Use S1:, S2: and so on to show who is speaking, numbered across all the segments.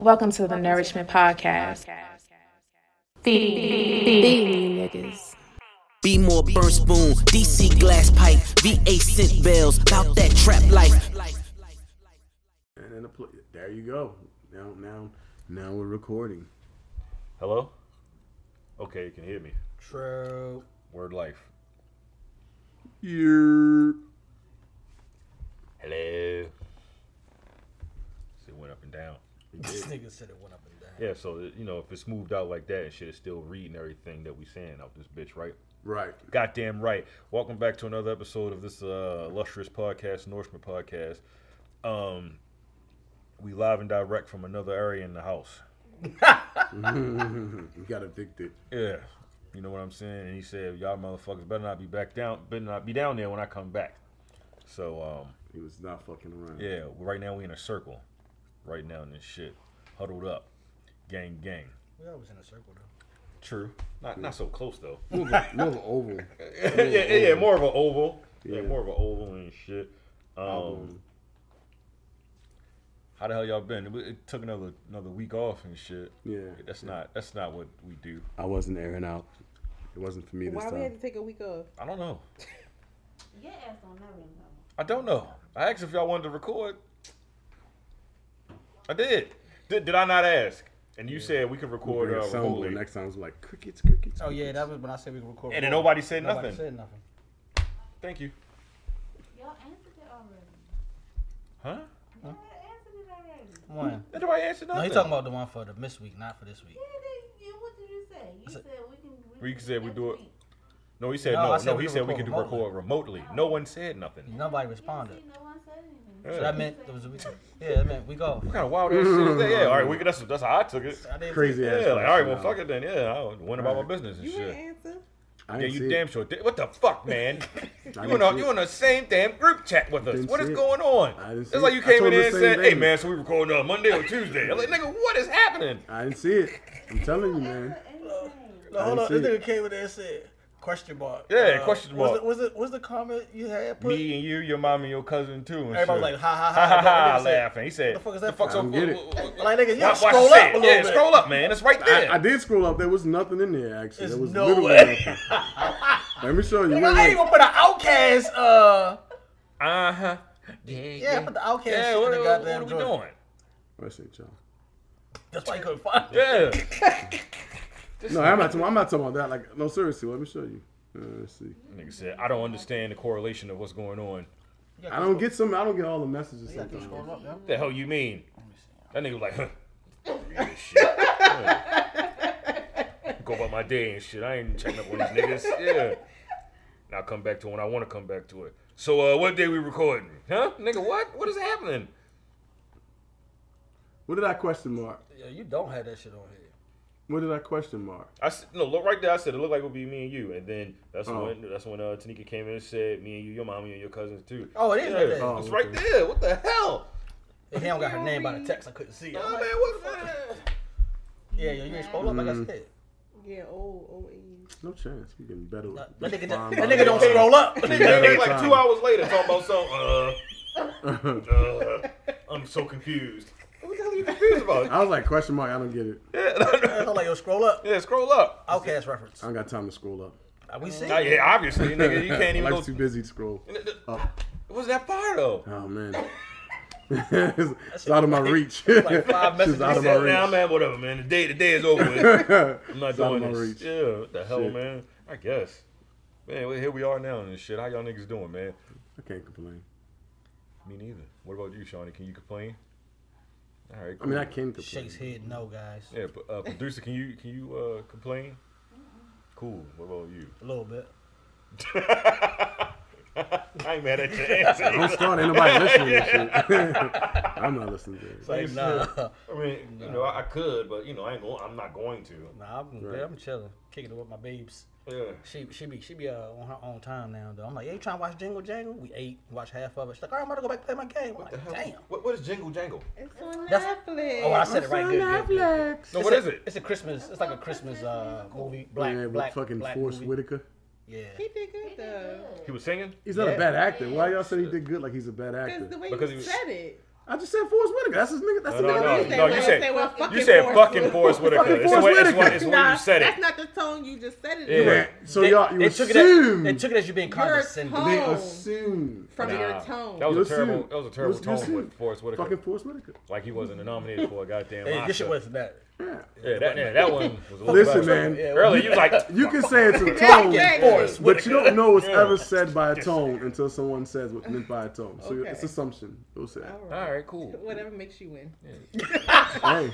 S1: Welcome to the Nourishment Podcast. Feed me, niggas.
S2: Be more burn spoon, DC glass pipe, VA scent bells, bout that trap life.
S3: And then the pl- there you go. Now, now, now we're recording.
S4: Hello? Okay, you can hear me.
S5: True.
S4: Word life.
S3: Yeah.
S4: Hello. So it went up and down.
S5: This nigga said it went up and down.
S4: Yeah, so it- you know, if it's moved out like that and shit, it's still reading everything that we saying out this bitch, right?
S3: Right.
S4: Goddamn right. Welcome back to another episode of this uh illustrious podcast, Norseman podcast. Um we live and direct from another area in the house.
S3: You got evicted.
S4: Yeah. You know what I'm saying? And he said, Y'all motherfuckers better not be back down better not be down there when I come back. So um
S3: He was not fucking around.
S4: Yeah, right now we in a circle. Right now in this shit. Huddled up. Gang gang.
S5: We always in a circle though.
S4: True. Not not so close though.
S3: More of a, more of a oval.
S4: yeah, yeah, yeah, more of an oval. Yeah.
S3: Yeah.
S4: more of an oval and shit. Um
S3: Oval.
S4: How the hell y'all been? It, it took another another week off and shit.
S3: Yeah.
S4: That's not that's not what we do.
S3: I wasn't airing out. It wasn't for me this
S6: Why we had
S3: time.
S6: to take a week off?
S4: I don't know.
S7: Your ass don't know them
S4: I
S7: though.
S4: don't know. I asked if y'all wanted to record. I did. Did, did I not ask? And you said we could record
S3: Bring a
S4: uh,
S3: soundboard.
S4: remotely.
S3: Next time, it's like crickets, crickets.
S5: Oh yeah,
S3: crickets.
S5: that was when I said we could record.
S4: And then
S5: remote.
S4: nobody said
S5: Nobody
S4: nothing.
S5: said nothing.
S4: Thank you.
S7: Y'all answered it already.
S4: Huh?
S7: Y'all answered it already.
S5: One.
S4: Did I answer
S5: No,
S4: nothing?
S5: he talking about the one for the miss week, not for this week.
S7: Yeah, they, yeah, what did you say? You
S5: said-
S7: said we can.
S4: We
S7: can
S4: said we
S7: next
S4: do it
S7: week.
S4: No, he said
S5: No,
S4: no.
S5: I
S4: No,
S5: said we
S4: he
S5: could
S4: said we
S5: record
S4: could
S5: remotely.
S4: record remotely. No one said nothing.
S5: Nobody
S7: Yeah,
S5: responded.
S7: see, no one said anything.
S4: Yeah.
S5: So that meant it was a week. Yeah, that meant week off.
S4: What kind of wild ass shit is that? Yeah, all right, we could, that's that's how I took it.
S5: I didn't
S3: Crazy
S4: Yeah,
S3: ass.
S4: like all right, well
S3: rationale.
S4: fuck it then. Yeah, I went about my business and
S6: You
S4: shit.
S6: ain't answer.
S3: I
S4: Yeah,
S3: didn't see
S4: you
S3: it.
S4: damn sure did. What the fuck, man? you in
S3: didn't
S4: a,
S3: see
S4: you
S3: it.
S4: in the same damn group chat with us.
S3: Didn't
S4: What
S3: see
S4: is
S3: it.
S4: going on?
S3: I didn't
S4: It's
S3: see it.
S4: like you
S3: I
S4: came
S3: told him
S4: in here and
S3: the
S4: said,
S3: same
S4: "Hey
S3: day."
S4: man, so we recording on Monday or Tuesday." I'm like, nigga, what is happening?
S3: I didn't see it. I'm telling you, man.
S7: Anything.
S5: No,
S3: I didn't
S5: hold on.
S3: see
S5: This
S3: it.
S5: nigga came in there and said question mark. Uh,
S4: Yeah, question mark.
S5: Was it was the comment you had put?
S4: Me and you, your mom and your cousin too. And
S5: Everybody was
S4: shit.
S5: like ha ha
S4: ha ha ha,
S5: Nigga said-
S4: laughing. He said,
S5: "The fuck is that
S4: fuck's
S3: for?" I
S4: up-
S3: don't get it.
S4: wh- wh- wh-
S5: Like nigga, you
S4: why- why
S5: scroll
S4: shit?
S5: up a little
S4: yeah,
S5: bit.
S4: scroll up, man. It's right there.
S3: I, I did scroll up. There was nothing in there actually.
S5: There's
S3: there was
S5: no
S3: literally
S5: way.
S3: nothing. Let me show you. Wait,
S5: Nigga, I ain't
S3: wait.
S5: even put an outcast. Uh,
S4: Uh huh. Yeah,
S5: yeah, I put the outcast
S4: Yeah,
S5: shit
S4: what,
S5: in the
S4: what-
S5: goddamn
S4: what are we
S5: joint.
S4: doing?
S3: Let's see, y'all.
S5: That's why you couldn't find it.
S4: Yeah.
S3: No, I'm not. Talking, I'm not talking about that. Like, no, seriously. Let me show you. Uh, let's see.
S4: Nigga said, I don't understand the correlation of what's going on.
S5: You
S3: I don't get some. I don't get all the messages
S5: gotta keep
S3: sometimes.
S5: scrolling up, man.
S4: The hell you mean? That nigga was like, huh. Real shit. Yeah. Go about my day and shit. I ain't checking up on these niggas. Yeah. Now come back to it when I want to come back to it. So uh, what day we recording? Huh? Nigga, what? What is happening?
S3: What did I question mark?
S5: Yeah, you don't have that shit on here.
S3: What did I question mark?
S4: I s- no look right there. I said it looked like it would be me and you, and then that's
S3: Oh.
S4: when that's when uh, Tanika came in and said, "Me and you, your mommy and your cousins too."
S5: Oh, it is right there.
S3: Oh,
S4: it's
S3: okay.
S4: right there. What the hell?
S5: If he don't got her name by the text, I couldn't see it.
S4: Oh,
S5: I'm
S4: man, Mm.
S5: like,
S4: what the
S5: yeah, yeah, you ain't scroll up like I said.
S6: Yeah, old, old age.
S3: No chance. We getting better.
S5: That
S3: with
S5: nigga,
S3: this
S5: that,
S3: fine
S5: that
S3: line.
S5: nigga don't scroll up.
S3: Yeah.
S5: Nigga,
S4: Nigga,
S3: Better
S4: like
S3: time.
S4: two hours later, talking about something. Uh, uh, I'm so confused. What the hell are you confused about?
S3: I was like question mark. I don't get it.
S4: yeah,
S5: I'm like, yo, scroll up.
S4: yeah, scroll up.
S5: Outcast reference.
S3: I don't got time to scroll up.
S5: Like, we see.
S4: Nah, Uh, yeah, obviously, nigga, you can't even
S3: I'm
S4: go.
S3: like, too Oh. busy to scroll. up.
S4: It was that far though.
S3: Oh man. it's, it's out of my reach.
S5: Like five
S3: It's just
S5: messages.
S3: out
S4: He
S3: of my
S4: said, "Nah,
S3: reach.
S4: man, whatever, man. The day, the day is over. With. I'm not
S3: It's out of
S4: doing
S3: my
S4: this.
S3: reach.
S4: Yeah, what the hell,
S3: Shit.
S4: man? I guess. Man, well, here we are now and shit. How y'all niggas doing, man?
S3: I can't complain.
S4: Me neither. What about you, Shawnee? Can you complain? All right.
S3: I
S4: Cool.
S3: mean, I can complain.
S5: Shakes head no, guys.
S4: Yeah, but, uh, producer, can you can you uh, complain? Cool. What about you?
S5: A little bit.
S4: I ain't mad at your answer.
S3: Don't start. Ain't nobody listening to shit. I'm not listening to it.
S5: Like, nah,
S4: I mean, you know, I, I could, but you know, I ain't going. I'm not going to.
S5: nah, I'm,
S3: Right.
S5: I'm chilling, kicking it with my babes.
S4: Yeah.
S5: She she be she be uh, on her own time now though. I'm like, yeah, you trying to watch Jingle Jangle? We ate, watched half of it. She's like, all right, I'm about to go back play my game. I'm like, damn.
S4: What, what is Jingle Jangle?
S6: It's on
S5: That's-
S6: Netflix.
S5: Oh, I said it right. Good, good, good, good.
S4: No,
S5: It's
S4: what
S5: a-
S4: is it?
S5: It's a Christmas. It's like a Christmas uh, movie. Black,
S3: Yeah, with
S5: black,
S3: fucking
S5: black
S3: Forrest
S5: movie.
S3: Whitaker.
S5: Yeah.
S6: He did good
S7: He did
S6: though.
S7: good.
S4: He was singing.
S3: He's not
S5: Yeah.
S3: a bad actor. Why y'all say he did good like he's a bad actor?
S6: Because the way
S4: Because he
S6: you
S4: was-
S6: said it.
S3: I just said Forrest Whitaker. That's his nigga. That's
S4: No,
S3: the
S4: no,
S3: nigga.
S4: no,
S3: name.
S4: no. You
S6: Whitaker.
S4: said
S6: Say, well, fucking
S4: you said
S6: Forrest
S4: fucking
S6: Whitaker.
S4: Forrest Whitaker.
S3: Fucking
S4: It's the way,
S3: Forrest
S4: it's the way- it's the way
S6: Nah,
S4: you said
S6: that's
S4: it.
S6: not the tone you just said it.
S4: Yeah.
S6: in.
S3: Yeah. So
S5: They-
S3: y'all, you
S5: they took it as,
S3: assume.
S5: they took it as you being condescending.
S6: tone.
S3: They
S6: Oh.
S3: assume.
S6: From your
S4: Nah,
S6: tone.
S4: That
S3: You
S4: was a terrible.
S3: assume.
S4: That was a
S3: You
S4: terrible
S3: assume.
S4: tone with Forrest Whitaker.
S3: Fucking Forrest Whitaker.
S4: Like he wasn't nominated for a goddamn
S5: Hey,
S4: Oscar.
S5: this shit wasn't that.
S4: yeah, that, yeah, that one was a little
S3: Listen,
S4: better.
S3: man.
S5: Yeah,
S4: Earlier, you was like,
S3: You can say it's a
S6: Fucking
S3: tone,
S6: Forrest
S3: but you don't know what's
S4: Yeah.
S3: ever said by a tone until someone says what's meant by a tone. So
S6: Okay.
S3: it's assumption. It was said.
S6: All right.
S4: all right, cool.
S6: Whatever makes you win.
S3: Hey,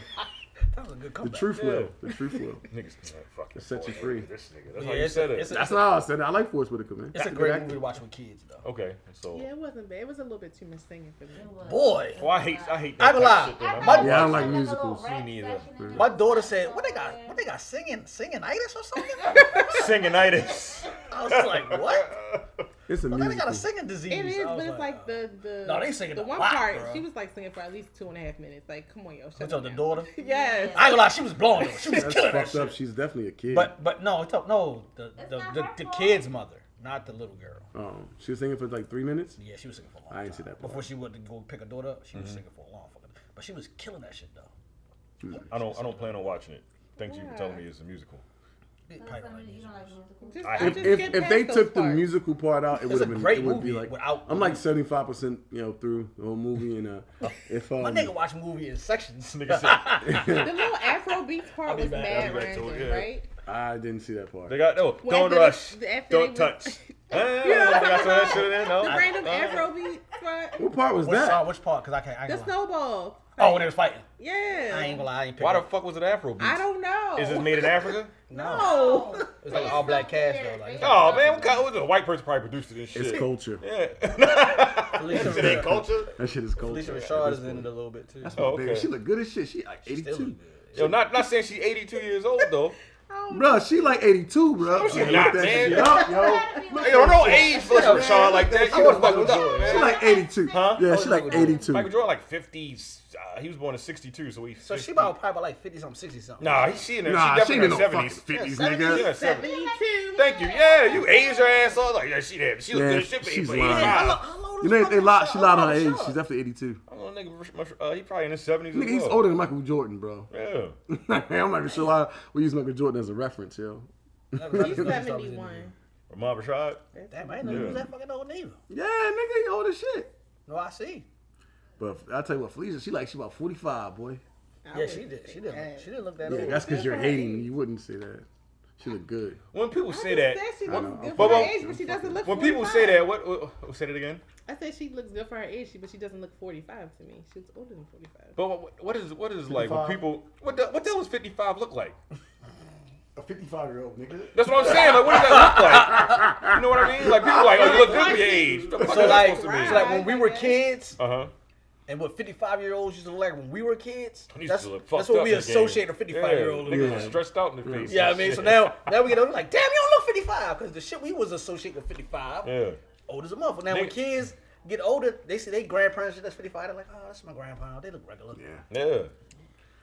S5: That was a good
S3: the
S5: comeback.
S3: truth
S4: Yeah.
S3: will. The truth will.
S4: Niggas, man, fucking
S3: set you
S4: Forrest
S3: free.
S4: Whitaker, This nigga. That's
S5: Yeah,
S4: how you
S5: it's
S4: said
S5: a,
S4: it.
S5: it's a,
S3: That's not how I said it. I like Forrest Whitaker, man.
S5: it's a
S3: Good
S5: great
S3: actor.
S5: movie to watch with kids, though.
S4: okay, so.
S6: Yeah, it wasn't bad. It was a little bit too much singing for me.
S5: Boy,
S4: Oh, I hate, I hate
S5: I
S4: that.
S5: will lie.
S4: type of shit, though.
S7: I
S5: My-
S7: thought
S3: Yeah, I don't
S7: it
S3: like
S7: was a little
S3: musicals.
S7: rap
S4: Me neither.
S7: section
S3: Mm.
S7: in
S5: my
S7: there.
S5: daughter said, "What they got? What they got? Singing, singingitis or something?" I
S4: Singingitis.
S5: was like, "What?
S3: It's a
S5: What they got a
S3: musical.
S5: singing disease?"
S6: It is,
S5: I was
S6: but it's like
S4: uh,
S6: the the
S5: No, they singing
S6: the
S5: a
S6: one
S5: lot,
S6: part.
S5: bruh.
S6: She was like singing for at least two and a half minutes. Like, come on, yo, shut
S5: What's
S6: up.
S5: up, the daughter? I
S6: Yes.
S5: ain't gonna lie, she was blowing it. She was
S3: That's
S5: killing that
S3: fucked
S5: shit.
S3: up. She's definitely a kid.
S5: But but no, it's up- no, the the,
S7: not
S5: the,
S7: her
S5: the
S7: fault.
S5: kid's mother, not the little girl.
S3: um, she was singing for like three minutes.
S5: Yeah, she was singing for a long
S3: I
S5: time.
S3: didn't see that part.
S5: Before she went to go pick her daughter up, she was
S4: Mm-hmm.
S5: singing for a long fucking But she was killing that shit, though.
S4: I don't, I don't plan on watching it. Thanks you for telling me it's a musical.
S5: It probably wasn't like
S7: You
S5: music.
S7: don't like musicals?
S6: Just,
S4: I-
S6: I
S3: If
S6: just
S3: if,
S6: get
S3: if
S6: past
S3: they
S6: those
S3: took the
S6: parts.
S3: musical part out, it would
S5: a
S3: have been
S5: great
S3: it would be
S5: movie
S3: like
S5: without-
S3: I'm like 75 percent you know through the whole movie and uh if um,
S5: My nigga watch movie in sections.
S4: Nigga said,
S6: The little Afro beats part
S5: be
S6: was
S5: back.
S4: I'll
S6: mad
S4: be back to
S6: random,
S4: it, yeah.
S6: right?
S3: I didn't see that part.
S4: they got, no,
S6: Well,
S4: don't
S6: after they-
S4: rush.
S6: after they
S4: Don't
S6: was-
S4: touch. Eh, they got some of that shit in there, no?
S6: The random
S4: Uh,
S6: Afro beat part.
S3: What part was
S5: Which
S3: that?
S5: song? Which part? Cause I can't. I ain't
S6: The
S5: gonna lie.
S6: snowball.
S5: Oh, when they was fighting.
S6: Yeah.
S5: I ain't gonna lie. I ain't pick
S4: Why
S5: it
S4: the
S5: up.
S4: fuck was it Afro
S6: I don't know.
S4: Is this made in Africa?
S5: No.
S6: No.
S5: It's like an all black cast though. Like it's like
S4: Oh man, what kind what the white person probably produced this shit?
S3: It's culture.
S5: Felicia,
S4: It ain't culture.
S3: That shit is culture.
S5: Felicia Rashad is in it a little bit too.
S3: That's
S5: That's
S3: my
S4: Oh,
S3: baby.
S4: okay.
S3: She look good as shit. She like 82.
S4: Yo, not not saying she 82 years old though.
S3: Bruh, she like 82, bruh.
S4: No, she
S3: Yeah, look
S4: not,
S3: that
S4: man.
S3: shit up, yo.
S4: Yo, don't know age Felicia Rashad like that. She was fucking with
S3: She like 82.
S4: Huh? Oh,
S3: Yeah, she like 82.
S4: Michael Jordan like 50. Uh, he was born in 62, so he.
S5: So she about probably like fifty something, sixty something.
S4: Nah, he, she in her.
S3: Nah,
S4: she
S3: she
S4: definitely
S3: ain't in no
S4: in her 70s.
S3: fucking 50s,
S4: yeah,
S3: nigga.
S4: 70s.
S6: 72.
S4: Thank you. Yeah, you age her ass off. Like, yeah, she that. She was
S3: Yeah,
S4: good as shit.
S3: she's
S4: She's lying.
S3: lying.
S4: I
S3: You know, they lied. She lied on her age. She's definitely 82.
S4: don't know, nigga. Uh, he probably in his 70s.
S3: Nigga,
S4: as
S3: he's
S4: well.
S3: older than Michael Jordan, bro.
S4: Yeah.
S3: I'm not even sure why we use Michael Jordan as a reference, yo.
S6: She's 71.
S4: Ramon Rashad.
S5: Damn, I ain't know you was that fucking old neither.
S3: Yeah, nigga, he old as shit.
S5: No, I see.
S3: But I'll tell you what, Felicia, she like, she about 45, boy.
S5: Yeah, she did. She did. She didn't look that
S3: Yeah,
S5: old.
S3: that's because you're hating. You wouldn't say that. She look good.
S4: When people say that,
S6: Said she looks good
S4: But-
S6: for her
S4: but-
S6: age, but she doesn't look
S4: when people
S6: 45.
S4: say that, what, what, what- Say it again.
S6: I said she looks good for her age, she- but she doesn't look 45 to me. She looks older than 45.
S4: But what, what is what is like when
S3: 55.
S4: people what the, what the hell does 55 look like?
S3: A 55 year old nigga.
S4: That's what I'm saying. Like, what does that look like? You know what I mean? Like people like, oh, you look good for your age. The fuck
S5: So
S4: is that
S5: like,
S4: supposed
S5: so
S4: to mean?
S5: like when we were kids,
S4: uh huh.
S5: and what fifty five year olds used to look like when we were kids,
S4: He used
S5: that's,
S4: to look
S5: that's
S4: fucked
S5: what
S4: up
S5: we
S4: in the game.
S5: associate a fifty five year old.
S4: Yeah, niggas was stressed out in the face.
S5: Yeah, I
S4: and
S5: mean, so
S4: shit.
S5: now now we get over like, damn, you don't look 55 because the shit we was associated with 55,
S4: Yeah.
S5: old as a motherfucker. Now when
S4: Nigga.
S5: kids get older, they see their grandparents that's 55. They're like, oh, that's my grandpa. They look regular.
S3: Yeah.
S4: Yeah.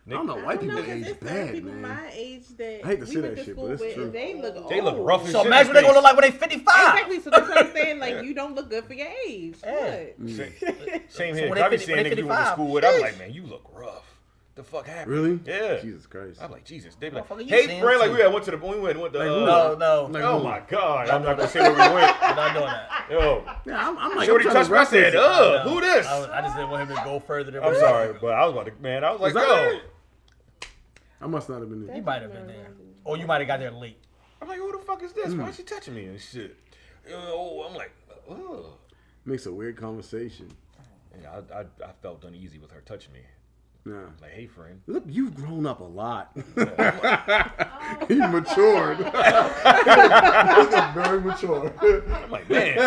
S3: I don't know. White
S6: I don't
S3: people
S6: know, 'cause
S3: age
S6: it's certain
S3: bad,
S6: people
S3: man.
S6: my age that
S3: I hate to say
S6: we
S3: that
S6: went to
S3: shit, but
S6: school
S3: it's
S6: with,
S3: true.
S6: and they look old.
S4: They look rough as
S5: So
S4: shit.
S5: imagine what they gonna look like when they 55.
S6: Exactly, so that's what I'm saying. Like, you don't look good for your age.
S5: Yeah.
S6: Look.
S4: Same here.
S5: when
S4: 'cause
S5: they
S4: I be
S5: fifty-
S4: seeing
S5: when they
S4: niggas you went to
S5: 55,
S4: school with. I'm like, man, you look rough. The fuck happened?
S3: Really?
S4: Yeah.
S3: Jesus Christ.
S4: I'm like, Jesus. They be like,
S5: Motherfucker, you
S4: hey,
S5: seen
S4: friend, like
S5: too.
S4: we had went to the when we went went to.
S3: Like,
S4: uh,
S5: No, no,
S3: Like,
S4: Oh
S3: who?
S4: my god! I'm not gonna say where we went.
S5: we're not doing that.
S4: Yo,
S3: Yeah, I'm, I'm like,
S4: Shorty
S3: I'm trying
S4: touched
S3: to
S4: my said,
S3: reference it.
S4: "Ugh, who this?"
S5: I, was- I just didn't want him to go further than
S4: I'm
S5: we-
S4: sorry, but I was about to, man. I was like,
S3: that
S4: yo.
S3: it? I must not have been
S5: You
S3: there.
S5: might have been there, or you might have got there late.
S4: I'm like, who the fuck is this? Why
S3: Hmm.
S4: is she touching me and shit? You know, Oh, I'm like, ugh.
S3: Makes a weird conversation.
S4: Yeah, I, I, I felt uneasy with her touching me.
S3: Nah.
S4: Like, hey, friend.
S3: Look, you've grown up a lot.
S4: Oh.
S3: he matured. Very mature.
S4: I'm like, man,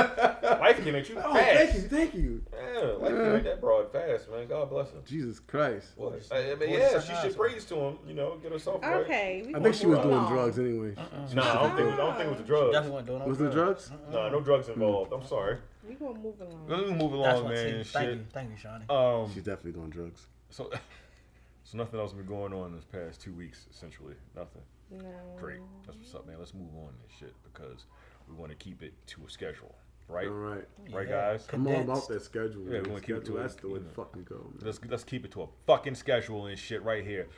S4: life can make you
S3: Oh,
S4: fast.
S3: thank you, thank you.
S4: Yeah, life can make that broad fast, man. God bless her.
S3: Jesus Christ.
S4: What? I, I mean,
S5: Boy,
S4: yeah,
S5: it's
S4: she
S5: so nice.
S4: should praise to him. You know, get herself right.
S6: Okay. we
S3: I
S6: gonna
S3: think she was
S6: move
S3: doing
S6: along.
S3: drugs anyway.
S4: No, I don't think I don't think it was the drugs.
S5: Definitely wasn't doing no
S3: Was it drugs?
S4: Nah, no drugs involved. I'm sorry.
S6: We gonna move along.
S4: Let me move
S5: That's
S4: along,
S5: what
S4: man.
S5: man,
S4: and
S5: Thank
S4: Shit.
S5: you, thank you, Shawnee.
S4: Um,
S3: She's definitely doing drugs.
S4: so, so nothing else been going on this past two weeks, essentially. Nothing.
S6: No.
S4: Great. That's what's up, man. Let's move on this shit because we want to keep it to a schedule. right?
S3: All right.
S4: Right,
S5: Yeah.
S4: guys?
S3: I'm all about
S5: Condensed.
S3: that schedule.
S4: Yeah, we
S3: man.
S4: wanna keep
S3: Schedule,
S4: it to a-
S3: That's the way
S4: you
S3: to
S4: know.
S3: fucking go, man.
S4: Let's let's keep it to a fucking schedule and shit right here.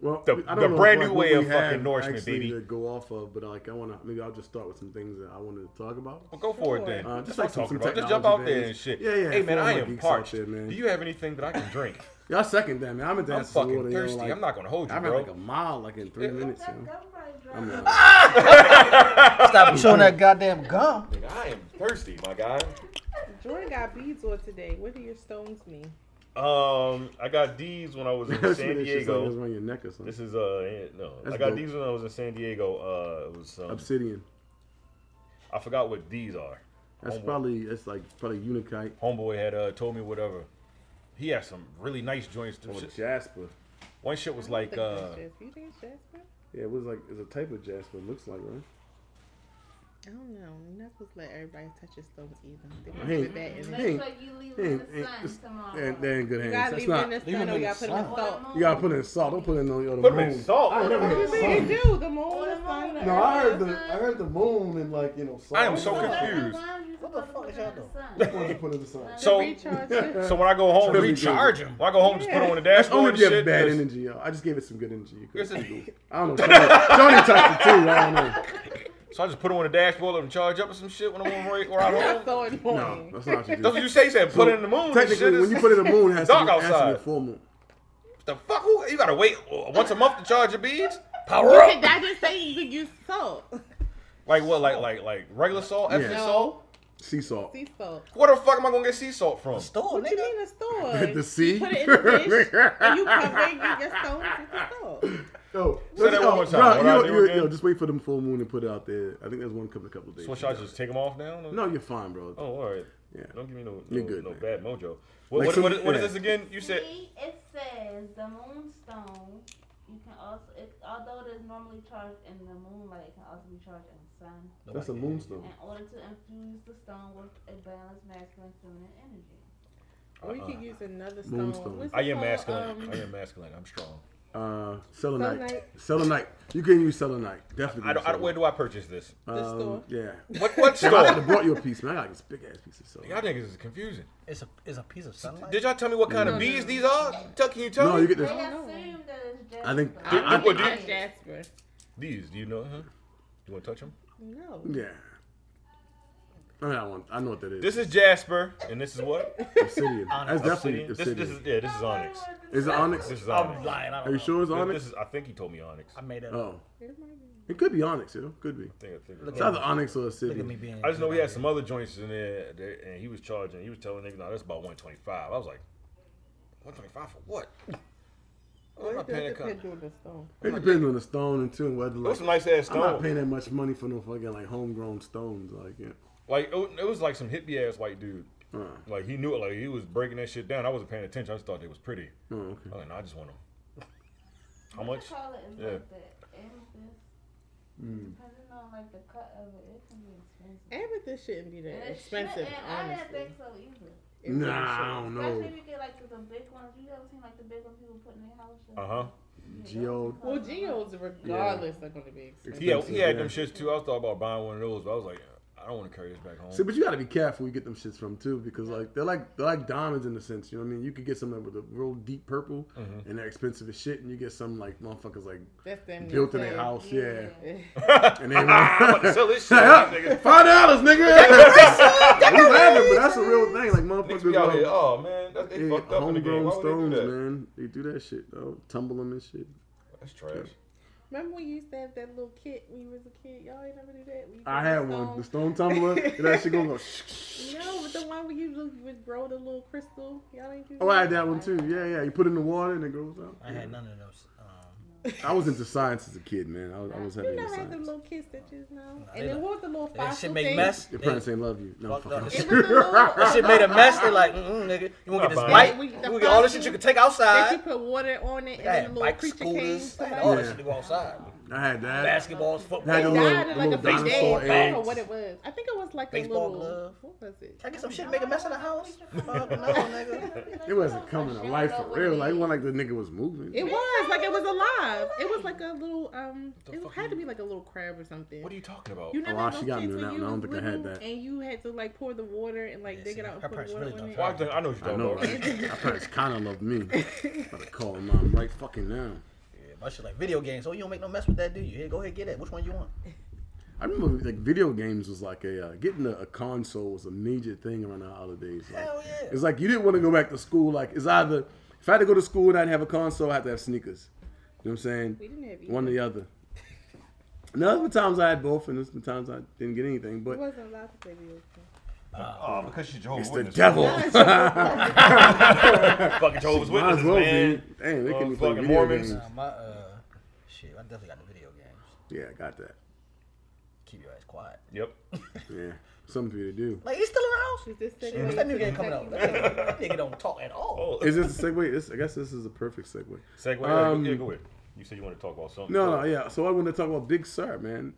S3: Well,
S4: the-
S3: I don't
S4: the
S3: know if,
S4: brand
S3: like,
S4: new
S3: what
S4: way
S3: we
S4: of fucking
S3: have
S4: nourishment,
S3: actually
S4: baby.
S3: To go off of, but like I want to, maybe I'll just start with some things that I wanted to talk about.
S4: Well, go for it
S6: Sure.
S4: then.
S3: Uh,
S4: That's
S3: just
S4: what
S3: like
S4: I'm
S3: some-
S4: talking
S3: some
S4: about. Just jump out there
S3: technology
S4: and shit.
S3: things. Yeah, yeah,
S4: Hey man,
S3: for all
S4: I
S3: my
S4: am
S3: geeks out
S4: parched.
S3: there, man.
S4: Do you have anything that I can drink?
S3: Y'all second that, man. I'm at that
S4: I'm
S3: sewer,
S4: fucking
S3: yo,
S4: thirsty.
S3: like-
S4: I'm not gonna hold you,
S3: I ran
S4: bro.
S3: like a mile, like in three minutes.
S7: That
S3: Yo.
S7: gum might dry
S3: I'm
S7: out.
S3: out.
S5: Stop showing that goddamn gum.
S4: Nigga, I am thirsty, my guy.
S6: Jordan got beads on today. What do your stones mean?
S4: Um, I got these when I was in
S3: That's
S4: San
S3: shit that's like it's
S4: Diego.
S3: around your neck or something.
S4: This is uh no,
S3: That's
S4: I got
S3: dope.
S4: these when I was in San Diego. Uh, it was um,
S3: Obsidian.
S4: I forgot what these are.
S3: That's
S4: Homeboy.
S3: probably that's like probably unikite
S4: Homeboy had uh told me whatever. He had some really nice joints.
S3: or
S4: Shit-
S3: jasper.
S4: One shit was
S6: I
S4: like
S6: don't think
S4: uh,
S6: that's jasper. You think it's jasper?
S3: Yeah, it was like it's a type of jasper. It looks like right.
S6: I don't know. You're not supposed to let everybody touch your stones even. They
S3: I
S6: might put
S3: ain't-
S6: that in
S7: Make
S6: it.
S3: Hey,
S7: sure you leave
S3: Hey,
S7: it in
S3: hey,
S7: the sun
S3: it's-
S7: tomorrow.
S3: They're, they're in good
S6: You
S3: hands.
S6: gotta
S3: That's
S6: leave
S3: not.
S6: it in
S5: leave
S6: the sun
S5: them
S6: or
S5: in
S6: you
S5: the
S6: gotta put it in
S7: Or
S5: sun.
S6: the
S7: the
S6: salt.
S7: moon.
S3: You gotta put it in salt. Don't put it in the, on the
S4: Put 'em
S3: moon.
S4: in salt.
S3: I never
S6: What
S3: had
S6: do you mean
S3: salt.
S6: you do? The moon,
S7: Or
S6: the
S7: the
S6: sun,
S7: moon.
S6: the
S3: No, I
S6: earth.
S3: heard the I heard the moon and like you know salt.
S4: I am so
S7: Well,
S4: confused.
S7: sometimes you're
S5: What the
S7: supposed to
S5: fuck
S7: put it
S5: is
S7: in the
S3: What
S7: sun.
S3: you put in the salt?
S4: So-
S6: Recharge it.
S4: So when I go home,
S3: Really
S4: recharge
S3: good.
S4: him. When I go home, just put it on the
S3: That's
S4: dashboard.
S3: only
S4: and
S3: give
S4: shit,
S3: bad
S4: 'cause-
S3: energy, yo. I just gave it some good energy. You could-
S4: Yes, it-
S3: I don't know. Johnny, Johnny typed it too. I don't know.
S4: So I just put it on the dashboard, let him charge up or some shit when I'm on right, right home.
S6: That's so
S3: No,
S6: annoying.
S3: that's not what you do.
S4: That's what you say. You said put it in the moon. and
S3: Technically,
S4: shit.
S3: when you put it in the moon, it has to
S4: Dark
S3: be, it has to be a
S4: outside.
S3: full moon.
S4: the fuck? Who, you gotta wait uh, once a month to charge your beads?
S6: You
S4: Power
S6: can
S4: up.
S6: I just say you could use salt.
S4: Like what? Like like like regular salt, Epsom
S3: Yeah.
S4: salt.
S3: Sea salt.
S6: Sea salt.
S4: Where the fuck am I gonna get sea salt from?
S5: Store,
S6: What you
S5: nigga.
S6: mean a store?
S3: At the sea.
S6: You put it in the dish and you cover it and get your stones with the salt.
S3: Yo,
S4: Say that
S3: yo,
S4: one more time.
S3: bruh,
S4: What I
S3: yo,
S4: do
S3: yo,
S4: again?
S3: yo, just wait for them full moon and put it out there. I think there's one couple, couple days.
S4: So should I just take them off now?
S3: No, you're fine, bro.
S4: Oh, all right.
S3: Yeah.
S4: Don't give me no no,
S3: You're good,
S4: no
S3: man.
S4: bad mojo. What,
S3: Like
S4: what,
S3: some-
S4: what, is- what is
S3: yeah.
S4: this again? You said
S7: See, it says the moonstone. You can also, it, although it is normally charged in the moonlight, it can also be charged in the sun.
S3: That's a moonstone.
S7: In order to infuse the stone with a balanced masculine feminine energy.
S6: Or you could use another stone.
S3: Uh-uh. Moonstone.
S6: What's it
S4: I am
S6: called?
S4: masculine.
S6: Um,
S4: I am masculine. I'm strong.
S3: Uh, selenite.
S6: Selenite.
S3: Selenite. You can use selenite. Definitely.
S4: I don't, I don't, where do I purchase this?
S6: Um, The store.
S3: Um, Yeah.
S4: What what
S3: Damn, I could have
S4: store?
S3: brought you a piece, man. I got this big ass piece of
S4: Y'all
S3: selenite.
S4: niggas is confusing.
S5: It's a it's a piece of sunlight.
S4: Did y'all tell me what kind of bees these are? Tuck, can you tell
S3: No,
S4: me?
S3: you get
S7: They
S3: this.
S7: assume that it's just.
S3: I think-
S7: the-
S6: I
S4: I-
S6: think
S4: I-
S6: it's Jasper.
S4: These, do you know? Huh? You want to touch them?
S6: No.
S3: Yeah. I mean, I want. I know what that is.
S4: This is Jasper, and this is what?
S3: obsidian. That's definitely
S4: This, this is
S3: obsidian.
S4: yeah, this is onyx.
S3: Is it onyx?
S4: This is
S5: I'm
S4: onyx.
S5: lying. I don't
S3: Are you
S5: know.
S3: sure it's
S4: This-
S3: onyx?
S4: This is, I think he told me onyx.
S5: I
S4: I
S5: made it. up.
S3: Oh,
S6: It might be.
S3: it could be onyx, you know. Could be.
S4: think I think.
S5: Look
S3: It's
S4: it's
S5: at
S4: onyx.
S3: either onyx or
S5: Look at me
S3: obsidian.
S5: being.
S4: I just know he had some other joints in there, that- and he was charging. He was telling niggas, "No, that's about 125." I was like, "125 for what?" I'm
S6: Well,
S4: not
S6: it does
S4: paying that kind.
S6: depend on the stone.
S3: It depends on the stone and too, and whether
S4: It was
S3: like
S4: some nice ass
S3: I'm not paying
S4: stone.
S3: that much money for no fucking like homegrown stones, like yeah.
S4: Like it, was- it was like some hippie ass white dude.
S3: Uh,
S4: Like he knew it. Like he was breaking that shit down. I wasn't paying attention. I just thought they was pretty.
S3: oh, okay.
S4: I was like, "No, I just want them." How
S7: What
S4: much?
S7: you call it is
S4: Yeah.
S7: like the amethyst.
S3: Mm. Hmm.
S7: Depending on like the cut of it, it can be expensive.
S6: Amethyst shouldn't be
S7: And
S6: that
S7: it shouldn't-
S6: expensive,
S7: and I didn't
S6: honestly.
S7: think so either.
S6: It
S3: Nah,
S6: really
S3: I don't
S7: Especially
S3: know.
S7: if you get like the big ones. You ever seen like the big ones people put in their house?
S4: Uh huh.
S3: Geode.
S6: Well, geodes, regardless, are going to be expensive.
S4: Yeah, he had
S3: yeah.
S4: them shits too. I was thought about buying one of those, but I was like, I don't want to carry this back home.
S3: See, but you gotta be careful where you get them shits from too, because like they're like they're like diamonds in a sense. You know what I mean? You could get something with a real deep purple,
S4: Mm-hmm.
S3: and they're expensive as shit, and you get some like motherfuckers like
S6: That's them.
S3: built in their house, yeah.
S6: That's
S3: And they like,
S4: I'm about to sell this shit, nigga.
S3: five dollars, nigga. we laughing, but that's a real thing. Like
S4: Niggas
S3: motherfuckers
S4: be out
S3: like,
S4: here. Oh man, that, they
S3: yeah,
S4: fucked up in the
S3: homegrown
S4: game. Why would they do
S3: stones,
S4: that?
S3: man. They do that shit. though. tumble them and shit.
S4: That's trash.
S6: Remember when you used to have that little kit when you was a kid? Y'all ain't never do that. When you
S3: I
S6: put
S3: had
S6: the
S3: one. The
S6: stone-
S3: stone tumbler. and that shit gonna go. Shh, shh.
S6: No, but the one where you look- would grow the little crystal. Y'all ain't do
S3: Oh, I had that one too. Yeah, yeah. You put it in the water and it grows out.
S5: I had none of those. Um,
S3: I was into science as a kid, man. I was, I was heavy
S6: You
S3: into
S6: never had the
S3: science.
S6: little kids that just now.
S5: they
S6: and then
S5: like-
S6: what was the little
S5: that
S6: fossil
S5: shit make
S6: thing?
S5: mess.
S3: Your
S5: They-
S3: parents ain't love you. No,
S5: Fucked
S3: fuck
S5: up.
S3: that
S6: It
S3: shit.
S6: was the little
S5: That shit made a mess. They like, mm, nigga, you want to get
S4: Not
S5: this bike?
S6: buying
S5: We
S6: it.
S5: gonna get all this shit you can take
S6: that you
S5: outside.
S6: put water on it and
S5: I
S6: then the
S5: had
S6: little
S5: bike
S6: creature came.
S5: scooters. I had
S6: somebody-
S5: all that shit to go outside.
S3: I had that.
S5: Basketballs,
S3: I had a
S6: They
S3: little-
S5: football.
S6: died in
S3: little
S6: like a big day.
S3: dinosaur
S6: I don't know
S3: eggs.
S6: what it was. I think it was like
S5: Baseball
S6: a little
S5: glove.
S6: What was it?
S5: Can I get some shit to make a mess in the house? Fuck no, nigga.
S3: It wasn't coming to life for real. Like it wasn't like the nigga was moving.
S6: It was like it it was alive. It was like a little um.
S4: The
S6: It
S4: fuck
S6: had
S4: you-
S6: to be like a little crab or something.
S4: What are you talking about?
S6: You never
S3: Oh,
S6: had
S3: she
S6: those
S3: got
S6: kids
S3: me on
S6: when
S3: that
S6: you
S3: one. I
S6: was
S3: don't think I had
S6: little
S3: that.
S6: and you had to like pour the water and like
S5: Yeah,
S6: dig
S5: see,
S6: it out
S5: her
S6: and put
S5: parents
S6: the water
S5: really
S6: on
S5: don't
S6: it.
S4: Well, I, think, I know what you're
S3: I
S4: talking
S3: know,
S4: about.
S3: right? My parents kind of love me. Better call mom right fucking now.
S5: Yeah, my shit like video games. Oh, you don't make no mess with that, do you? Here, go ahead, get it. Which one you want?
S3: I remember like video games was like a uh, getting a, a console was a major thing around the holidays. Like,
S5: Hell yeah.
S3: It's like you didn't want to go back to school. Like it's either if I had to go to school and I didn't have a console, I had to have sneakers. You know what I'm saying?
S6: We didn't have
S3: One or the other. Now, there's been times I had both, and there's been times I didn't get anything.
S6: It
S3: But
S6: wasn't allowed to play video games.
S4: Oh, because she's Jehovah's
S3: it's the
S4: Witness.
S3: devil.
S4: Fucking Jehovah's
S3: Might as
S4: Witnesses,
S3: well
S4: man.
S3: be. Damn, they
S4: Uh,
S3: can play
S4: fucking
S3: video
S4: Mormons.
S3: games.
S5: Nah, my uh, shit. I definitely got the video games.
S3: Yeah, I got that.
S5: Keep your ass quiet.
S4: Yep.
S3: Yeah, something for you to do.
S5: Like he's still around.
S6: Is this
S5: Shit, What's that new game coming out? That nigga don't talk at all.
S4: Oh,
S3: Is this a segue? This, I guess this is a perfect segue.
S4: segue.
S3: Um,
S4: yeah, go ahead. You said you wanted to talk about something.
S3: No, no, yeah. So I want to talk about Big Sir, man.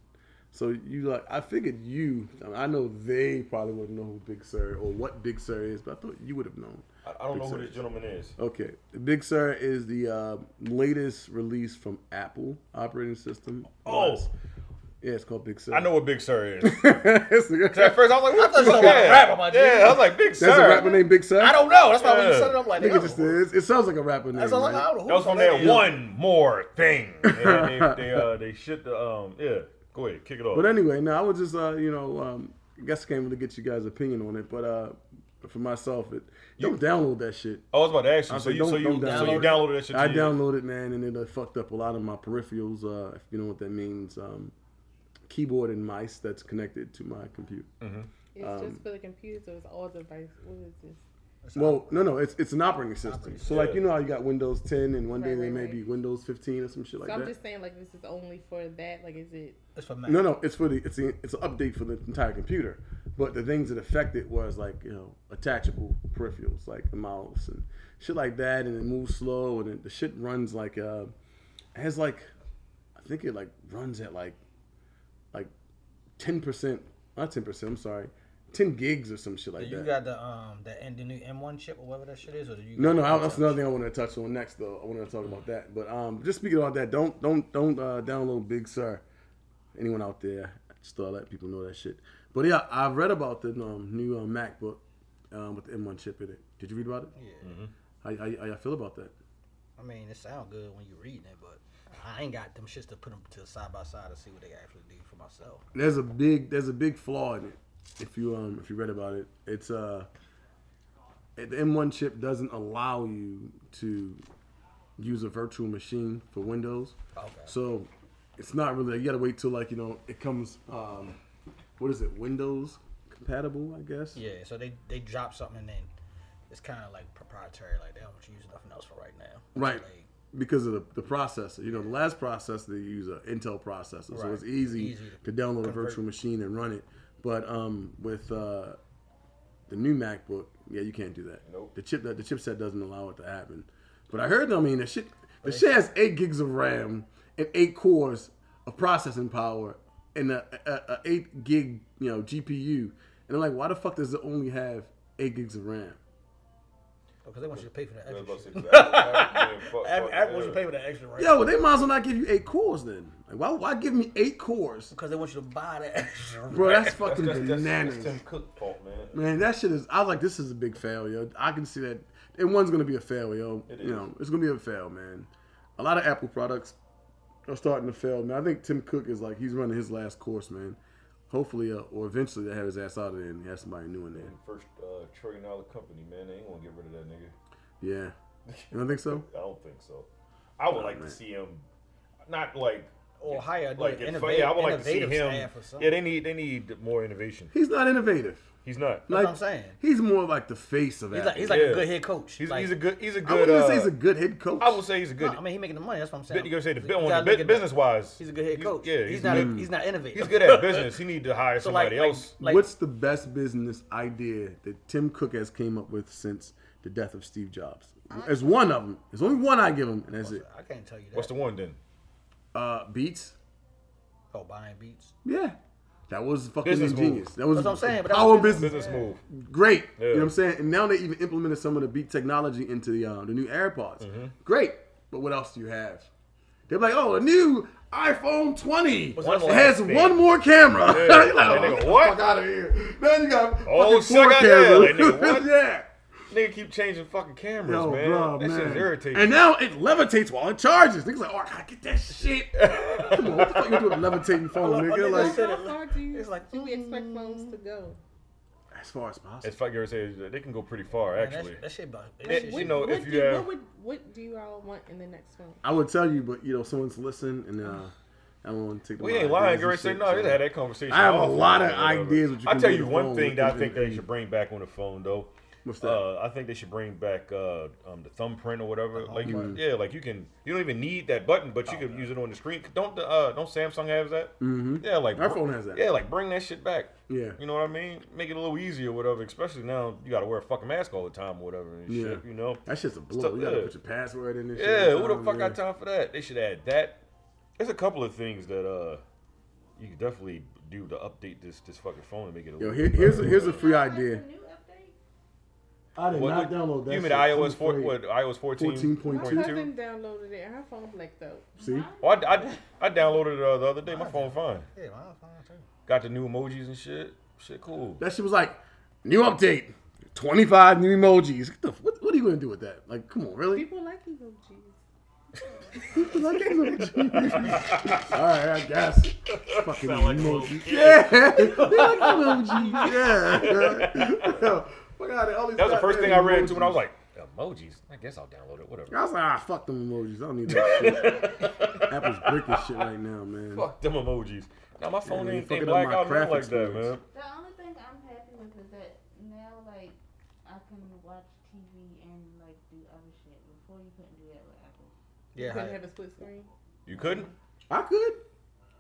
S3: So you like, I figured you. I, mean, I know they probably wouldn't know who Big Sir or what Big Sir is, but I thought you would have known.
S4: I, I don't know who
S3: Big
S4: this gentleman is.
S3: Okay, the Big Sir is the uh, latest release from Apple operating system.
S4: Oh,
S3: yeah, it's called Big Sir.
S4: I know what Big Sir is.
S3: It's the-
S4: At first, I was like, "What the
S5: thought you
S4: fuck?"
S5: were a rapper,
S4: Yeah,
S5: my
S4: yeah,
S5: dude.
S4: I was like, "Big Sir."
S3: That's a rapper named Big Sir.
S5: I don't know. That's why when you
S4: Yeah.
S5: said it, I'm like,
S3: Think
S5: yo.
S3: it just is. It sounds like a rapper name.
S5: That's all I
S3: right?
S5: know. Who
S4: That was
S5: the
S4: from
S5: fuck
S4: Oh, that
S5: is?
S4: one more thing. Yeah, they they, uh, they shit the um yeah. Go ahead, kick it off.
S3: But anyway, no, I was just uh, you know, um, I guess I can't really get you guys' opinion on it, but uh, for myself, it don't download that shit.
S4: I was about to ask you.
S3: I
S4: So
S3: said,
S4: you so
S3: don't-
S4: you
S3: don't
S4: so you
S5: download it.
S4: downloaded that shit?
S3: I
S4: to you.
S3: downloaded man, and it uh, fucked up a lot of my peripherals. Uh, if you know what that means, um, keyboard and mice that's connected to my computer.
S6: It's
S3: Um,
S6: just for the computer, so it's all device. What is this?
S3: Well, no, no, it's it's an operating system. so like
S4: yeah.
S3: you know how you got Windows 10, and one day
S6: Right,
S3: they
S6: right,
S3: may
S6: right.
S3: be Windows 15 or some shit like
S6: So I'm
S3: that.
S6: just saying, like, this is only for that. Like, is it?
S5: It's from
S3: No, no, it's for the it's the, it's an update for the entire computer. But the things that affected was like you know attachable peripherals like a mouse and shit like that, and it moves slow, and it, the shit runs like uh it has like I think it like runs at like like ten percent, not ten percent. I'm sorry, ten gigs or some shit like
S5: You
S3: that.
S5: got the um the, N- the new M1 chip or whatever that shit is, or do you?
S3: no,
S5: got
S3: no,
S5: the
S3: I, that's
S5: Intel?
S3: another thing I wanted to touch on next though. I wanted to talk about that, but um just speaking about that, don't don't don't uh, download Big Sir. anyone out there, I just thought I'd let people know that shit. But yeah, I've read about the um, new uh, MacBook um, with the M1 chip in it. Did you read about it?
S5: Yeah.
S3: Mm-hmm. How, how, how y'all feel about that?
S5: I mean, it sound good when you reading it, but I ain't got them shits to put them to side by side to see what they actually do for myself.
S3: There's a big there's a big flaw in it. If you um if you read about it, it's uh the M1 chip doesn't allow you to use a virtual machine for Windows.
S5: Okay.
S3: So it's not really you gotta wait till like you know it comes um what is it Windows compatible I guess.
S5: Yeah, so they they drop something and then it's kind of like proprietary, like they don't want you to use nothing else for right now.
S3: Right.
S5: Like,
S3: Because of the, the processor. You know, the last processor they use an Intel processor. So
S5: Right.
S3: it's easy,
S5: Easy
S3: to download a
S5: convert.
S3: virtual machine and run it. But um, with uh, the new MacBook, yeah, you can't do that.
S4: Nope.
S3: The chip that the chipset doesn't allow it to happen. But I heard I mean the shit the shit has eight gigs of RAM and eight cores of processing power and a, a, a eight gig, you know, GPU. And I'm like, why the fuck does it only have eight gigs of RAM?
S5: because they want you to pay for that
S4: I was
S5: extra.
S4: about
S5: shit.
S4: to say, 'cause Apple- Apple- yeah, fuck-
S5: Apple,
S4: fuck,
S5: Apple wants you
S4: yeah.
S5: to pay for that extra, right?
S3: Yo, well, they might as well not give you eight cores then. Like, why, why give me eight cores?
S5: Because they want you to buy that extra.
S3: Bro,
S5: RAM.
S3: that's fucking
S4: That's- that's-
S3: bananas.
S4: That's Tim Cook fault, man.
S3: Man, that shit is. I was like, this is a big fail, yo. I can see that. And one's gonna be a fail, yo. you know, it's gonna be a fail, man. A lot of Apple products are starting to fail, man. I think Tim Cook is like he's running his last course, man. Hopefully, uh, or eventually, they have his ass out of there and have somebody new in there.
S4: First uh, trillion dollar company, man. They ain't gonna get rid of that nigga.
S3: Yeah, you don't think so?
S4: I don't think so. I would like to see him, not like
S5: Or hire a
S4: like if,
S5: innova-
S4: yeah, I would like to see
S5: innovative
S4: him.
S5: staff or something.
S4: Yeah, they need they need more innovation.
S3: He's not innovative.
S4: He's not.
S3: Like
S5: what I'm saying.
S3: he's more like the face of
S5: he's
S3: Apple.
S5: like, he's like
S4: Yeah.
S5: a good head coach.
S4: He's,
S5: like,
S4: he's a good. He's a
S3: I
S4: good.
S3: wouldn't even
S4: uh,
S3: say he's a good head coach.
S4: I would say he's a good.
S5: No, I mean, he making the money. That's what I'm saying.
S4: you gonna say the
S5: You
S4: bit
S5: gotta
S4: on the
S5: look
S4: bit,
S5: at
S4: business wise.
S5: He's a good head coach.
S4: yeah,
S5: he's, not.
S4: good.
S5: he's not innovative.
S4: He's good at business. He need to hire
S5: So like,
S4: somebody
S5: like,
S4: else.
S5: like,
S3: What's the best business idea that Tim Cook has came up with since the death of Steve Jobs? There's one of them. There's only one I give him, and that's it.
S5: I can't tell you that.
S4: What's the one then?
S3: Uh, Beats.
S5: oh, buying beats.
S3: Yeah, that was fucking
S4: Business move.
S3: ingenious. That was
S5: That's what I'm saying, but that
S3: power
S5: was business.
S3: business.
S4: Business move.
S3: Great. You know
S4: Yeah.
S3: what I'm saying? And now they even implemented some of the Beat technology into the uh, the new AirPods. Great. But what else do you have? They're like, oh, a new iPhone 20
S4: One more
S3: has
S4: thing.
S3: one more camera.
S4: Yeah.
S3: You're like,
S4: And they
S3: oh,
S4: go,
S3: get the
S4: what?
S3: fuck out of here. Now you got
S4: Oh,
S3: fucking
S4: shit, I
S3: four
S4: got
S3: cameras.
S4: that. Like, nigga, what?
S3: yeah.
S4: Nigga keep changing fucking cameras,
S3: Yo,
S4: man.
S3: bro,
S4: that
S3: man.
S4: shit's irritating.
S3: And now it levitates while it charges. Niggas like, oh, I gotta get that shit. Come on, what the fuck you doing with a levitating phone,
S5: I
S3: nigga?
S5: love- I
S3: Like,
S5: said
S6: How
S5: it-
S6: far do you,
S5: it's like,
S6: do we expect phones to go?
S3: as far as possible.
S4: as fuck you say, they can go pretty far
S5: Man, that
S4: actually.
S5: sh- that shit about that
S4: Yeah,
S5: shit-
S4: you know,
S6: what,
S4: if
S6: do,
S4: you have-
S6: what, would, what do you all want in the next phone?
S3: I would tell you, but you know, someone's listening, and uh, I don't want to take. the
S4: we ain't lying, girl.
S3: ideas
S4: Say
S3: and
S4: no.
S3: shit,
S4: They
S3: so-
S4: had that conversation.
S3: I have a
S4: off
S3: lot
S4: or
S3: of
S4: whatever.
S3: ideas that you
S4: I
S3: can
S4: tell
S3: do
S4: you
S3: with the
S4: one
S3: phone
S4: thing
S3: with
S4: that I
S3: this
S4: think
S3: and-
S4: they should bring back on the phone though.
S3: What's that?
S4: Uh, I think they should bring back uh, um, the thumbprint or whatever. like you, yeah, like you can. You don't even need that button, but
S3: Oh,
S4: you can use it on the screen. Don't the, uh, don't Samsung have that? Mm-hmm. Yeah, like
S3: Our
S4: br-
S3: phone has that.
S4: Yeah, like bring that shit back.
S3: Yeah.
S4: you know what I mean. Make it a little easier, or whatever. Especially now, you got to wear a fucking mask all the time, or whatever. And
S3: Yeah.
S4: shit, you know.
S3: That shit's a blow.
S4: Stuff-
S3: you gotta
S4: yeah.
S3: put your password in this. shit
S4: Yeah,
S3: all
S4: who the
S3: time,
S4: fuck
S3: yeah.
S4: got time for that? They should add that. There's a couple of things that uh you could definitely do to update this this fucking phone and make it
S3: Yo,
S4: a little
S3: here,
S4: bit
S3: here's a,
S4: better.
S3: here's a free idea.
S7: New update?
S3: I did
S4: What- You mean iOS four? What iOS fourteen
S3: 14.2?
S6: My cousin downloaded it. Her phone blacked out.
S3: See,
S4: Oh, I, I, I downloaded it uh, the other day.
S3: Oh,
S4: My phone fine.
S5: Yeah, well, that's fine, too.
S4: Got the new emojis and shit. Shit, cool.
S3: that shit was like new update, 25 new emojis. Get the, what, what are you gonna do with that? Like, come on, really?
S6: People like emojis.
S3: Like, emojis. All right, I guess. Fucking emoji. yeah, they like emojis. Yeah. Yo, fuck outta all these
S4: That was the first thing I read too,
S3: goddamn
S4: and I
S3: emojis.
S4: was like, emojis. I guess I'll download it. Whatever.
S3: I was like, ah, fuck them emojis. I don't need that shit. Apple's breaking shit right now, man.
S4: Fuck them emojis. Now my phone
S3: they
S4: ain't,
S3: fucking
S4: ain't
S3: up
S4: black
S3: my
S4: out nothing like
S3: graphics
S4: that,
S3: cards.
S4: man.
S7: The only thing I'm happy with is that now, like, I can watch TV and, like, do other shit. Before you couldn't do that with Apple.
S6: You
S5: Yeah,
S6: couldn't
S5: how,
S6: have a split screen.
S4: You couldn't.
S3: I could.
S4: You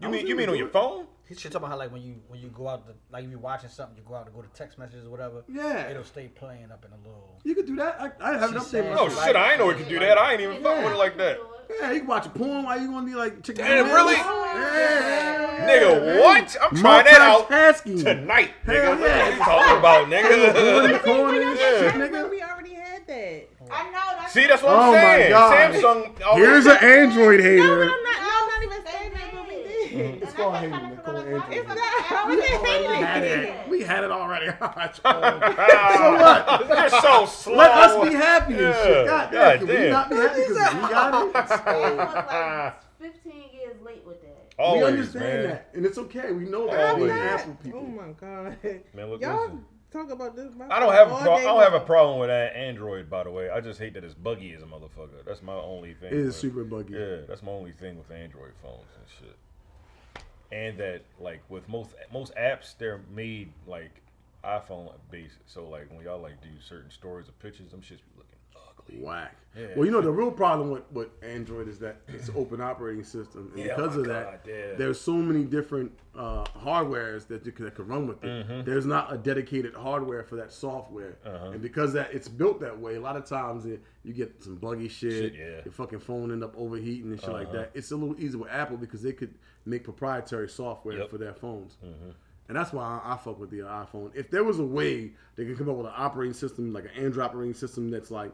S3: I was
S4: mean you
S3: able
S4: mean
S3: to
S4: on
S3: do
S4: your
S3: it.
S4: phone?
S5: he should talk about how like when you when you go out to, like if you're watching something, you go out to go to text messages or whatever.
S3: Yeah.
S5: it'll stay playing up in a little.
S3: You could do that. I, I have an
S5: She said-
S3: update.
S4: Oh
S3: No,
S5: Like-
S4: shit! I ain't know it could do that. I ain't even fuck with it like that.
S3: yeah, you can watch a porn while you want to be like, check
S4: Damn,
S3: out
S4: really?
S3: Yeah.
S4: Nigga, what? I'm trying that out
S3: Multitasking.
S4: tonight,
S3: Hell
S4: nigga. What
S3: yeah.
S4: are you talking about,
S3: Going in the
S4: nigga?
S3: corner and shit,
S4: Yeah.
S6: But
S3: nigga.
S6: we already had that.
S7: I know. That's
S4: See, that's what
S3: Oh
S4: I'm
S3: my
S4: saying.
S3: God.
S4: Samsung. oh,
S3: Here's an Android
S6: No,
S3: hater.
S6: I'm not, no, I'm not even saying that, but we did.
S3: Mm-hmm. It's called hating. It's called Android.
S6: It's not. We
S3: We had
S6: didn't hate
S3: it.
S6: it.
S3: We had it already.
S4: Oh,
S3: so what?
S4: You're so slow.
S3: Let us be happy and shit.
S4: Yeah.
S3: God
S4: God
S3: damn, can we
S4: damn.
S3: not be happy because we got it?
S7: Apple was, like, 15 years late with that.
S4: Always,
S3: we understand
S4: man.
S3: that, and it's okay. We know that.
S4: Always.
S3: We're Apple
S6: Oh
S3: people.
S6: my god.
S4: Man, look,
S6: Y'all
S4: listen.
S6: talk about this. my
S4: I don't
S6: phone
S4: have a
S6: all
S4: pro- I
S6: day
S4: don't have a
S6: long.
S4: problem with that Android, by the way. I just hate that it's buggy as a motherfucker. That's my only thing.
S3: It is
S4: with-
S3: super buggy.
S4: Yeah, that's my only thing with Android phones and shit. And that, like, with most most apps, they're made like iPhone based. So, like, when y'all like do certain stories of pictures, them shits be looking ugly.
S3: Whack.
S4: Yeah.
S3: Well, you know the real problem with, with Android is that it's an open operating system, and
S4: Yeah,
S3: because
S4: my
S3: of that,
S4: God, yeah.
S3: there's so many different uh, hardwares that you can, that can run with it.
S4: Mm-hmm.
S3: There's not a dedicated hardware for that software,
S4: Uh-huh.
S3: and because that it's built that way, a lot of times it, you get some buggy shit.
S4: Shit, yeah. Uh-huh.
S3: Your fucking phone end up overheating and shit like that. It's a little easier with Apple because they could make proprietary software
S4: Yep. Mm-hmm.
S3: for their phones. And that's why I, I fuck with the uh, iPhone. If there was a way they could come up with an operating system, like an Android operating system that's like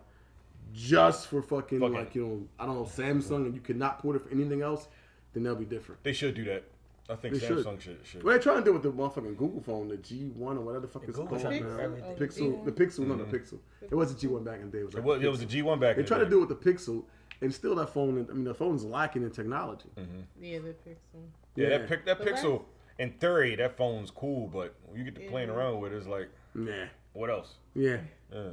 S3: just for fucking,
S4: Fucking-
S3: like you know, I don't know, Samsung, and you could not port it for anything else, then that'll be different.
S4: They should do that. I think
S3: They should.
S4: Samsung should. should.
S3: Well, they're trying to do with the motherfucking Google phone, the G1 or whatever the fuck it's
S5: Google
S3: called
S5: trying to
S3: now.
S5: do everything.
S3: The Pixel, the Pixel, no, the Pixel. It was the G1 back in the day. It was,
S4: Mm-hmm. It
S3: like
S4: was, it was a G1 back
S3: They
S4: in the
S3: try to
S4: day.
S3: do it with the Pixel, and still that phone. I mean, the phone's lacking in technology.
S4: Mm.
S6: Yeah, the Pixel.
S4: Yeah,
S3: Yeah.
S4: that, pic, that
S6: But
S4: Pixel, in theory, that phone's cool, but when you get to playing around with it, it's like,
S3: Nah,
S4: what else?
S3: yeah,
S4: Yeah.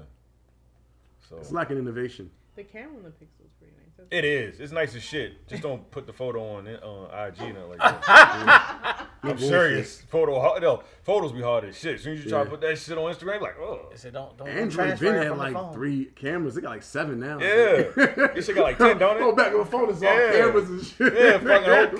S4: So
S3: it's lacking innovation.
S6: The camera on the Pixel is pretty nice. That's
S4: it is. It's nice as shit. Just don't put the photo on uh, it- on IG and nothing like that. I'm serious. Photo hard. No, photos be hard as shit. As soon as you try to
S3: Yeah.
S4: put that shit on Instagram, like, oh.
S5: It said don't don't
S3: Android
S5: transfer
S3: been
S5: it
S3: had
S5: from the
S3: like
S5: phone.
S3: three cameras. They got like seven now.
S4: Yeah. This shit got like 10, don't it?
S3: Go back on the phone. It's all
S4: Yeah.
S3: cameras and shit.
S4: Yeah, fucking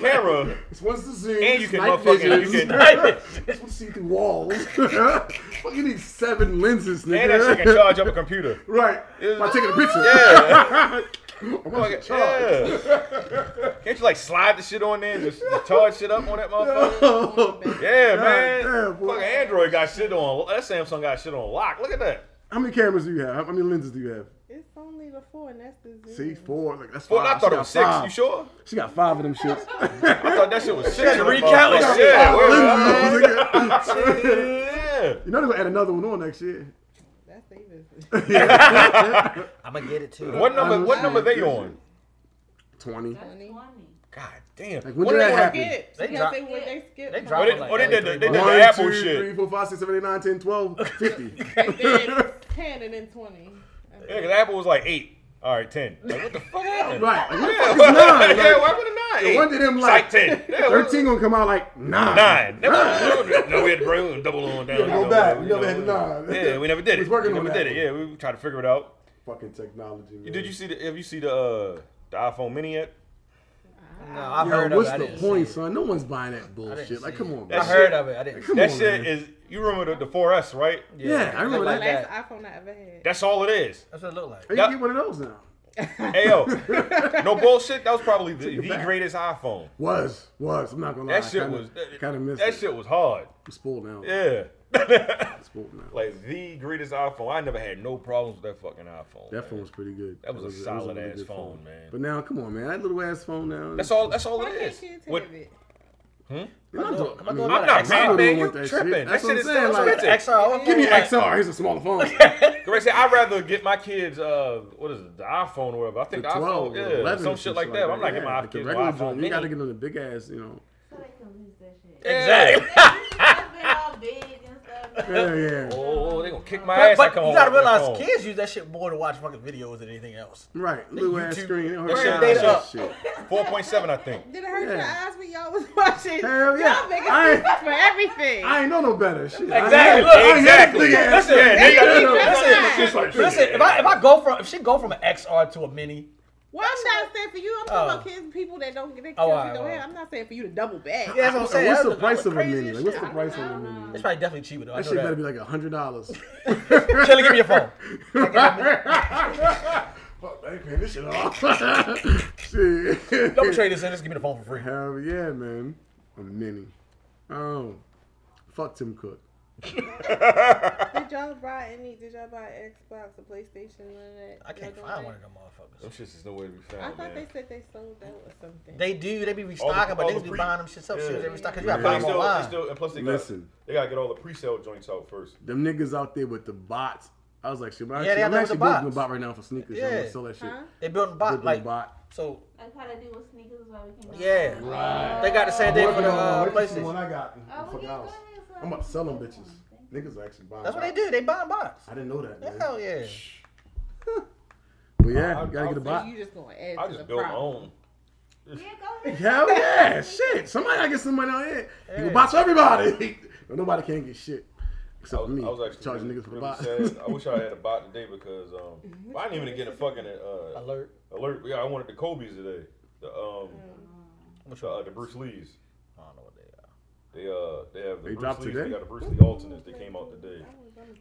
S4: whole camera.
S3: It's once the zoom.
S4: And
S3: it's
S4: you can
S3: night
S4: motherfucking- you
S3: vision.
S4: can-
S3: It's to see through walls. Fuck, you need seven lenses, nigga.
S4: And that shit can charge up a computer.
S3: Right.
S4: Yeah.
S3: By taking a picture.
S4: Yeah.
S3: I'm
S4: Fuck
S3: gonna
S4: it.
S3: charge.
S4: Yeah. Can't you like slide the shit on there and just charge shit up on that motherfucker? Yeah,
S3: God
S4: man.
S3: damn, boy.
S4: Fucking Android got shit on. That Samsung got shit on lock. Look at that.
S3: How many cameras do you have? How many lenses do you have?
S6: It's only a four, and that's the
S3: See,
S6: zero.
S3: four. Like, that's
S4: Four,
S3: five.
S4: I thought
S3: She
S4: it was
S3: got
S4: six.
S3: five.
S4: You sure?
S3: She got five of them shits.
S4: I thought that shit was six.
S8: to recount it.
S4: Yeah,
S8: Yeah,
S4: word,
S3: Lindsay, nigga.
S4: yeah.
S3: You know they're gonna add another one on next year.
S6: That's Davis.
S5: I'm gonna get it too.
S4: What number?
S3: I'm
S4: What number they
S3: saying,
S4: on?
S3: Twenty.
S7: That's
S6: Twenty.
S7: 20.
S4: God damn.
S3: Like, when
S4: What
S3: did
S4: are
S3: that happen?
S4: they
S6: Skip.
S5: They
S6: They
S5: drop-
S6: they, when they skip.
S5: They
S6: them.
S5: drop
S4: They-
S5: it like
S4: oh, they
S5: every
S4: did-
S5: three
S4: they did
S5: months.
S4: that.
S3: One,
S4: Apple
S3: two,
S4: shit.
S3: three, four, five, six, seven, eight, nine, 10, 12, 50.
S6: They did ten and then twenty.
S4: Yeah, cause Apple was like eight. All right, ten. Like, what the fuck happened?
S3: right. Like, what the
S4: Yeah,
S3: fuck is nine?
S4: yeah,
S3: Like,
S4: why would it nine?
S3: no
S4: Eight.
S3: wonder them,
S4: It's
S3: like,
S4: ten. Yeah, what-
S3: 13 gonna come out like nine.
S4: nine. Never, no, we had to bring double on down.
S3: go
S4: No,
S3: back.
S4: no,
S3: We
S4: no,
S3: never had
S4: no.
S3: nine.
S4: Yeah, we never did it.
S3: We was working
S4: we
S3: on
S4: never
S3: that
S4: did it. Yeah,
S3: one.
S4: we tried to figure it out.
S3: Fucking technology, man.
S4: Did you see the? Have you see the uh, the iPhone Mini yet?
S5: No, I
S3: Yo,
S5: heard of
S3: what's
S5: it. I
S3: the
S5: didn't see
S3: point,
S5: it.
S3: son? No one's buying that
S5: I didn't
S3: bullshit. Like,
S5: see
S3: come
S5: it.
S3: on,
S5: I
S3: man.
S4: That's-
S5: heard of it. I didn't. see
S3: Come
S5: it.
S4: That
S3: on,
S4: shit
S3: man.
S4: is. You remember the, the 4S, right?
S3: Yeah, I remember
S5: Look
S6: The
S3: Like
S5: like
S6: last
S5: that.
S6: iPhone I ever had.
S4: That's all it is.
S5: That's what it looked like.
S3: They
S4: That-
S3: can get one of those now.
S4: Hey yo, no bullshit. That was probably the, the
S3: back.
S4: greatest iPhone.
S3: Was, was. I'm not gonna lie.
S4: That shit was.
S3: kind of missed.
S4: That
S3: it.
S4: shit was hard.
S3: I'm spoiled now.
S4: Yeah.
S3: I'm spoiled now.
S4: like the greatest iPhone. I never had no problems with that fucking iPhone.
S3: that phone
S4: man.
S3: was pretty good.
S4: That was a
S3: it it
S4: solid
S3: really
S4: ass
S3: good
S4: phone, man.
S3: But now, come on, man. That little ass phone now.
S4: That's all. That's all
S6: Why
S4: it
S6: can't
S4: is.
S6: kids
S4: What-
S6: have it?
S3: You're not doing-
S5: my
S3: I mean,
S5: daughter
S4: I'm not
S5: XR
S4: mad,
S3: don't
S4: man. You
S3: want that shit.
S4: tripping? That
S3: That's
S4: shit
S3: what
S4: is
S3: I'm
S4: still
S3: saying, like,
S4: expensive.
S5: XR.
S3: Give me
S5: X.
S3: XR. Here's a smaller phone.
S4: Correct. Say, I'd rather get my kids, uh, what is it, the iPhone or whatever. I think the,
S3: The
S4: iPhone,
S3: or
S4: yeah,
S3: 11
S4: some
S3: or
S4: shit like that. I'm not getting
S3: Yeah,
S4: my
S3: but the
S4: kids
S3: regular
S4: my iPhone.
S3: joint, You
S4: mini.
S3: gotta get on the big ass, you know.
S7: So they can lose that shit.
S4: Yeah.
S5: Exactly.
S7: all big and stuff.
S3: Yeah, yeah.
S4: Oh, they gonna kick my
S5: But,
S4: ass. I
S5: but
S4: come
S5: you
S4: home
S5: gotta
S4: with that
S5: realize,
S4: phone.
S5: kids use that shit more to watch fucking videos than anything else.
S3: Right. Little ass
S5: YouTube-
S3: screen. That
S4: Bring
S3: shit.
S4: data
S3: that
S4: up.
S3: shit.
S4: 4.7, I think.
S6: Did it hurt your
S3: Yeah.
S6: eyes when y'all was watching?
S3: Hell yeah.
S6: Y'all make
S3: I-
S6: excuses for everything.
S3: I ain't know no better. Shit.
S5: Exactly.
S3: I ain't- I ain't had
S4: Exactly.
S3: a big ass
S4: Listen,
S3: shit.
S4: they gotta-
S3: You know,
S6: listen,
S3: it's
S4: listen,
S3: like this.
S5: Listen, if I if I go from if she go from an XR to a mini,
S6: Well, I'm not saying for you. I'm talking
S5: Oh.
S6: about kids, people that don't get their kids
S5: Oh,
S6: who
S5: alright,
S6: don't
S5: alright.
S6: have. I'm not saying for you to double back.
S5: yeah, that's what I'm saying.
S3: What's
S5: That
S3: the
S5: look- that
S3: price
S5: look
S3: of a
S5: crazy
S3: mini?
S5: as
S3: Like, what's
S5: shit.
S3: the price of a mini?
S5: It's probably definitely cheaper. Though. I
S3: That
S5: know
S3: shit
S5: that.
S3: better be like a hundred dollars.
S5: Shelly, give me your phone.
S3: Fuck, I ain't paying this shit off. shit.
S5: Don't trade this in. Just give me the phone for free.
S3: Hell yeah, man. A mini. Oh, fuck Tim Cook.
S6: Did y'all buy any? Did y'all buy Xbox, a PlayStation, none of that?
S5: I can't
S6: Y'all
S5: find one
S6: doing that?
S5: of them motherfuckers.
S4: Them shits is nowhere to be
S6: I
S4: found,
S6: thought
S4: man.
S6: they said they sold out or something.
S5: They do. They be restocking, but
S4: all
S5: they
S4: the
S5: just be
S4: pre-
S5: buying them shits up.
S4: Yeah.
S5: Shit, they restock 'cause
S4: But
S5: you
S4: they
S5: gotta buy them
S4: still, they
S5: online.
S4: still, and plus they
S3: Listen.
S4: got, they gotta get all the pre-sale joints out first.
S3: Them niggas out there with the bots. I was like, shit, but
S5: Yeah, they
S3: I'm
S5: out there
S3: actually
S5: with the
S3: going to a
S5: bots.
S3: bot right now for sneakers. Yeah. I'm
S5: Yeah.
S3: gonna sell that shit.
S6: Huh?
S5: They building
S3: Bot,
S5: bot like
S3: bot.
S5: so.
S7: Like how they do with sneakers while we can.
S5: Yeah, they got the same
S3: Oh,
S5: thing for the uh,
S3: One
S5: PlayStation.
S3: I got.
S7: Oh, we
S3: Fuck
S7: can go
S3: else.
S7: ahead, so
S3: I'm about to sell them
S7: Thank
S3: bitches.
S7: you.
S3: Niggas are actually buying.
S5: That's what they
S3: bots.
S5: do. They buying bots.
S3: I didn't know that. Man.
S5: Hell yeah.
S3: But yeah,
S4: I-
S3: you gotta
S4: I
S3: get a
S4: think
S6: So
S3: bot.
S6: you just gonna add
S4: I
S6: to the
S4: just built my
S6: problem.
S4: own.
S7: Yeah, go ahead.
S3: Hell yeah, shit. Somebody gotta get some money out here. You
S5: Hey.
S3: can box for everybody. But nobody can get shit. Except
S4: I was,
S3: for me.
S4: I was actually
S3: charging
S4: really,
S3: niggas for the
S4: really
S3: box.
S4: sad. I wish I had a bot today because um, I didn't even get a fucking uh,
S5: Alert.
S4: alert. Yeah, I wanted the Kobe's today. The um,
S5: Which
S4: the,
S5: one?
S4: uh, the Bruce Lee's.
S5: I don't know what they
S4: They uh, they have the
S3: They
S4: Bruce
S3: dropped
S4: Lee's.
S3: today?
S4: They got the Bruce Lee alternates. They came out today.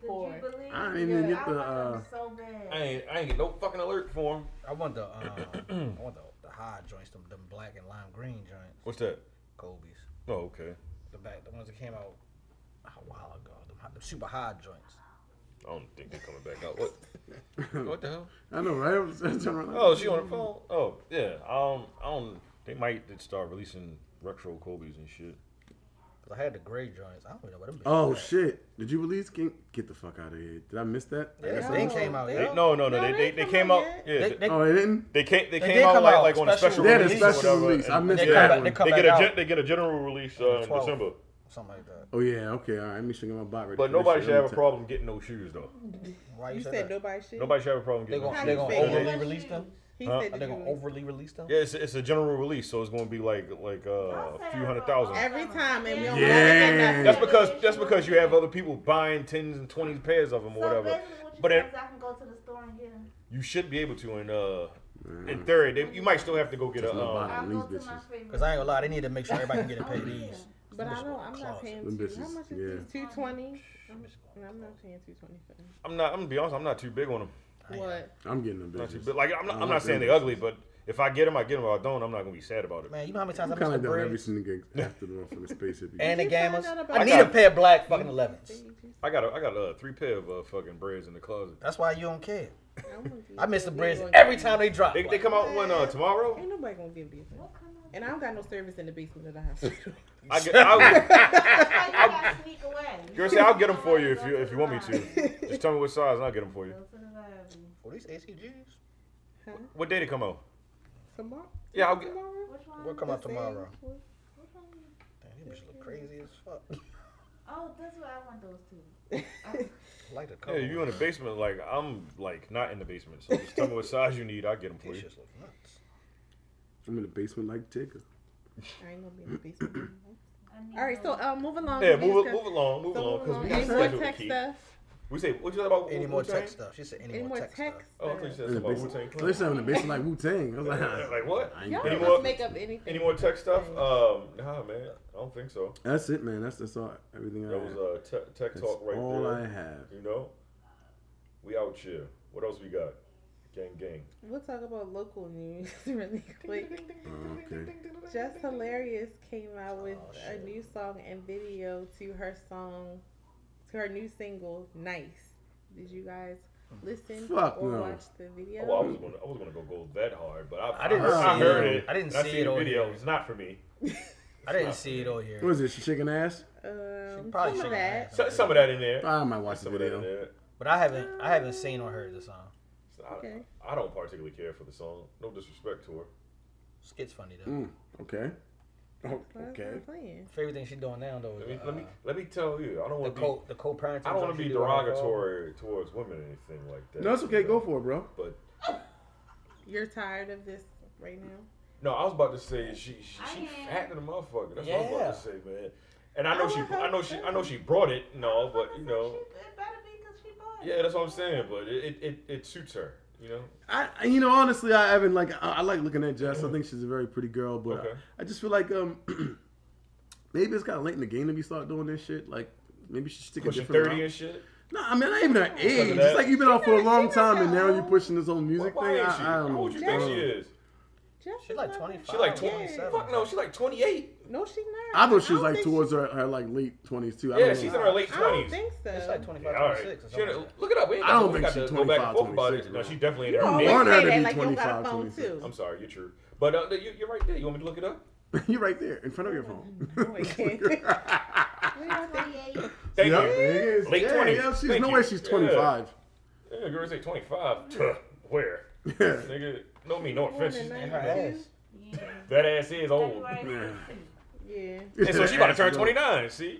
S7: The
S6: Boy.
S7: Jubilee.
S3: I didn't even
S7: Yeah,
S3: get
S7: I
S3: the,
S7: want
S3: uh,
S7: them so bad.
S4: I ain't I ain't get no fucking alert for him.
S5: are. I want the um, I want the, the high joints, them, them black and lime green joints,
S4: What's that?
S5: Kobe's.
S4: Oh, okay.
S5: The back, the ones that came out a while ago, them, high- them super high joints.
S4: I don't think they're coming back out. What? what the hell?
S3: I know, right? I was- I turned around like,
S4: Oh, she on the phone. Oh, yeah. Um, I don't. They might just start releasing retro Kobe's and shit.
S5: 'Cause I had the gray joints. I don't even know what them. bitches
S3: Oh
S5: were.
S3: shit! Did you release King? Get the fuck out of here! Did I miss that? I
S5: Yeah,
S3: guess I
S5: they
S3: missed
S5: came
S3: it.
S5: out.
S4: They,
S5: Yeah.
S4: no, no, no.
S6: No,
S4: They
S6: they
S4: they, they
S6: come
S4: came out.
S6: out yet.
S4: Yeah.
S5: They,
S4: They,
S5: they,
S3: Oh, they didn't.
S4: They came. They
S5: They
S4: came
S5: did
S4: out
S5: come
S4: like,
S5: out,
S4: like on a
S5: special
S4: special
S3: Yeah, the
S4: release. or
S3: special
S4: whatever,
S3: release. I
S4: and-
S3: missed
S5: They
S4: yeah.
S5: come
S3: that
S5: back-
S3: one.
S5: they come
S4: They
S5: back
S4: get a
S5: out.
S4: gen- they get a general release uh, in
S5: 12.
S4: December.
S5: something like that.
S3: Oh yeah. Okay. All right. Let me show you my bot right
S4: But nobody should have a problem getting those shoes though.
S5: Why you,
S6: You
S5: said,
S6: said
S5: that?
S6: nobody should.
S4: Nobody should have a problem
S5: They
S4: getting.
S5: gonna
S4: those
S5: they
S4: shoes.
S5: gonna
S6: How you feel?
S5: overly release them?
S6: He
S4: Huh?
S6: said
S5: Are
S6: that
S5: they
S6: you
S5: gonna overly release them?
S4: Yeah, it's, it's a general release, so it's going to be like like uh, a few hundred thousand.
S6: every time and we don't
S3: Yeah.
S6: never get nothing.
S4: That's because that's because you have other people buying tens and twenties pairs of them or
S7: So
S4: whatever.
S7: basically, what you
S4: But
S7: said
S4: it-
S7: is I can go to the store and get them.
S4: You should be able to in uh in theory. They, you might still have to go get a.
S3: That's my body.
S4: Um,
S7: I'll
S3: these
S7: go to my
S3: bitches.
S7: favorite.
S5: Because I ain't gonna lie, they need to make sure everybody can get a pay these.
S6: But I
S5: Bitches
S6: don't.
S5: go
S6: I'm not
S5: closet.
S6: paying.
S3: Them
S6: Two, how
S3: bitches,
S6: much is
S3: yeah.
S6: this? Two twenty.
S5: Them bitches go-
S6: And I'm not paying two twenty for them.
S4: I'm not. I'm gonna be honest. I'm not too big on them.
S5: I ain't-
S6: What?
S3: I'm getting them
S4: Not too
S3: bitches.
S4: big. Like I'm not.
S3: I
S4: I'm
S3: like
S4: not saying
S3: them
S4: they're ugly, but If I get them, I get them. If I don't, I'm not gonna be sad about it.
S5: Man, you know how many times
S3: I'm
S5: I
S3: kind
S5: missed the
S3: of done every
S5: bridge
S3: single gig after the one from the space. Hippie.
S5: and the
S6: You found
S5: gamers.
S6: out about
S5: I
S6: it.
S5: need a pair of black fucking 11s.
S4: I got a, I got uh, three pair of uh, fucking breads in the closet.
S5: That's why you don't care.
S6: I'm gonna give
S5: I miss the
S6: you a
S5: breads
S6: big
S5: every
S6: one.
S5: time they drop.
S4: They, they come out when uh, tomorrow.
S6: Ain't nobody gonna give you a thing.
S7: What kind of
S6: And I don't got no service in the basement of the hospital.
S4: I get, I,
S7: That's why you gotta sneak away.
S4: girl, say I'll get them for you if you if you want me to. Just tell me what size, and I'll get them for you.
S7: Go to the library.
S5: Well, "Oh, these ACGs
S4: What day they come out?
S6: Tomorrow?
S4: Yeah, I'll get.
S6: Tomorrow?
S7: Which one?
S5: will come out tomorrow.
S7: Which one?
S5: Damn, these bitches look crazy as fuck.
S7: Oh, that's what I want those two.
S5: I like the
S4: Yeah,
S5: color.
S4: you in the basement? Like I'm like not in the basement. So just tell me what size you need. I'll get them for
S5: These
S4: you.
S5: shits look nuts.
S3: I'm in the basement like Tigger.
S6: I ain't gonna be in the basement. anymore.
S7: I need
S6: All right, so
S7: those.
S6: uh, move along.
S4: Yeah,
S6: with
S4: move
S6: these
S4: move along, move
S6: So
S4: along, because we
S6: move
S4: got
S6: along. Any
S4: schedule
S6: more
S4: to
S6: tech
S4: keep.
S6: stuff?
S4: We say what you said about
S5: Any
S4: Wu-
S5: more
S4: Wu-Tang?
S5: tech stuff? She said any,
S6: Any more tech
S5: stuff.
S4: Oh, I thought you said
S3: In the
S4: about
S3: basement.
S4: Wu-Tang
S3: They
S4: Clan.
S3: said I'm in the basement like Wu Tang. I was like,
S4: Like what?
S3: I ain't
S6: Y'all
S3: got
S4: Any
S3: it.
S6: just
S4: more-
S6: make up anything.
S4: Any more tech stuff? Um, nah, man, I don't think so.
S3: That's it, man. That's that's all. Everything I
S4: That
S3: have.
S4: was uh tech, tech
S3: That's
S4: talk right
S3: all
S4: there.
S3: I have.
S4: You know, we out here. What else we got? Gang, gang.
S6: We'll talk about local news really quick.
S3: Oh, okay.
S6: Just Hilarious came out with
S5: Oh,
S6: a
S5: shit.
S6: new song and video to her song, to her new single, Nice. Did you guys listen
S3: Fuck
S6: or
S3: no.
S6: watch the video?
S4: Hmm. Oh, well, I was gonna, I was gonna go gold that hard, but I,
S5: I didn't
S4: heard, I
S3: see
S4: heard
S3: it.
S4: it.
S5: I didn't
S4: and
S5: see
S4: seen
S5: it
S4: the
S5: on
S4: video.
S5: here.
S4: It's not for me.
S5: I didn't see it all here.
S3: What is it? She shaking ass?
S5: probably
S6: um, some of
S5: shouldn't
S6: that.
S5: have.
S4: So, some of that in there.
S3: I might watch the
S4: Some of that in
S3: video.
S4: there.
S5: But I haven't I haven't seen or heard the song.
S4: So I,
S6: Okay.
S4: I don't particularly care for the song. No disrespect to her.
S5: Skit's funny though.
S3: Mm, okay. Oh,
S6: Why is
S3: okay.
S6: it playing?
S5: Favorite thing she's doing now though.
S4: Let
S5: Is,
S4: me
S5: uh,
S4: let me let me tell you. I don't
S5: the
S4: want to be
S5: co the co parenting.
S4: I don't want to be derogatory towards women or anything like that.
S3: No, it's okay.
S4: you
S3: Go
S4: know?
S3: for it, bro.
S4: But
S6: You're tired of this right now?
S4: no, I was about to say she she,
S7: I
S4: she
S7: am.
S4: fat than a motherfucker. That's what I was about to say, man. And I
S6: I
S4: know she
S6: want her
S4: I know she I know she brought it and all, but you know
S7: She- It better be because she bought it.
S4: yeah, that's what I'm saying. But it it, it, it suits her, you know.
S3: I, I- you know, honestly, I haven't like. I, I like looking at Jess. I think she's a very pretty girl, but
S4: Okay.
S3: I, I just feel like um, maybe it's kind of late in the game to be start doing this shit. Like, maybe she should stick a
S4: Pushing
S3: different.
S4: thirty
S3: Route.
S4: and shit.
S3: No, I mean, not even her age.
S4: that.
S3: It's like you've been out for a
S6: not-
S3: long
S6: she's
S3: time,
S6: not
S3: and now
S6: that
S3: you're
S6: old.
S3: pushing this old
S4: Why,
S3: music
S4: why
S3: thing.
S4: ain't she?
S3: I, I don't
S4: How
S3: know.
S4: old you think she is?
S6: Jess
S5: She's like
S6: is not that
S5: 25.
S4: She like
S6: young.
S4: twenty.
S5: Yeah.
S4: Fuck no, she like twenty eight.
S6: No, she's not.
S3: I thought she was
S6: don't
S3: like
S6: think
S3: towards her, her like late twenties too. I
S4: Yeah,
S3: don't
S4: she's in
S3: know.
S4: her late
S6: she- I don't
S4: twenties.
S6: think so.
S5: It's like 25,
S4: Yeah, all right.
S5: 26 or
S4: She,
S5: something. like that.
S4: look it up. We ain't
S3: I
S4: got
S3: don't
S4: to- we
S3: think
S4: got
S3: she
S4: to go back
S3: 25,
S4: and forth about it.
S3: 26,
S4: No,
S3: bro.
S4: she definitely
S6: Oh, You
S4: ain't her
S6: always
S3: want
S4: mid.
S3: her
S6: say
S3: to
S6: that
S3: be
S6: like you don't got a
S3: 25,
S6: phone
S3: 26.
S6: too.
S4: I'm sorry, you're true. But uh, you, you're right there. You want me to look it up?
S3: You're right there in front of your phone.
S6: No, I can't. What do y'all
S4: Thank
S7: 28.
S6: think?
S3: Yep,
S4: you.
S3: there it is.
S4: Late
S3: yeah,
S4: 20s.
S3: yeah, she's
S4: Thank
S3: no
S4: you.
S3: way she's
S4: Yeah.
S3: 25.
S4: Yeah, girl say 25. Tuh, Where? Nigga, no mean no offense. She's-
S5: And her ass.
S7: Yeah.
S4: That ass is old.
S7: February
S3: Yeah.
S7: 16th.
S6: Yeah.
S4: And so she about to turn 29, see?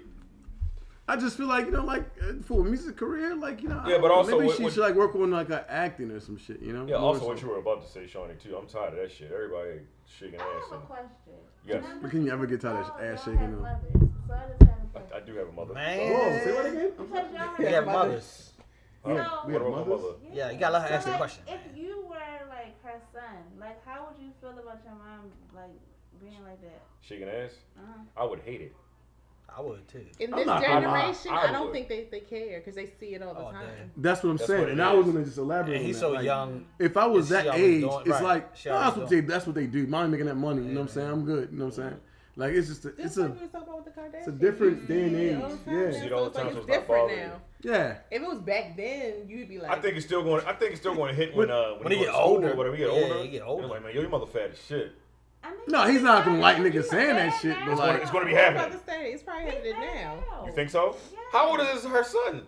S3: I just feel like you know, like uh, for a music career, like you know, I
S4: Yeah,
S3: don't
S4: but
S3: know,
S4: also
S3: maybe
S4: what-
S3: she
S4: what-
S3: should like work on like her acting or some shit, you know.
S4: Yeah,
S3: More
S4: also
S3: so.
S4: what you were about to say, Shawnee, too. I'm tired of that shit. Everybody shaking
S7: I
S4: ass.
S7: have a question.
S4: Yes.
S7: Remember
S3: Can you ever get tired of
S7: y'all-
S3: ass
S7: y'all
S3: shaking,
S7: have
S3: though?
S7: mothers, so I just have a
S4: and-
S7: question.
S4: I, I do have a mother.
S5: Man.
S3: Whoa, say that again.
S7: Because y'all
S5: They
S7: have mothers.
S5: have mothers.
S3: Yeah, we
S4: What
S3: have
S4: about my
S3: mothers.
S4: mother?
S5: Yeah, you gotta let her
S7: So,
S5: ask the
S7: like,
S5: question.
S7: If you were like her son, like how would you feel about your mom like being like that?
S4: Shaking ass?
S7: Uh-huh.
S4: I would hate it.
S5: I would too.
S6: In
S3: I'm
S6: this
S3: not-
S4: I'm not-
S6: generation,
S4: I
S6: I, don't
S4: would.
S6: think they, they care because they see it all the
S5: Oh,
S6: time.
S3: That's what I'm
S4: That's
S3: saying,
S4: what it
S3: and I
S4: is.
S3: was gonna just elaborate.
S5: And
S3: on
S5: he's
S3: that.
S5: so
S3: Like,
S5: young.
S3: If I was
S5: She
S3: that
S5: always
S3: age,
S5: doing-
S3: it's
S5: right,
S3: like
S5: she
S3: "Oh,
S5: always
S3: that's what they
S5: doing-
S3: that's what they do. Mine making that money. You know what I'm saying? I'm good. You know what I'm saying? Like it's just a,
S6: This
S3: it's
S6: like
S3: a
S6: we was talking about with the Kardashians.
S3: it's a different day and
S6: You see it
S3: age.
S6: all the time
S3: Yeah.
S6: now,
S3: See
S4: it
S6: so
S4: all the time, so
S6: it's like it's
S4: it's not
S6: different
S4: bothering
S6: now.
S3: yeah.
S6: If it was back then, you'd be like,
S4: I think it's still going. I think it's still going to hit when uh when,
S5: When
S4: you
S5: he
S4: go
S5: get
S4: to school
S5: older.
S4: Or whatever, you get
S5: Yeah,
S4: older.
S5: he get
S4: It's
S5: older.
S4: Like man, yo, your mother fat as shit.
S7: I mean,
S3: No, he's not gonna like niggas saying that shit, but
S4: It's
S3: like
S4: gonna, it's gonna be
S6: I'm about
S4: happening.
S6: to say it's probably happening now.
S7: Oh,
S4: You think so? How old is her son?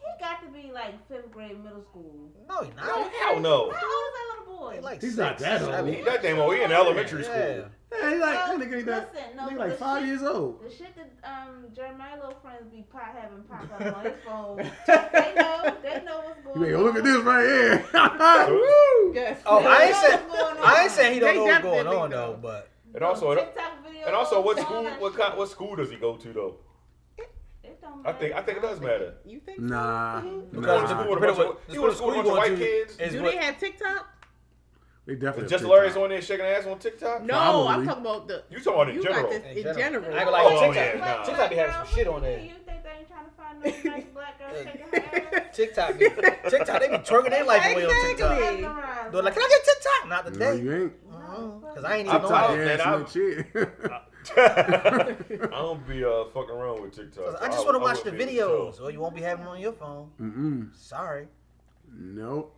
S7: He got to be like fifth grade, middle school.
S5: No, you're
S4: No,
S5: not.
S4: hell
S7: How
S4: no.
S7: old is that little boy?
S5: They like
S3: He's not
S5: six,
S3: that old.
S5: seven.
S3: He
S4: That damn old. He in elementary
S5: Yeah.
S4: school.
S3: Hey, he like that
S7: No,
S3: nigga ain't that
S7: listen, no,
S3: nigga like
S7: the
S3: five
S7: shit-
S3: years old.
S7: The shit that um Jeremiah little friends be pop having pop up on his phone. they know, they know what's going
S3: You ain't
S7: on.
S3: look at this right here. Woo!
S6: Yes.
S5: Oh, I ain't
S7: know
S5: saying
S7: what's going
S5: I
S7: on.
S5: ain't saying he don't
S6: They
S5: know what's going
S6: definitely
S5: on
S6: know.
S5: though, but
S4: And also, it,
S7: TikTok videos.
S4: uh, and also, what
S7: all
S4: school?
S7: that
S4: What
S7: shit.
S4: kind? What school does he go to though?
S7: It don't
S5: Oh
S4: I think. I
S7: matter.
S4: think it does matter.
S6: you think? so?
S3: Nah,
S6: Mhm.
S4: Because the
S3: nah.
S4: school-
S5: depending
S4: bunch of-
S5: what-
S4: you went to school with a bunch of
S5: you
S4: white
S5: going to
S4: kids?
S5: is
S6: Do
S5: what-
S6: they have TikTok?
S3: They definitely.
S4: Is
S3: have
S4: just Larry's
S3: TikTok.
S4: on there shaking ass on TikTok?
S6: No, I'm
S3: Probably.
S6: talking about the.
S4: You talking about in
S6: you
S4: general?
S6: got this
S5: In
S6: in
S5: general.
S6: general.
S5: I ain't gonna lie,
S4: Oh,
S5: TikTok,
S4: yeah, nah.
S5: TikTok be having
S7: Girl,
S5: some
S7: what
S5: shit
S7: you
S5: on
S7: do?
S5: there.
S7: You think they ain't trying to find no nice black girl
S5: TikTok, be- TikTok, they be twerking their life away on TikTok.
S6: Exactly.
S5: They're like, can I get TikTok? Not
S3: No,
S5: today,
S3: you ain't.
S5: because I ain't even
S4: I'm
S5: know
S4: tired.
S5: how.
S3: Top your
S4: man,
S3: ass in
S4: I'm-
S3: the chair.
S4: I don't be uh, fucking around with TikTok.
S5: I just want to watch the
S4: would be-
S5: videos,
S4: so-
S5: or you won't be having them on your phone.
S3: Mm. Mm-mm.
S5: Sorry.
S3: Nope.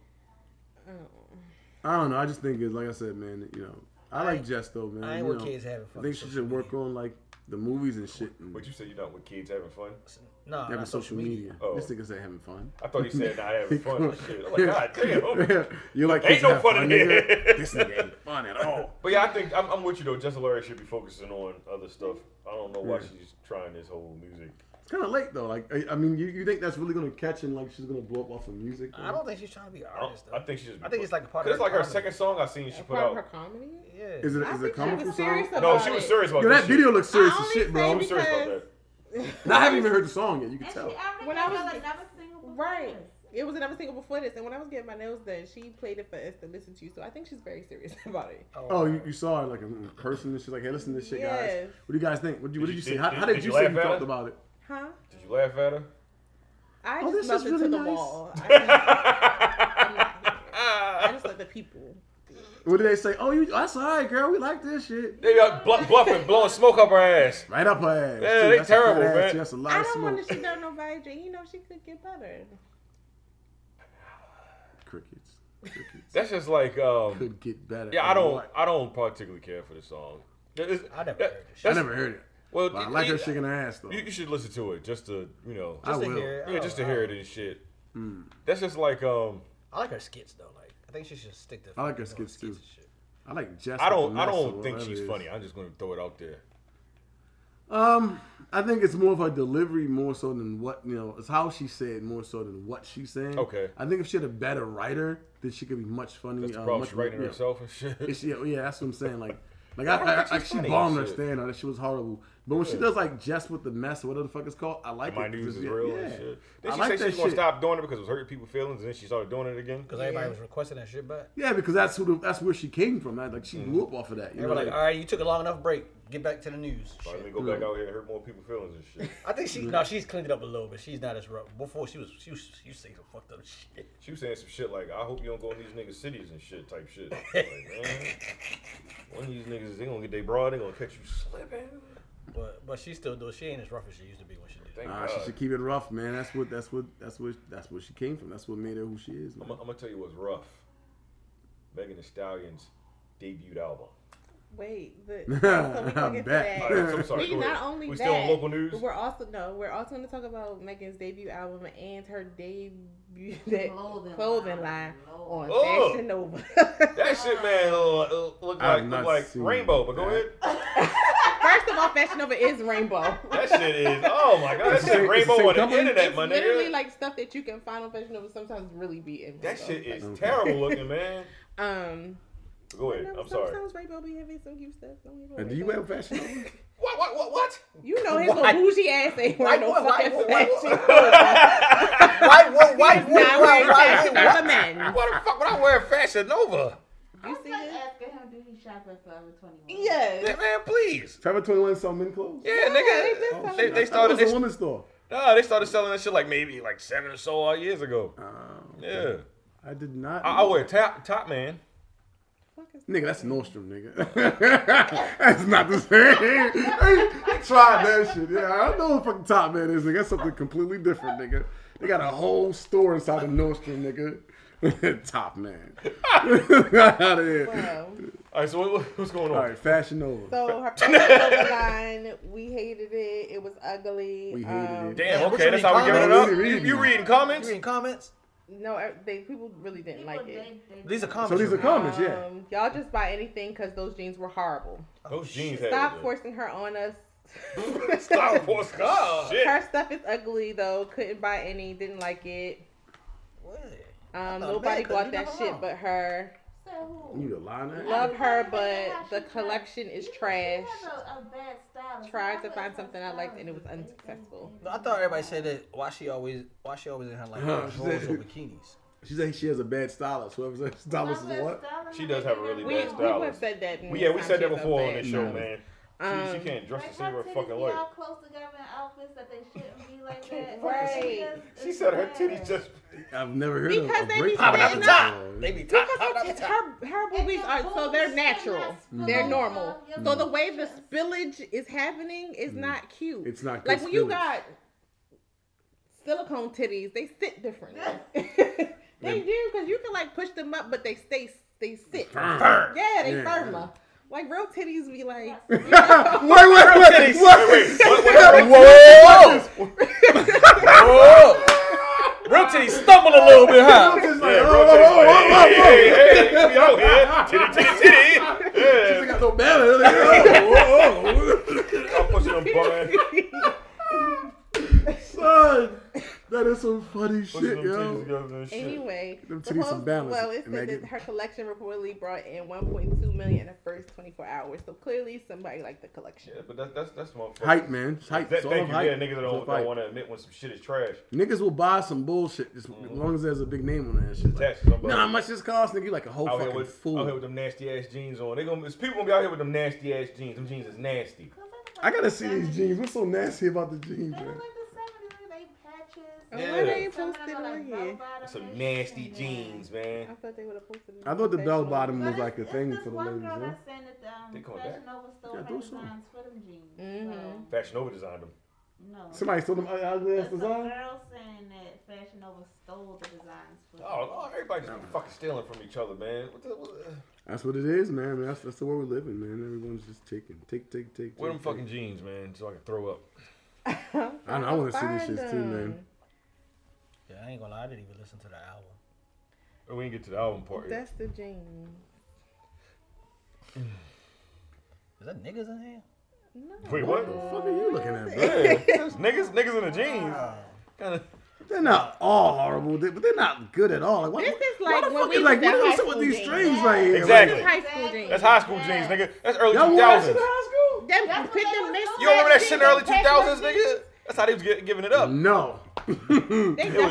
S3: I don't know. I just think it's like I said, man. You know, I
S5: I-
S3: like Jess though, man.
S5: I ain't
S3: you
S5: with
S3: know.
S5: kids having
S3: I
S5: fun.
S3: think she should work on like the movies and shit. And
S4: But you say you're not with kids having fun?
S5: No,
S3: having
S5: not
S3: social media.
S4: Oh.
S3: This nigga said having fun.
S4: I thought you said not having fun. and shit. I'm like, God damn.
S3: You're like,
S4: Ain't
S3: kids
S4: no
S3: have
S4: fun in here.
S3: nigga. This nigga ain't fun at all.
S4: But yeah, I think I'm, I'm with you though. Jess Laura should be focusing on other stuff. I don't know why
S3: Yeah.
S4: she's trying this whole music.
S3: It's kind of late though. Like, I, I mean, you, you think that's really gonna catch and like she's gonna blow up off of music?
S5: I don't think she's trying to be an
S4: I, don't,
S5: artist. Though.
S4: I think she just.
S5: I think it's like a part
S4: 'Cause It's
S5: of her
S4: like her
S5: comedy.
S4: second song I seen she put
S6: Part of her
S4: out.
S6: comedy.
S5: yeah.
S3: Is it
S6: I
S3: is it a
S6: think she
S3: comical
S6: was
S3: song?
S6: serious about
S4: No, she was
S6: it.
S4: serious about
S3: Yo, that
S4: this
S3: video
S4: shit.
S3: looks serious
S6: I
S3: as
S6: only
S3: shit, bro.
S4: She was serious about
S6: because-
S4: that.
S3: And I haven't even heard the song yet. You can
S7: And she
S3: tell.
S7: already
S6: When
S7: when
S6: I
S7: I
S6: was-
S7: another single before
S6: Right.
S7: this.
S6: It was another single before this, and when I was getting my nails done, she played it for us to listen to. So I think she's very serious about it.
S3: Oh, you, you saw it like in person and she's like, hey, listen to this shit, guys.
S6: Yes.
S3: What do you guys think? What, do you, what did
S4: Did
S3: you
S4: you-
S3: say? How,
S4: did-
S3: how did,
S4: did
S3: you
S4: you
S3: say
S4: laugh
S3: you
S4: at
S3: felt
S4: it?
S3: about it?
S6: Huh?
S4: Did you laugh at her?
S6: I
S3: Oh,
S6: just
S3: this is
S6: love it to
S3: really
S6: the
S3: nice.
S6: wall. I just, I just let the people.
S3: What did they say? Oh, you that's all right, girl. We like this shit.
S4: They are bl- bluffing, blowing smoke up her ass.
S3: Right up her ass.
S4: Yeah,
S3: too.
S4: they
S3: That's a fat
S4: terrible,
S3: ass,
S4: man.
S3: too. That's a lot
S6: I
S3: of
S6: don't want
S3: smoke.
S6: to shoot down nobody. Jay. You know she could get better.
S3: Crickets. Crickets.
S4: That's just like um,
S3: Could get better.
S4: yeah. I
S3: a
S4: don't
S3: lot.
S4: I don't particularly care for the song. That is-
S5: I never
S4: that-
S5: heard this shit.
S3: I
S4: that's-
S3: never heard it.
S4: Well,
S3: But I
S4: you-
S3: like her
S4: you-
S3: shaking her ass though.
S4: You, you should listen to it just to you know.
S3: I Hmm.
S5: Just to
S3: will.
S5: hear it.
S4: yeah, just to
S5: Oh,
S4: hear
S5: oh.
S4: it and shit. That's just like um.
S5: I like her skits though. Like I think she should stick to.
S3: I like her
S5: doing
S3: skits, too.
S5: and shit.
S3: I like Jess.
S4: I don't. I
S3: Vanessa,
S4: don't think
S3: whatever
S4: she's
S3: it is.
S4: funny. I'm just gonna throw it out there.
S3: Um, I think it's more of her delivery more so than what you know. It's how she said more so than what she's saying.
S4: Okay.
S3: I think if she had a better writer, then she could be much funnier.
S4: That's the
S3: uh,
S4: problem.
S3: much
S4: She's writing
S3: more- yeah.
S4: herself and shit.
S3: It's, yeah, yeah, that's what I'm saying. Like, like
S4: I don't
S3: I, I,
S4: think
S3: I,
S4: she's
S3: she
S4: funny
S3: bombed her
S4: and shit.
S3: stand on it. She was horrible. But when she
S4: Yeah.
S3: does like Jess with the mess, whatever the fuck it's called, I like
S4: My
S3: it. 'cause
S4: news is
S3: it's-
S4: real
S3: yeah.
S4: and shit. Then
S3: I
S4: she
S3: like
S4: said she
S3: that
S4: was gonna
S3: shit.
S4: stop doing it because it was hurting people's feelings, and then she started doing it again.
S5: Because everybody was requesting that shit, but
S3: Yeah, because that's who the, that's where she came from. That like she blew
S4: Mm-hmm.
S3: up off of that. You
S5: they
S3: know,
S5: were like,
S3: like,
S5: "All right, you took a long enough break. Get back to the news."
S4: All right, let
S5: Shit.
S4: me go back out here and hurt more people's feelings and shit.
S5: I think she no, she's cleaned it up a little, but she's not as rough. Before she was, she was, she was saying some fucked up shit.
S4: She was saying some shit like, "I hope you don't go in these niggas' cities and shit," type shit. Like, man, one of these niggas, they gonna get they broad, they gonna catch you slipping.
S5: But but she still does. She ain't as rough as she used to be when she did. it.
S4: Thank
S3: nah,
S4: God.
S3: she should keep it rough, man. That's what that's what that's what that's what she came from. That's what made her who she is.
S4: I'm,
S3: Man.
S4: gonna- I'm gonna tell you what's rough. Megan Thee Stallion's debut album.
S6: Wait, the, so we
S3: I
S6: gonna get to
S3: bet.
S4: All
S6: that.
S4: right, I'm sorry.
S6: We
S4: go ahead.
S6: not only
S4: we
S6: that,
S4: still on local news.
S6: but we're also no, we're also going to talk about Megan's debut album and her debut that
S7: Clothing
S6: clothing,
S7: line.
S6: line on
S4: Oh.
S6: Fashion Nova.
S4: That shit, man, uh, uh, look
S3: I have
S4: like
S3: not
S4: look like
S3: seen
S4: rainbow. But go ahead.
S3: that.
S6: First of all, Fashion Nova is rainbow.
S4: That shit is. Oh my god, that
S3: It's the
S4: shit
S3: same- it's the
S4: rainbow
S3: same
S4: on the
S3: company?
S4: internet,
S6: It's
S4: my
S6: literally
S4: nigga.
S6: like stuff that you can find on Fashion Nova. Sometimes really be in
S4: that
S6: rainbow.
S4: shit is
S3: Okay.
S4: terrible looking, man.
S6: Um,
S4: Go
S6: no,
S4: ahead. I'm
S6: sometimes
S4: sorry.
S6: rainbow be having some cute stuff. Don't get
S3: And do you
S6: rainbow.
S3: wear fashion? Nova?
S4: What? What? What? What?
S6: You know his little
S5: Why?
S6: bougie ass ain't
S5: Why-
S6: wearing no
S5: why-
S6: fucking
S5: why- why-
S6: fashion.
S5: Why? Why? Why?
S6: He's not wearing fashion Nova men.
S4: Why the fuck would I wear Fashion Nova?
S6: You
S7: It's
S6: see
S7: like
S6: this?
S7: asking him, do he shop at Forever 21?
S6: Yes.
S4: man, please.
S3: Forever 21 sells men clothes. Oh,
S4: Yeah,
S6: they been
S4: nigga.
S6: selling
S4: They,
S6: that.
S4: they
S3: I thought
S4: started.
S3: it was
S4: They,
S3: a woman's store.
S4: nah, they started selling that shit like maybe like seven or so odd years ago.
S3: Um,
S4: Yeah.
S3: I did not.
S4: I, I wear top top man.
S3: Nigga, that's Nordstrom, nigga. that's not the same. They tried that shit. Yeah, I know what fucking top man is, nigga. That's something completely different, nigga. They got a whole store inside of Nordstrom, nigga. top man. Out of here.
S6: Wow.
S4: All right, so what, what- what's going on?
S3: All right, Fashion Nova.
S6: So her Fashion Nova line, we hated it. It was ugly.
S3: We hated
S6: um,
S3: it.
S5: Yeah,
S4: Damn.
S5: what
S4: Okay,
S5: you
S4: that's
S5: mean
S4: how we giving it up.
S3: comments?
S4: You,
S3: Reading,
S4: you
S3: reading.
S4: reading
S5: You
S4: comments?
S5: reading comments?
S6: No, e- they people really didn't
S7: People,
S6: like it.
S7: they- they-
S5: These are
S7: they-
S5: comments.
S3: So these are comments, yeah.
S6: Um, y'all just buy anything because those jeans were horrible.
S4: Those jeans had
S6: Stop
S4: it.
S6: forcing her on us.
S4: Stop forcing. God, shit.
S6: Her stuff is ugly though. Couldn't buy any. Didn't like it.
S5: What? thought
S6: Um, nobody
S5: bad 'cause
S6: bought
S5: you
S6: that
S5: never
S6: shit
S5: know.
S6: but her.
S7: Said who?
S3: You the lying ass.
S6: Love her, but the collection is trash.
S7: She has a- a bad style.
S6: Tried
S7: She
S6: to find
S7: always
S6: something
S7: has
S6: I liked
S7: styles
S6: and it was
S7: that they- they-
S6: unsuccessful.
S5: No, I thought everybody said that. Why she always? Why she always in her like
S3: Huh,
S5: drawers
S3: she
S5: or
S3: said-
S5: bikinis?
S3: She said she has a bad stylist. Whoever's that stylist is
S7: Not
S3: what?
S7: bad style,
S4: She
S7: not
S4: does
S7: bad
S4: have a really
S6: We,
S7: hair.
S4: bad
S6: we
S4: style.
S6: have said that.
S4: We- yeah, we
S6: numerous
S4: said that
S6: times. She has a
S4: before on
S6: bad-
S4: this show,
S3: No.
S4: man. she, she
S6: Um,
S4: can't dress to
S7: Like,
S4: save
S7: how
S4: her
S7: titties
S4: fucking
S7: be
S4: life.
S7: all close together in outfits that they shouldn't be like that. Like,
S6: Right.
S7: it's just-
S4: She
S7: it's
S4: said her
S7: bad.
S4: titties just.
S3: I've never heard of a
S6: Because they
S3: break
S6: be
S3: down
S6: standing
S3: before.
S5: They be top,
S6: because
S5: top, top,
S6: her,
S5: top.
S6: her, her
S7: And
S6: boobies
S7: your
S6: are so
S7: boobs
S6: they're
S7: should
S6: natural.
S7: not spill
S6: They're
S7: off
S6: normal.
S7: your
S6: So the way the
S7: boobs.
S6: spillage is happening is not cute.
S3: Mm. It's not
S6: like
S3: good
S6: when you
S3: spillage.
S6: got silicone titties, they sit differently. they
S3: Yeah.
S6: do because you can like push them up, but they stay they sit.
S3: Firm.
S6: Yeah, they
S3: Yeah.
S6: firmer. Like real titties be like
S3: wait, wait, wait, wait,
S4: What, what,
S5: Whoa! Whoa! Real titty stumbled a little bit, huh?
S3: Just like,
S4: Yeah,
S3: oh,
S4: bro,
S3: oh,
S4: titties,
S3: oh, oh,
S4: like,
S3: oh,
S4: hey,
S3: oh.
S4: hey, hey, we out here. Titty, titty, titty.
S3: They
S4: Yeah.
S3: got no balance. Like, oh, oh, oh.
S4: I'm pushing them buttons.
S3: Son, that is some funny
S4: Pushing
S3: shit,
S4: them titties
S3: yo.
S4: together and shit.
S6: Anyway,
S3: Them
S6: the
S3: titties some
S6: post-
S3: balance,
S6: Well, it
S3: and they
S6: said that
S3: get-
S6: her collection reportedly brought in 1.2 million in the first 24 hours. So clearly, somebody liked the collection.
S4: Yeah, but that's that's that's my
S3: Hype, man. It's hype.
S4: That,
S3: It's all
S4: thank you,
S3: hype.
S4: yeah, niggas that
S3: It's all
S4: don't,
S3: hype.
S4: don't want to admit when some shit is trash.
S3: Niggas will buy some bullshit just as long as there's a big name on that shit. Like,
S4: Taxes, I'm
S3: you know how much this costs, nigga? You like a whole
S4: out here
S3: fucking
S4: with out here
S3: fool.
S4: with them nasty ass jeans on. They gonna there's people gonna be out here with them nasty ass jeans. Them jeans is nasty.
S3: I gotta see these jeans. What's so nasty about the jeans,
S7: They look
S3: man?
S7: like the 70s, like they patches.
S6: Oh,
S4: Yeah.
S6: Why they ain't
S7: Some of them
S6: posted
S7: are, like,
S6: on here?
S7: bell-bottom
S4: That's some
S7: and
S4: nasty
S7: shit.
S4: jeans, man.
S6: I thought they would have posted.
S3: I thought the bell
S6: professional.
S3: bottom
S7: But
S3: was
S7: it's-
S3: like a
S7: it's
S3: thing
S7: this
S3: for the
S7: one
S3: ladies,
S7: girl
S3: huh?
S7: that said that, um,
S4: They call it
S7: Fashion
S4: that?
S7: Nova stole
S3: Yeah,
S7: her
S3: those are-
S7: designs for them jeans.
S6: Mhm.
S7: So,
S4: Fashion Nova designed them.
S7: no.
S3: Somebody sold them ugly ass
S7: There's some
S3: design.
S7: girl saying that Fashion Nova stole the designs for them.
S4: Oh, oh everybody just be fucking stealing from each other, man. What the, what, the-
S3: That's what it is, man. That's that's the world we live in, man. Everyone's just taking, take, take, take.
S4: wear them
S3: take,
S4: fucking
S3: take.
S4: jeans, man, so I can throw up.
S3: I know. I want to see
S6: Find
S3: these shits too, man.
S6: them.
S5: Yeah, I ain't gonna lie, I didn't even listen to the album.
S4: We didn't get to the album part. yet.
S6: That's the jeans.
S5: Is that niggas in here?
S6: No.
S4: Wait, what?
S3: What the fuck are you looking at, bro?
S4: Yeah, there's niggas, niggas in the jeans. Kind of.
S3: They're not all horrible, they- but they're not good at all. Like, why,
S6: This is
S3: why
S6: like
S3: the
S6: when
S3: fuck
S6: we
S3: is like,
S6: was at
S3: what is
S6: high
S3: up with
S6: school
S3: these
S6: games.
S3: straight right here?
S4: Exactly.
S6: High school jeans.
S4: That's high school jeans, nigga. That's early
S3: Y'all
S4: two
S3: wore that shit in
S4: thousands.
S3: high school?
S7: That's
S6: Them,
S7: what they
S6: put them
S7: was
S6: mixed
S4: You don't remember that
S6: jeans
S4: shit in the early
S6: and
S4: two
S6: packed
S4: thousands,
S6: them
S4: nigga? That's how they was get, giving it up.
S3: No.
S6: They
S3: There was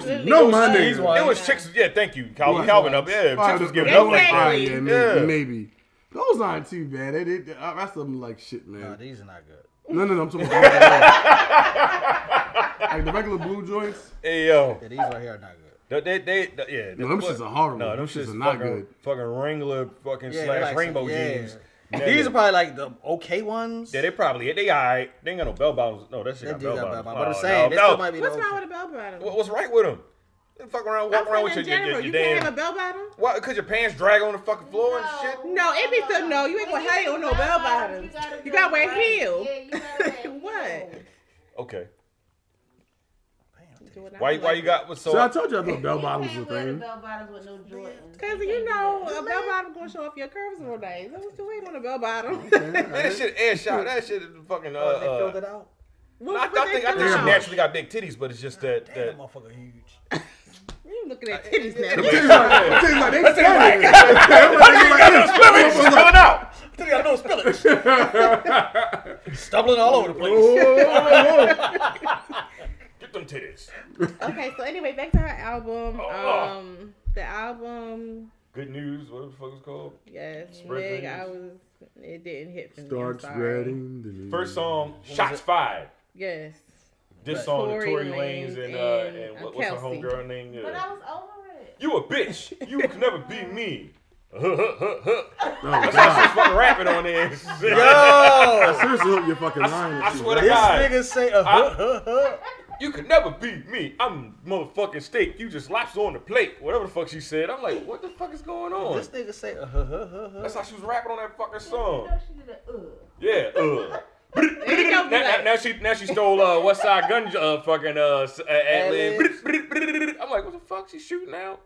S6: definitely
S3: no
S6: was.
S3: money.
S5: These ones.
S4: It was chicks. Yeah, thank you, Calvin.
S3: What?
S4: Calvin up. Yeah,
S3: All right,
S4: chicks was
S3: the-
S4: giving up like
S3: all right,
S4: that.
S6: Exactly.
S3: yeah, maybe,
S4: Yeah.
S3: maybe. Those aren't too bad. They, they, the rest of them like shit,
S5: Nah,
S3: man.
S5: these are not good.
S3: No, no, no. I'm talking about like the regular blue joints.
S4: Hey yo,
S5: Yeah, these right here are not good.
S4: They, they, they, th- yeah.
S3: No, them
S4: what-
S3: shits are horrible.
S4: No, them
S3: Them
S4: shits
S3: shits are not
S4: fucking,
S3: good.
S4: Fucking Wrangler, fucking
S5: Yeah,
S4: slash
S5: they're like-
S4: rainbow
S5: yeah.
S4: jeans.
S5: These are probably like the okay ones.
S4: Yeah, they probably they all right. They ain't got no bell bottoms. No, that shit
S5: They
S4: got
S5: do
S4: bell
S5: got
S4: bottoms. Oh,
S5: bad, but I'm
S4: No,
S5: saying they
S4: no,
S5: still
S4: no.
S5: might be.
S6: What's
S5: the
S6: wrong
S5: okay-
S6: with a bell bottom?
S4: What- What's right with them? They fuck around,
S6: I'm
S4: walk around with
S6: saying
S4: your,
S6: in
S4: your, your,
S6: general,
S4: your
S6: you can't
S4: damn.
S6: have a bell bottom.
S4: Why? Cause your pants drag on the fucking floor and shit.
S6: No, it be so no. You ain't gonna have it on no bell bottoms. You gotta wear heel.
S7: Yeah, you gotta wear
S6: What?
S7: heel.
S4: Okay.
S5: Damn,
S6: Do what I
S4: Why?
S6: like
S4: Why you got what's so?
S3: So I told you I thought bell
S7: You
S3: bottoms
S7: can't
S3: was a
S7: wear the
S3: thing.
S7: bell bottoms with no Jordans.
S6: Cause
S7: can't
S6: you
S7: do
S6: know
S7: that.
S6: a bell bottom gonna show off your curves real nice. That was the way on a bell bottom.
S4: Man, that shit air shot. That shit is fucking. Uh,
S5: Oh, they filled
S4: uh,
S5: it out.
S4: no, I, I think I think she naturally got big titties, but it's just that.
S5: Damn,
S4: that
S5: that motherfucker huge.
S6: You looking at titties
S3: Them
S6: now?
S3: titties like- them titties like they scattering.
S4: It's coming out.
S5: Tell you got no spillage. Stumbling all over the place.
S4: Get them titties.
S6: Okay, so anyway, back to her album.
S4: Oh.
S6: Um, the album,
S4: Good news. What the fuck it's called?
S6: yes,
S4: Spread
S6: nigga, I was.
S4: things.
S6: It didn't hit for me. I'm
S3: Start
S6: sorry.
S3: spreading the news.
S4: First song, shots fired.
S6: Yes.
S4: This song, the
S6: Tory
S4: Tory Lanez
S6: Lanez
S4: and,
S6: and,
S4: uh,
S6: uh,
S4: and what, what's her
S6: Kelsey.
S4: homegirl name? Yeah.
S7: But I was over it.
S4: You a bitch. You can never be me. She's
S3: Oh, God.
S4: fucking rapping on this.
S5: Yo,
S3: I seriously hope you're fucking lying.
S4: I
S3: to you.
S4: swear to
S5: this
S4: God,
S5: nigga say a huh, huh, huh.
S4: you could never be me. I'm motherfucking steak. You just lobster on the plate. Whatever the fuck she said. I'm like, what the fuck is going on?
S5: This nigga say a huh, huh, huh, huh.
S4: That's how she was rapping on that fucking
S7: You
S3: Oh.
S4: song.
S7: know she did a ugh.
S4: Yeah. Uh.
S6: It
S4: now,
S6: don't be
S4: now-
S6: like-
S4: now she now she stole uh, West Side Gun uh, fucking uh, s- uh, ad lib.
S5: Ad-libs.
S4: I'm like, what the fuck? She shooting out?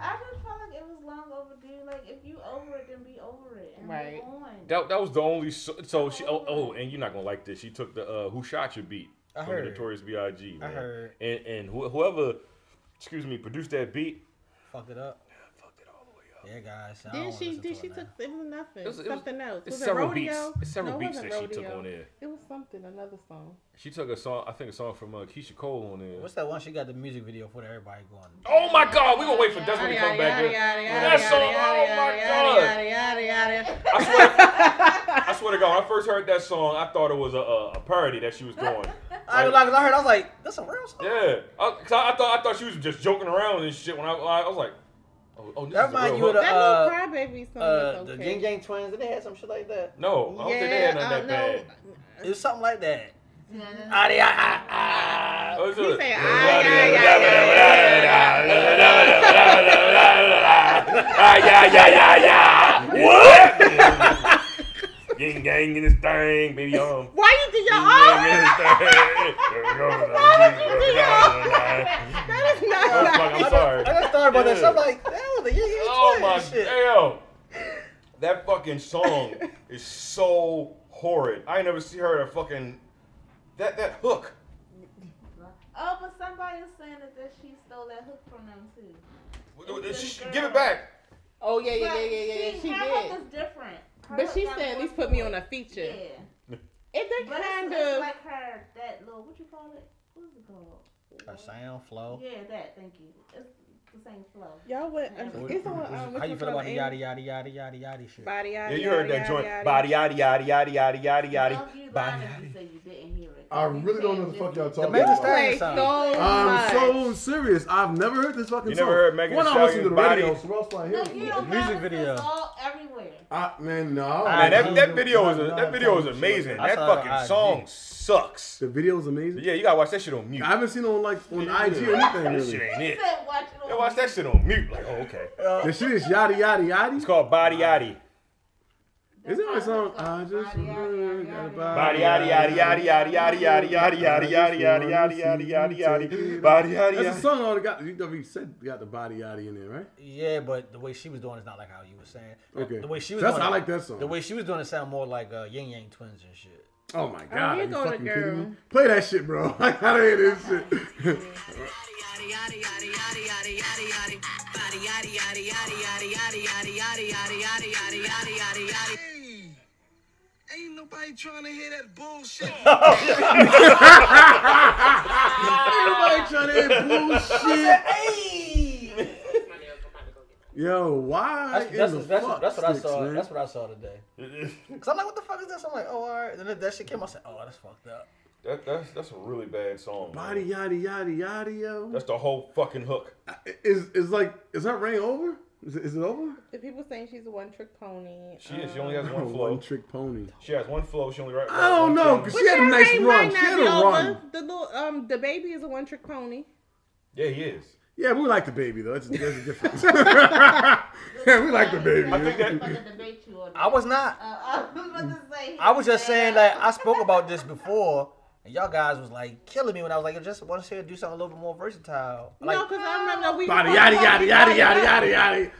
S7: I just felt like it was long overdue. Like if you over it, then be over it and
S6: Right.
S7: move on.
S4: That, that was the only so, so she oh, oh and you're not gonna like this. She took the uh, who shot your beat
S5: I
S4: from the
S5: heard.
S4: Notorious B.I.G.
S5: I
S4: man.
S5: heard.
S4: and and wh- whoever excuse me produced that beat
S5: Fucked it up.
S4: fucked it all the way up.
S5: Yeah, guys. I don't
S6: Did
S5: wanna
S6: she?
S5: listen
S6: Did
S5: to
S6: she
S5: it
S6: took?
S5: now.
S6: It was nothing.
S4: It was- it was-
S6: something else.
S4: it's
S6: was it
S4: several
S6: rodeo?
S4: beats. It's several
S6: no, it
S4: beats
S6: wasn't
S4: that she took
S6: rodeo.
S4: on there.
S6: It was something. Another song.
S4: She took a song I think a song from uh, Keisha Cole on there.
S5: What's that one? She got the music video for that everybody going.
S4: oh my God, we gonna wait for Desmond to
S6: Yada,
S4: come back.
S6: yada,
S4: here.
S6: yada,
S4: That
S6: yada,
S4: song,
S6: yada,
S4: oh my
S6: yada,
S4: God.
S6: yada, yada, yada, yada.
S4: I swear, I swear to God, when I first heard that song, I thought it was a, a, a parody that she was doing.
S5: I, ain't gonna lie, 'cause I heard, I was like, that's a real song.
S4: Yeah, I, cause I, I thought I thought she was just joking around and shit. When I, I was like, oh, oh this is
S5: That remind
S4: a
S5: you
S4: real
S5: of
S4: hook.
S5: the-
S6: That
S5: Uh,
S6: little crybaby song
S5: Uh,
S6: is
S5: the
S6: okay.
S5: Jing Jang Twins, did they had some shit like that?
S4: No, I don't think they had
S6: Yeah,
S4: nothing
S6: uh,
S4: that
S6: no.
S4: bad.
S5: It was something like that.
S7: Yeah.
S5: Ah, they- ah, ah, ah.
S4: Oh, it's
S6: He
S4: a-
S6: said, "Ah, yeah, yeah, yeah,
S4: Ah, yeah, yeah, yeah, yeah. What? Yin gang in this thing, baby. Um.
S6: Why you do your own?
S4: Oh
S6: That is not
S4: fuck,
S6: right.
S4: I'm sorry.
S5: I just thought about that.
S4: Yeah.
S5: So I'm like, that was the Yin Yang
S4: Oh
S5: Twins
S4: my
S5: shit.
S4: damn! That fucking song is so horrid. I ain't never see her at a fucking that that hook.
S7: Oh, but somebody was saying that, that she stole that hook from them too.
S4: Sh- Give it back.
S6: Oh yeah, yeah,
S7: But
S6: yeah, yeah, yeah.
S7: she-
S6: She
S7: her
S6: did.
S7: hook is different. Her
S6: But
S7: hook
S6: she
S7: got
S6: said, at least
S7: more
S6: put me
S7: to
S6: on a
S7: it.
S6: feature.
S7: Yeah.
S6: If they
S7: But
S6: kind
S7: it's, it's
S6: of,
S7: like her that little what you call it? What's it called?
S5: Her sound flow.
S7: Yeah, that. Thank you. It's the same flow.
S6: y'all would. Uh,
S5: What-
S6: it's on.
S5: what-
S6: Um,
S5: how you feel about the yada
S6: yada
S5: yada yada yada yada shit?
S6: Body
S4: Yeah,
S6: yada.
S4: you heard that
S6: yada,
S4: joint.
S6: yada.
S4: Body yada yada yada yada yada yada.
S7: Don't you lie
S4: Body
S7: if you say you didn't hear it.
S3: I
S7: You
S3: really don't know
S7: can't
S3: what the fuck
S7: just-
S3: y'all talking
S5: The Megan Thee
S3: about.
S5: Stallion
S6: Play so
S5: song.
S3: I'm
S6: much.
S3: so serious. I've never heard this fucking
S4: You
S3: song.
S4: never heard Megan
S3: One,
S4: Thee
S3: I listen to the
S4: Stallion
S3: radio,
S4: body-
S3: so else I hear
S7: No,
S3: it.
S7: you don't
S5: The music
S7: music video.
S5: video.
S7: all everywhere.
S3: I, man, no.
S4: Man, that,
S5: Mhm.
S4: that video is a,
S3: Nah,
S4: that
S3: nah,
S4: video is
S3: nah, nah.
S4: amazing.
S5: I
S4: That
S5: saw it on
S4: fucking
S5: IG.
S4: song sucks.
S3: The video is amazing.
S4: Yeah, you gotta watch that shit on mute.
S3: I haven't seen it on like on IG or anything
S4: That shit
S3: really.
S4: ain't
S7: He
S4: it.
S7: said watch it on
S4: Yeah, watch that shit on mute. Like, oh, okay.
S3: The shit is yada yada
S4: It's
S3: yada.
S4: called Body Yaddy.
S3: Is it on song? I
S7: Body,
S3: just uh,
S7: yada, yada,
S3: heard
S7: yada.
S3: about
S4: Body yaddy yaddy yaddy yaddy yaddy yaddy yaddy yaddy yaddy yaddy yaddy yaddy yaddy yaddy body yaddy
S3: That's a
S4: yaddy.
S3: song. All the got you know, we said got the body yada in there, right?
S5: Yeah, but the way she was doing it's not like how you were saying.
S3: Okay.
S5: The way she was
S3: That's-
S5: doing
S3: I
S5: it-
S3: like that song.
S5: The way she was doing it sound more like uh, Yin Yang Twins and shit.
S3: Oh my god!
S6: here
S3: Are you
S6: go the
S3: fucking
S6: girl.
S3: kidding me? Play that shit, bro. I gotta hear this shit.
S8: Ain't nobody trying to hear that bullshit.
S3: Everybody trying to hit bullshit. Yo, why
S5: That's,
S3: in
S5: that's,
S3: the
S5: that's, that's,
S3: fuck
S5: what I
S3: sticks,
S5: saw.
S3: man?
S5: That's what I saw today. Cause I'm like, what the fuck is this? I'm like, oh, all right. And then that shit came. I said, oh, that's fucked up.
S4: That, that's that's a really bad song. man.
S3: Body yada yada yada yo.
S4: That's the whole fucking hook.
S3: Is is like is her reign over? Is it, is it over?
S6: The people saying she's a one trick pony.
S4: She is. She only has
S3: Oh,
S4: one
S3: one
S4: flow.
S3: trick pony.
S4: She has one flow. She only right.
S3: I don't know, 'cause she had a
S6: Which
S3: nice
S6: her name
S3: run.
S6: might
S3: She
S6: not
S3: had
S6: be
S3: a
S6: over.
S3: run.
S6: The little um, the baby is a one trick pony.
S4: Yeah, he is.
S3: Yeah, we like the baby though. That's, that's a difference. yeah, we like the baby.
S4: I think
S7: I'm
S4: that.
S7: about to debate you on that.
S5: I was not.
S7: Uh, I was about to say.
S5: I was just saying that I spoke about this before, and y'all guys was like killing me when I was like, I just want to see her do something a little bit more versatile. Like,
S6: no, because I remember we
S3: Body yada yada yada yada yada yada.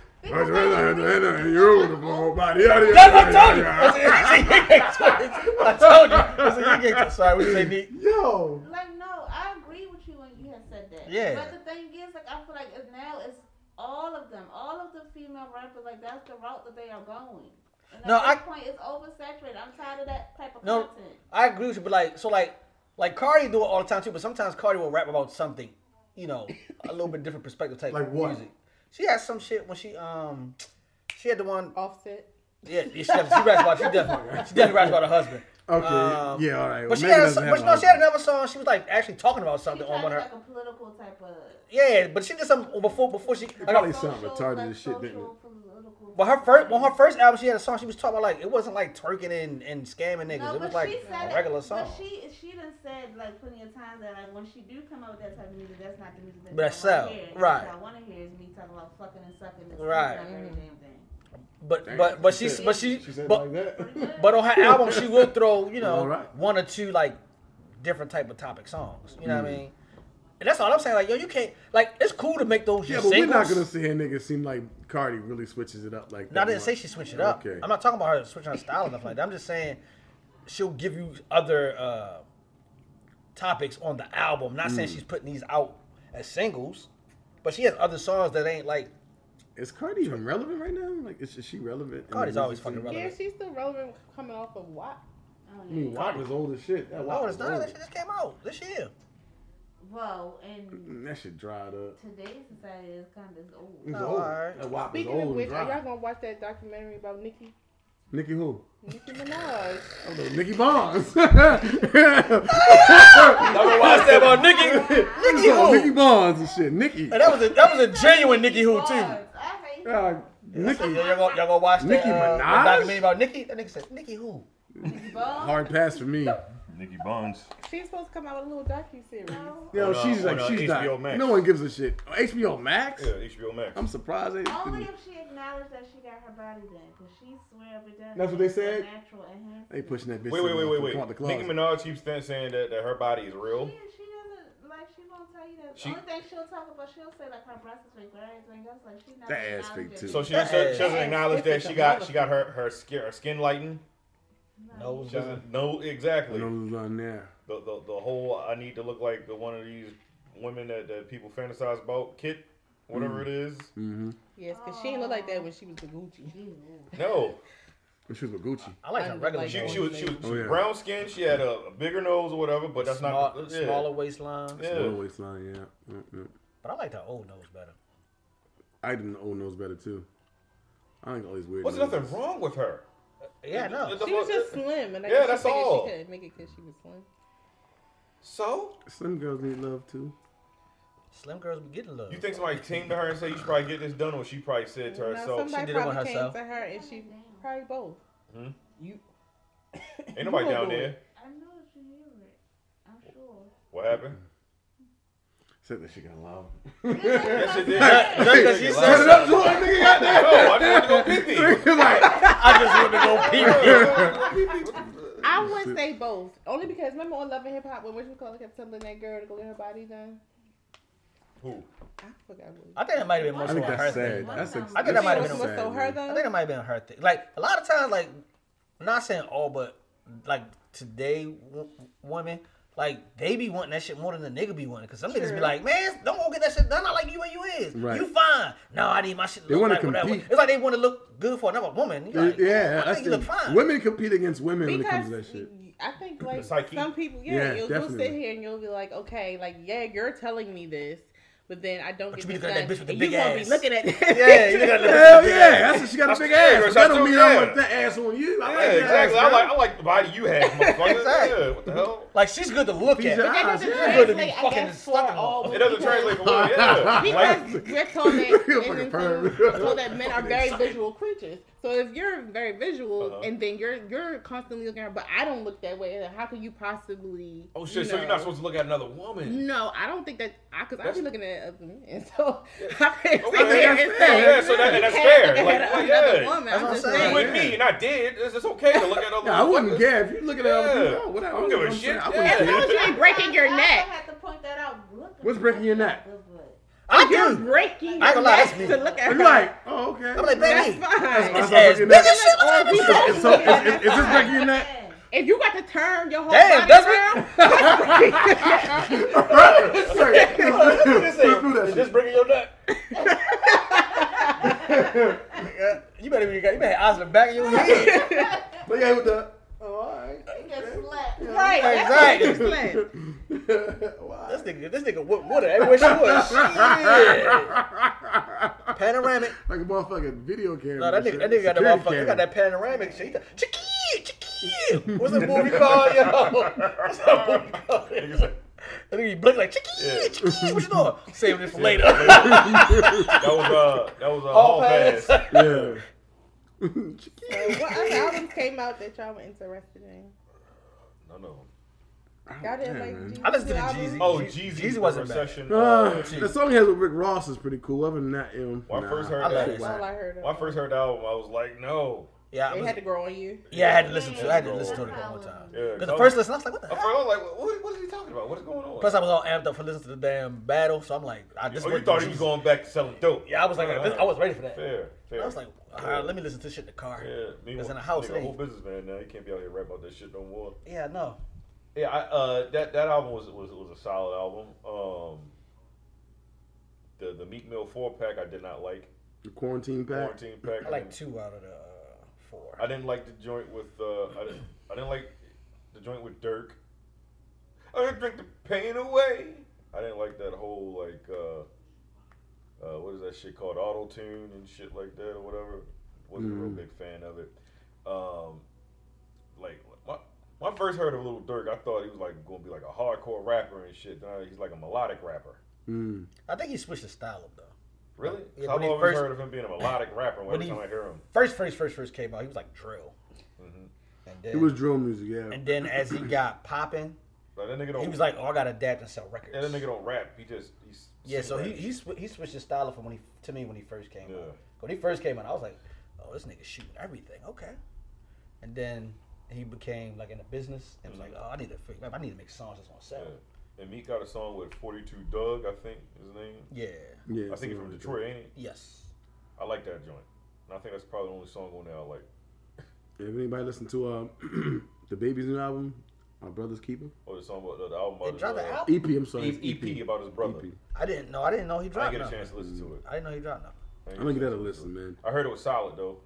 S3: You're the ball. Body yada yada.
S5: That's what I told you.
S3: yada, yada.
S5: I told you. It's a Yin Yang Twins. Sorry, we say neat.
S3: Yo.
S7: Like no, I agree with you when you had said that.
S5: Yeah.
S7: But the thing is, like I feel like it's now it's all of them, all of the female rappers, like that's the route that they are going. And at
S5: No,
S7: this
S5: I-
S7: point it's oversaturated. I'm tired of that type of
S5: No,
S7: content.
S5: I agree with you, but like, so like, like Cardi do it all the time too. But sometimes Cardi will rap about something, you know, a little bit different perspective type
S3: Like
S5: of
S3: what?
S5: music. She had some shit when she um, she had the one.
S6: offset.
S5: Yeah, yeah, she, def- she raps about she definitely she definitely raps about her husband.
S3: Okay.
S5: Um,
S3: yeah. All right.
S5: But she
S3: Megan
S5: had, a,
S3: doesn't
S5: but
S3: have
S5: no, she had
S3: husband.
S5: another song. She was like actually talking about
S7: She
S5: something on
S7: tried
S5: one
S7: to
S5: of her.
S7: like a political type of.
S5: Yeah, but she did some before before she. Like
S3: Probably
S5: her,
S3: sound retarded as shit, didn't
S7: social,
S3: it?
S7: political-
S5: well, her first on her first album, she had a song. She was talking about like it wasn't like twerking and, and scamming niggas.
S7: No,
S5: it
S7: but
S5: was like
S7: she said
S5: a regular
S7: it,
S5: song.
S7: But she she done said like plenty of times that like when she do come out with that type of music, that's not the music that
S5: But
S7: I
S5: that
S7: wanna
S5: sell,
S7: hear. The
S5: right.
S7: music I want to hear is me talking about fucking and sucking and
S5: Right.
S7: squeezing and every
S3: Mm-hmm.
S7: damn thing.
S5: But but but she
S3: said-
S5: but she,
S3: She said
S5: but,
S3: like that.
S5: but on her album she will throw you know
S3: All right.
S5: one or two like different type of topic songs. You know
S3: Mm.
S5: what I mean? And that's all I'm saying. Like yo, you can't like it's cool to make those.
S3: Yeah,
S5: your
S3: but we're not
S5: singles.
S3: gonna sit here, nigga. Seem like Cardi really switches it up like that.
S5: No, I didn't
S3: much.
S5: say she switched it up.
S3: Okay.
S5: I'm not talking about her switching her style and stuff like that. I'm just saying she'll give you other uh, topics on the album. Not
S3: Mm.
S5: saying she's putting these out as singles, but she has other songs that ain't like
S3: Is Cardi even relevant right now? Like, is, is she relevant? in
S5: Cardi's
S3: the music
S5: always fucking
S3: scene?
S5: relevant.
S6: Yeah, she's still relevant coming off of WAP.
S7: I don't
S3: I mean,
S7: know.
S3: WAP is old as shit. That WAP
S5: no, oh, it's
S3: is
S5: not.
S3: old.
S5: That shit just came out this year.
S7: Well, and
S3: Mm, That shit dried up.
S7: today's society is kind of old.
S3: It's
S5: No,
S3: old.
S5: alright.
S3: That WAP is
S6: Speaking of
S3: old and
S6: which, are y'all
S3: dry.
S6: gonna watch that documentary about Nicki
S3: Nicki who?
S6: Nicki Minaj? Like,
S3: I'm little Nicky Barnes.
S5: Remember what I said about Nikki?
S3: Nicky,
S5: who?
S3: Nicky Barnes and shit. Nicky.
S5: And that was a that was a genuine Nikki who too.
S7: I hate that.
S3: Uh,
S5: Y'all
S3: Nicky.
S5: go, y'all go watch
S3: Nicki
S5: that,
S3: Minaj?
S5: uh, that documentary about Nikki? That nigga said Nikki who?
S7: Bro,
S3: Hard pass for me.
S4: Nikki Bonds.
S6: she's supposed to come out with a little docu series.
S3: Yo,
S4: On, uh,
S3: she's like,
S4: on, uh,
S3: she's
S4: HBO
S3: not.
S4: Max.
S3: No one gives a shit. Oh, HBO Max?
S4: Yeah, HBO Max.
S3: I'm surprised. They
S7: only
S3: didn't-
S7: if she acknowledged that she got her body done, cause she swear every day.
S3: That's what they said?
S7: Natural and
S3: They pushing that bitch.
S4: Wait,
S3: to
S4: wait,
S3: the-
S4: wait, wait,
S3: Come out the
S4: wait.
S3: closet.
S4: Nicki Minaj keeps th- saying that, that her body is real.
S7: She, she doesn't like she gonna tell you that.
S4: She-
S7: Only thing she'll talk about, she'll say like her breasts is fake or anything. That's like she not.
S3: That ass
S7: acknowledging
S3: fake,
S7: it.
S3: too.
S4: So she, doesn't- she doesn't acknowledge that she got she got her, her skin her skin lightened.
S5: No,
S4: She doesn't know exactly
S3: No
S4: the,
S3: one's on there.
S4: the the whole I need to look like the one of these women that, that people fantasize about Kit, whatever it is.
S6: Yes, because she didn't look like that when she was the Gucci.
S4: No,
S3: But she was with Gucci.
S5: I like her regular.
S6: Like-
S4: she
S5: nose.
S4: she was she was, she
S3: Oh,
S4: was
S3: yeah.
S4: brown skin. She had a, a bigger nose or whatever, but that's
S5: Small,
S4: not yeah.
S5: smaller waistline.
S4: Yeah.
S3: Little waistline, yeah. Mm, Mm-mm.
S5: But I like her old nose better.
S3: I didn't old nose better too. I think all these weird.
S4: What's
S3: noses.
S4: nothing wrong with her?
S5: Yeah, no.
S4: The
S6: She was
S4: fuck-
S6: just slim, and I
S4: Yeah, that's
S6: guess she figured
S4: all.
S6: She couldn't make it because she was slim.
S4: So
S3: Slim girls need love too.
S5: Slim girls be getting love.
S4: you think somebody came to her and said you should probably get this done, or she probably said to
S6: No,
S4: herself,
S6: somebody
S5: did it with
S6: probably
S5: herself.
S6: came to her, and she probably both.
S4: Hmm?
S6: You
S4: "Ain't nobody
S6: You
S4: down
S6: gonna do
S4: there."
S7: I know if you hear it. I'm sure.
S4: What happened?
S3: Said that she got loud.
S4: Yes, it did.
S5: just 'cause she
S3: Turn
S5: said
S3: it up, to her, nigga. Got
S4: No, I just want to go pee
S3: It's like,
S5: I just want to go pee.
S6: I would say both, only because remember on Love and Hip Hop when Rich McCullough kept telling that girl to go get her body done.
S4: Who?
S6: I forgot what.
S5: I think it might have been more
S7: I
S3: I
S5: so
S3: think
S5: on her
S3: that's
S5: thing.
S3: sad. That's ex-
S5: I think that might have
S6: What's-
S5: been
S6: what's so her
S5: I
S6: though.
S5: think it might have been her thing. Like a lot of times, like not saying all, but like today w- women, like they be wanting that shit more than the nigga be wanting. Cause some niggas be
S6: True.
S5: like, man, don't go get that shit done. I like you where you is.
S3: Right.
S5: You fine. No, I need my shit. To
S3: They
S5: look
S3: wanna
S5: like whatever.
S3: compete.
S5: It's like they want to look good for another woman. You like,
S3: yeah,
S5: I
S3: that's
S5: think you
S3: the-
S5: look fine.
S3: women compete against women when it comes
S6: Because
S3: to that shit.
S6: I think like
S4: psyche.
S6: some people, yeah,
S3: Yeah,
S6: you'll, you'll
S3: definitely.
S6: sit here and you'll be like, okay, like yeah, you're telling me this, but then I don't
S5: But
S6: get
S5: you be
S6: this
S5: looking at that
S6: done,
S5: bitch with the
S6: and
S5: big
S6: you won't
S5: ass.
S6: be looking at that.
S5: yeah, you got
S3: Hell yeah, that's what she got
S4: That's
S3: a big
S4: true,
S3: ass.
S4: that's
S3: That don't
S4: true,
S3: mean I want
S4: yeah.
S3: that ass on you. I
S4: Yeah,
S3: like that
S4: exactly.
S3: ass,
S4: I like
S3: girl.
S4: I like the body you have, motherfucker.
S5: Exactly.
S4: Yeah, what the hell?
S5: Like she's good to look
S3: These
S5: at.
S3: eyes,
S6: That doesn't
S3: yeah.
S5: You're gonna be
S6: translate, I
S5: fucking
S6: guess, for
S5: stuck.
S6: all
S4: It doesn't
S6: because-
S4: translate for what. Yeah,
S6: Because we're told that,
S3: You're a fucking
S6: and then
S3: perv.
S6: so, so that men are very visual creatures. So if you're very visual
S4: Uh-huh.
S6: and then you're you're constantly looking around, but I don't look that way, then how could you possibly?
S4: Oh
S6: you
S4: shit! So you're
S6: know-
S4: not supposed to look at another woman.
S6: No, I don't think that I because I be
S4: That's-
S6: looking at other men, and so I can't sit
S4: Okay,
S6: there
S4: that's
S6: and
S4: fair.
S6: say
S4: Yeah, so that-
S6: you
S4: that's
S6: can't
S4: fair.
S6: look at
S4: Like,
S6: another
S4: like, yeah.
S6: woman.
S5: That's what
S6: I'm
S5: I'm
S6: just
S5: saying.
S4: You with
S6: saying.
S4: me, and I did. It's, it's okay to look at other.
S3: Nah, I wouldn't
S4: get.
S3: care if you look at other
S4: Yeah.
S3: people. Whatever.
S4: I don't give a
S3: I'm
S4: shit.
S3: saying, I
S4: Yeah.
S3: wouldn't care.
S6: As long as you ain't breaking your
S7: Sometimes I
S6: neck.
S7: have to point that out. Look at
S3: What's
S7: the-
S3: breaking your neck?
S7: the butt.
S5: I
S6: You're
S5: do.
S6: breaking
S5: I ain't
S6: your
S5: gonna lie,
S6: neck
S5: that's me.
S6: to look at
S3: I'm
S6: her.
S3: like, oh okay.
S5: I'm like,
S6: That's
S5: baby,
S6: fine.
S3: That's
S5: it's
S3: why I
S5: as
S3: fucking
S5: big as
S3: neck.
S5: shit. Look at
S6: We
S5: this.
S6: all
S3: Is- so, is,
S6: look
S3: is,
S6: at
S3: is this
S6: her.
S3: breaking your neck?
S7: Yeah.
S6: If you got to turn your whole
S5: Damn,
S6: body
S5: that's
S6: around,
S5: what.
S3: Through that
S5: bringing your nut. you better be. You better have eyes in the back of your head.
S3: shit. But yeah, with the. Oh, alright.
S7: You get slapped.
S6: Right. That's what you just said.
S5: This nigga, this nigga whoop water everywhere she was. Shit. Panoramic.
S3: Like a motherfucking video camera.
S5: No, that nigga, that nigga got that
S3: Security
S5: motherfucker. He
S3: camera.
S5: got that panoramic shit. He got, Chiquille, Chiquille. What's that movie called, yo? What's that movie
S4: Oh,
S5: called? That nigga, he blinked like Chiquille, Chiquille. What you doing? Saving it for later.
S4: That was uh, that was a
S5: All
S4: hall pass.
S5: pass.
S3: Yeah.
S6: So what other albums came out that y'all were interested in?
S4: No, no.
S6: Y'all didn't
S3: Yeah,
S6: like
S3: man.
S6: Jeezy
S5: I listened to the
S6: album?
S5: Jeezy.
S4: Oh, Jeezy,
S5: Jeezy wasn't bad.
S4: recession.
S3: Uh,
S4: Uh,
S3: the song he has with Rick Ross is pretty cool. Other than that, um,
S4: When I first heard
S5: I like
S4: that,
S5: it.
S6: That's all I heard of.
S4: when I first heard the album, I was like, no.
S5: Yeah, I
S6: They
S5: was-
S6: had to grow on you.
S5: yeah, I had to listen to. it. I had to listen to it
S7: That's
S5: one more
S7: how
S5: time.
S4: Yeah,
S5: Because
S4: I
S5: the
S4: was-
S5: first listen, I was like, what the
S4: At
S5: hell?
S4: first, I was like, what, what is he talking about? What's going on?
S5: Plus, I was all amped up for listening to the damn battle, so I'm like, I just.
S4: oh, you thought he was going back to selling dope?
S5: Yeah, I was like,
S4: Uh,
S5: I was ready for that.
S4: Fair, fair.
S5: I was like, all right, let me listen to this shit in the car.
S4: Yeah, me
S5: It's
S4: one-
S5: in the house,
S4: nigga,
S5: it
S4: a whole
S5: ain't.
S4: businessman now. You can't be out here rapping about that shit no more.
S5: Yeah, no.
S4: Yeah, I, uh, that that album was was was a solid album. Um, the the Meat Mill four pack I did not like.
S3: The quarantine pack.
S4: Quarantine pack.
S5: I like two out of the uh, four.
S4: I didn't like the joint with uh, I didn't I didn't like the joint with Dirk. I didn't drink the pain away. I didn't like that whole like uh, uh, what is that shit called auto tune and
S5: Mm-hmm.
S4: shit like that or whatever. Wasn't a real big fan of it. Um, like first heard of Little Dirk, I thought he was like going to be like a hardcore rapper and shit. Nah, he's like a melodic rapper.
S3: Mm.
S5: I think he switched his style up though.
S4: Really?
S5: Yeah,
S4: I've
S5: when he
S4: always
S5: first-
S4: heard of him being a melodic rapper.
S5: when
S4: Every
S5: he-
S4: time I hear him,
S5: First, first, first, first came out. He was like drill,
S4: Mm-hmm.
S5: and then
S3: It was drill music, yeah.
S5: and then as he got popping,
S4: like, that nigga don't.
S5: he was like, "Oh, I gotta adapt and sell records."
S4: yeah, that nigga don't rap. He just he's
S5: Yeah, so he
S4: raps.
S5: he, sw- he switched his style from when he to me when he first came
S4: Yeah.
S5: out. When he first came out, I was like, "Oh, this nigga shooting everything." Okay, and then he became like in the business and was like,
S4: Mm-hmm.
S5: "Oh, I need to fig- I need to make songs that's gonna sell."
S4: Yeah. And Meek got a song with 42 Doug, I think his name.
S5: Yeah.
S3: yeah
S4: I
S3: something
S4: think he's from
S3: like that.
S4: Detroit, ain't he?
S5: Yes.
S4: I like that joint. And I think that's probably the only song on there I like.
S3: If anybody listened to uh, the Baby's new album, My Brother's Keeper
S4: Or Oh, the song about the, the album about
S5: They
S4: his,
S5: dropped
S4: uh,
S5: an album.
S3: EP, I'm sorry,
S4: E-
S3: it's EP,
S4: EP about his brother.
S3: EP.
S5: I didn't know. I didn't know he
S4: I
S5: dropped.
S4: didn't get a
S5: nothing.
S4: chance to listen to it.
S5: I didn't know he dropped. Nothing.
S4: I
S3: Mm-hmm. I'm gonna give that a listen, man.
S4: I heard it was solid though.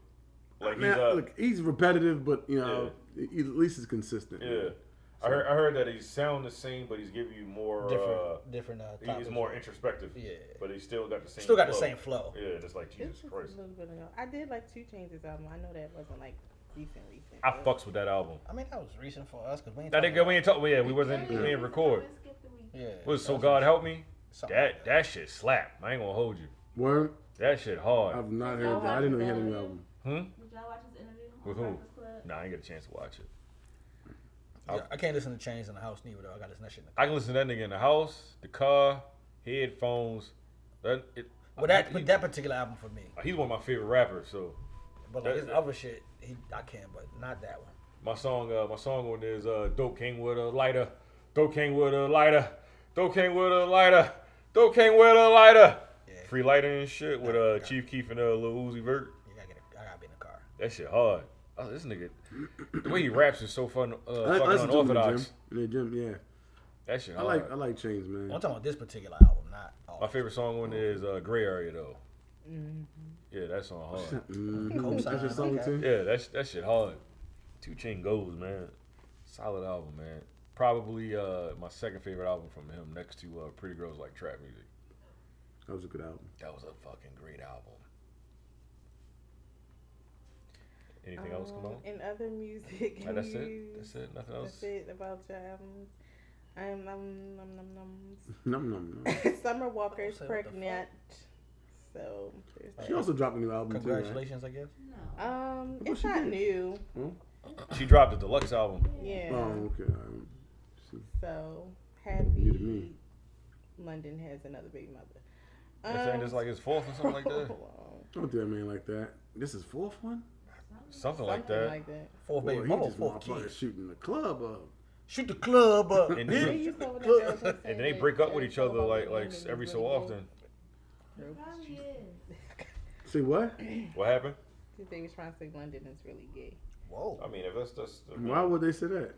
S4: Like
S3: Man,
S4: he's uh,
S3: look, he's repetitive, but you know, he- at least he's consistent.
S4: yeah.
S3: man.
S4: I heard I heard that he sound the same, but he's giving you more
S5: Different,
S4: uh,
S5: different. Uh,
S4: he-
S5: topics.
S4: He's more introspective.
S5: Yeah.
S4: But he still got the same.
S5: Still got the
S4: flow.
S5: same flow.
S4: Yeah, and it's like
S6: It's
S4: Jesus
S6: just a
S4: Christ.
S6: little bit ago. I did like two changes album. I know that wasn't like recent, recent.
S4: I
S6: but-
S4: fucks with that album.
S5: I mean, that was recent for us because we ain't.
S4: That
S5: talking
S4: nigga, we ain't talk. Yeah, we wasn't.
S7: Yeah,
S4: We ain't
S7: yeah,
S4: record.
S7: we skipped the week.
S5: about- Yeah.
S4: It was so
S5: that's
S4: God help me.
S5: something
S4: That
S5: like
S4: that shit slap. I ain't gonna hold you.
S3: Word,
S4: That shit hard.
S3: I've not heard that. I didn't know he had a new album.
S7: Did y'all watch his interview? on
S4: With who?
S7: Breakfast Club?
S4: Nah, I ain't get a chance to watch it.
S5: Yeah, I can't listen to Chains in the house neither. Though. I got to listen to that shit. In the
S4: I can listen to that nigga in the house, the car, headphones. That it.
S5: Well, that
S4: he-
S5: but that particular album for me,
S4: he's one of my favorite rappers. So
S5: but like
S4: That-
S5: his other shit, he I can, but not that one.
S4: my song, uh, my song on there is uh, "Dope King with a lighter, Dope King with a lighter, Dope King with a lighter, Dope King with a lighter."
S5: Yeah.
S4: Free lighter and shit with uh, Chief Keef and uh, Lil Uzi Vert.
S5: You gotta get, a, I gotta be in the car.
S4: That shit hard. Oh, this nigga, the way he raps is so fun, uh,
S3: I, I
S4: fucking
S3: listened to him in the gym.
S4: unorthodox.
S3: In the gym, yeah.
S4: That shit
S3: I
S4: hard.
S3: like I like Chains, man.
S5: I'm talking about this particular album, not all.
S4: My favorite song on there is uh, Gray Area though.
S6: Mm-hmm.
S4: Yeah, that song hard.
S3: Mhm. That's your song
S5: Okay.
S3: too.
S4: yeah, that's that shit hard. Two Chain Goes, man. Solid album, man. Probably uh, my second favorite album from him, next to uh, Pretty Girls Like Trap Music.
S3: That was a good album.
S4: That was a fucking great album. Anything else come
S6: Um,
S4: out?
S6: In other music,
S4: Like, that's
S6: news,
S4: it. That's it. Nothing else.
S6: That's it about your albums. I'm num num num num.
S3: Nom nom nom.
S6: Summer Walker's
S5: Say what the fuck?
S6: pregnant. So there's
S3: She also dropped a new album too, right?
S5: Congratulations, I guess.
S7: No.
S6: um,
S3: What
S6: it's
S3: she
S6: not
S3: did?
S6: new.
S4: She dropped a deluxe album.
S6: Yeah.
S3: Oh, okay. all right.
S6: So
S3: New to
S6: happy.
S3: me.
S6: London has another baby mother.
S4: That's I think
S6: Um,
S4: it's like his fourth or something like that.
S6: hold
S3: Don't do that man like that. This is fourth one.
S4: Something
S6: on.
S4: like
S6: Something
S4: that.
S6: Like that.
S5: Fourth
S3: Boy,
S5: Oh, baby
S3: he
S5: mama,
S3: just
S5: fourth kid.
S3: motherfucking shooting the club up.
S5: Shoot the club up.
S4: And
S5: bitch.
S6: They
S4: then-
S6: used to over there, girls would say
S4: And then they
S6: that
S4: break up with
S6: Eric
S4: each other
S6: Cole
S4: like
S6: Baldwin
S4: like
S6: was
S4: every so
S6: really good.
S4: often.
S7: It probably is.
S3: Say what?
S4: What happened?
S6: They was trying to say London is really gay.
S5: Whoa.
S4: I mean, if that's that's the
S3: Why would they say that?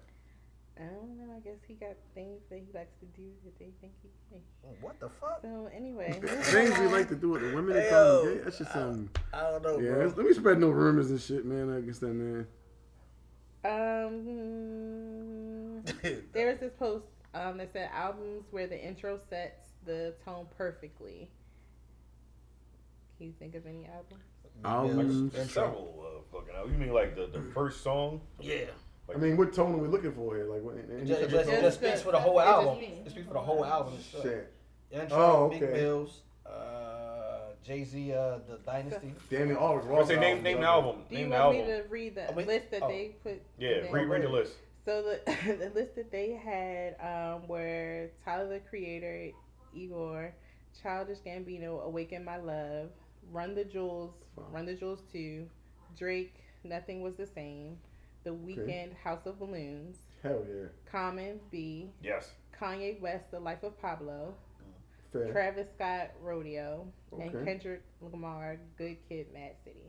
S6: I don't know. I guess he got things that he likes to do that they think he can.
S5: What the fuck?
S6: So anyway,
S3: Things we like to do with the women that call them
S5: Ayo.
S3: gay. That shit sound.
S5: I don't know,
S3: Yeah,
S5: bro.
S3: let me spread no rumors and shit, man. I guess that man.
S6: um, there was this post um, that said albums where the intro sets the tone perfectly. Can you think of any album?
S3: Albums.
S5: Intro.
S4: several uh, fucking albums. You mean like the, the
S5: Mm.
S4: first song?
S5: Yeah.
S3: I mean, what tone are we looking for here? Like, what? any
S5: It just,
S3: type
S5: it
S3: of
S5: just, it just
S6: Just-
S5: speaks for the whole
S6: it just
S5: album.
S7: speaks.
S5: It speaks for the whole album. and
S3: tone?
S5: shit.
S3: shit.
S5: Intro,
S3: Oh,
S5: Big
S3: okay.
S5: Bills, uh, Jay Z, uh, the Dynasty.
S3: Damn it, all was wrong.
S4: What's say name name the album?
S6: Do you
S4: Name the
S6: want
S4: album.
S6: me to read the
S5: Oh, wait.
S6: list that
S5: Oh.
S6: they put?
S4: Yeah,
S6: together?
S4: read read the list.
S6: So the the list that they had um, were Tyler the Creator, Igor, Childish Gambino, Awaken My Love, Run the Jewels, Run the Jewels Two, Drake, Nothing Was the Same, The Weeknd, House of Balloons,
S3: Hell yeah.
S6: Common, B,
S4: Yes.
S6: Kanye West, The Life of Pablo,
S3: Fair.
S6: Travis Scott, Rodeo, and
S3: Okay.
S6: Kendrick Lamar, Good Kid, Mad City.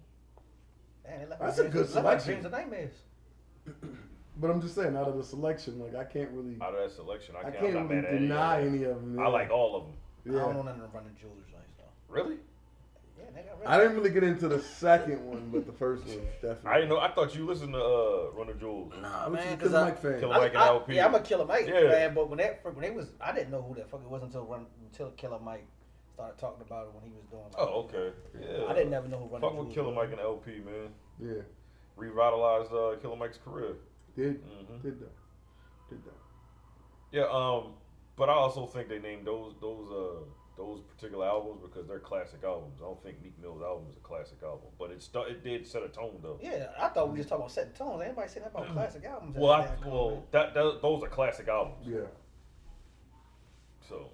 S5: Man, it left
S3: That's
S5: me
S3: a
S5: dreams-
S3: good
S5: left me
S3: selection.
S5: Dreams and nightmares.
S3: but I'm just saying, out of the selection, like I can't really,
S4: Out of that selection, I
S3: I
S4: can't,
S3: can't
S4: I'm not mad at
S3: really
S4: any
S3: deny
S4: of them.
S3: any of them.
S4: I like all of them.
S5: I don't know
S3: Yeah.
S5: nothing about running jewelry joints though.
S4: Really?
S5: Yeah, they got
S3: I didn't really get into the second one, but the first one definitely.
S4: I didn't know. I thought you listened to uh, Runner Jewels.
S5: Nah,
S3: Which is
S5: man,
S3: because I'm
S5: because I,
S3: like fan.
S4: Kill 'em.
S5: I,
S4: Mike and
S5: I-
S4: LP.
S5: Yeah, I'm a Killer Mike
S4: Yeah.
S5: fan, but when that when they was, I didn't know who that fucker was until Run, until Killer Mike started talking about it when he was doing. Like,
S4: Oh, okay. Yeah.
S5: I didn't never know who Run.
S4: Fuck with Killer Mike and LP, man.
S3: Yeah.
S4: Revitalized uh, Killer Mike's career.
S3: Did
S4: Mhm.
S3: did though. did that.
S4: Yeah, um, but I also think they named those those uh those particular albums because they're classic albums. I don't think Meek Mill's album is a classic album, but it stu- it did set a tone though.
S5: Yeah, I thought we just talking about setting tones. Anybody say that about classic albums?
S4: Well, I,
S5: That's
S4: well, that, that those are classic albums.
S3: Yeah.
S4: So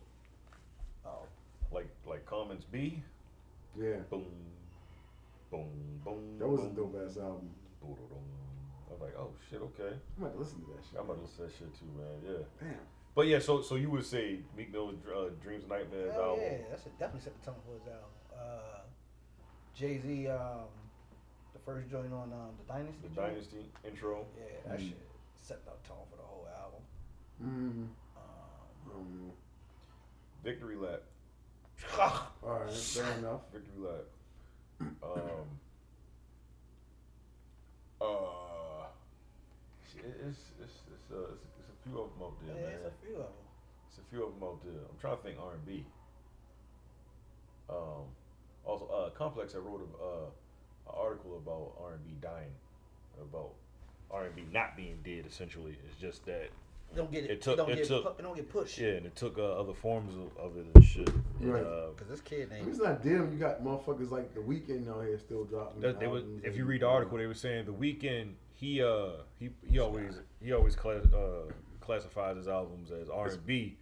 S5: Oh.
S4: like like Commons B,
S9: Yeah.
S4: boom, boom, boom.
S9: That was a
S4: boom,
S9: dope ass album.
S4: boom. I was like, oh shit, okay.
S9: I might listen to that shit.
S4: I'm gonna listen to that shit too, man. Yeah.
S9: Damn.
S4: But yeah, so so you would say Meek Mill's uh, Dreams and Nightmares
S5: Hell
S4: album?
S5: yeah, that should definitely set the tone for his album. Uh, Jay Z, um, the first joint on um, the Dynasty.
S4: The
S5: joint?
S4: Dynasty Mm. intro.
S5: Yeah, that shit set the tone for the whole album.
S9: Mm-hmm.
S5: Um,
S4: Victory Lap.
S9: All right, fair enough.
S4: Victory Lap. Um. uh. shit, it- It's it's it's a, it's, it's a few of them out
S5: yeah,
S4: there,
S5: it's
S4: man.
S5: a few of them.
S4: It's a few of them out there. I'm trying to think R and B. Um. Also, uh, Complex. I wrote a uh, an article about R and B dying, about R and B not being dead. Essentially, it's just that
S5: Don't get it.
S4: It took-
S5: don't,
S4: it
S5: get
S4: took-
S5: pu- don't get pushed.
S4: shit, and it took uh, other forms of, of it and shit. And,
S9: Right.
S4: uh,
S5: Cause this kid
S9: At
S5: named
S9: least not damn. You got motherfuckers like the weekend out here still dropping.
S4: That- they was,
S9: albums
S4: if
S9: and-
S4: you read the article, they were saying the weekend he uh he he always he always class, uh, classifies his albums as R and B,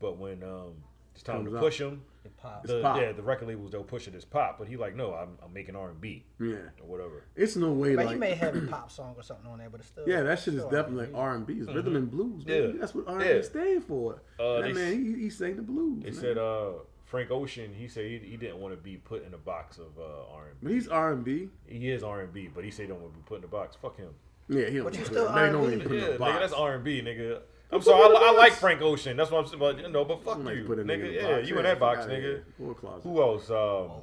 S4: but when um it's time
S3: Comes
S4: to
S3: out.
S4: push him,
S5: Pop.
S4: the,
S3: pop.
S4: yeah the record labels they'll push it as pop, but he like no I'm I'm making R and B
S3: Yeah.
S4: or whatever.
S3: It's no way
S5: But
S3: like
S5: he may have a pop song or something on there, but it's still.
S3: Yeah, that shit is
S5: still
S3: definitely
S5: R&B.
S3: R and B. It's rhythm and blues, baby.
S4: Mm-hmm. Yeah.
S3: That's what R and
S4: Yeah.
S3: B stand for.
S4: Uh,
S3: that
S4: they
S3: man, he, he sang the blues.
S4: They
S3: man.
S4: said uh Frank Ocean he said he, he didn't want to be put in a box of uh, R and
S3: but he's R and B.
S4: B. He is R and B, but he said he don't want to be put in a box. Fuck him.
S3: Yeah, he don't.
S5: But you
S3: put-
S5: still
S3: they don't
S5: R&B.
S3: even put
S4: Yeah,
S3: him in a
S4: nigga,
S3: box.
S4: that's R and B, nigga. I'm
S3: put
S4: sorry,
S3: him in
S4: I, I
S3: a
S4: like
S3: box.
S4: Frank Ocean. That's what I'm saying, but you know, but fuck
S3: Somebody
S4: you,
S3: put a
S4: nigga.
S3: in a
S4: yeah,
S3: box.
S4: you in that
S3: fuck
S4: box,
S3: outta
S4: nigga.
S3: here. Full closet.
S4: Who else? Um,
S7: Usher
S5: Oh,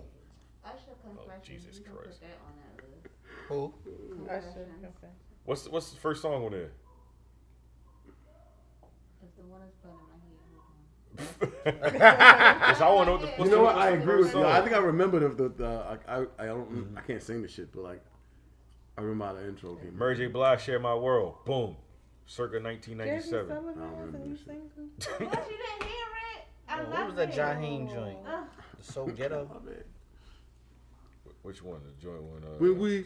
S7: confession.
S4: Jesus
S7: you can put
S4: Christ.
S7: that on that list.
S5: Who?
S7: Confessions.
S4: what's what's the first song on there?
S7: If the one is put in my head,
S4: Yes, I want to know what the what's
S7: You
S4: the-
S9: You know what?
S4: what's
S9: I
S4: the
S9: agree
S4: first
S9: with you.
S4: song? Mm-hmm.
S3: No, I
S9: I
S3: think I remember the, the, the I, I I don't I can't sing the shit, but like I remember how the intro came.
S4: Mary J. Blige, "Share My World," boom, circa
S6: Jeremy
S4: 1997.
S6: Sullivan
S3: I
S6: has
S3: don't
S6: a new
S3: remember that
S6: single.
S7: hold on. What? You didn't hear it? I
S5: Oh,
S7: love
S5: what was that
S7: it.
S5: Jaheim joint?
S7: Ugh.
S5: The So Ghetto.
S3: My bad.
S4: Which one? The joint one? Uh,
S3: When we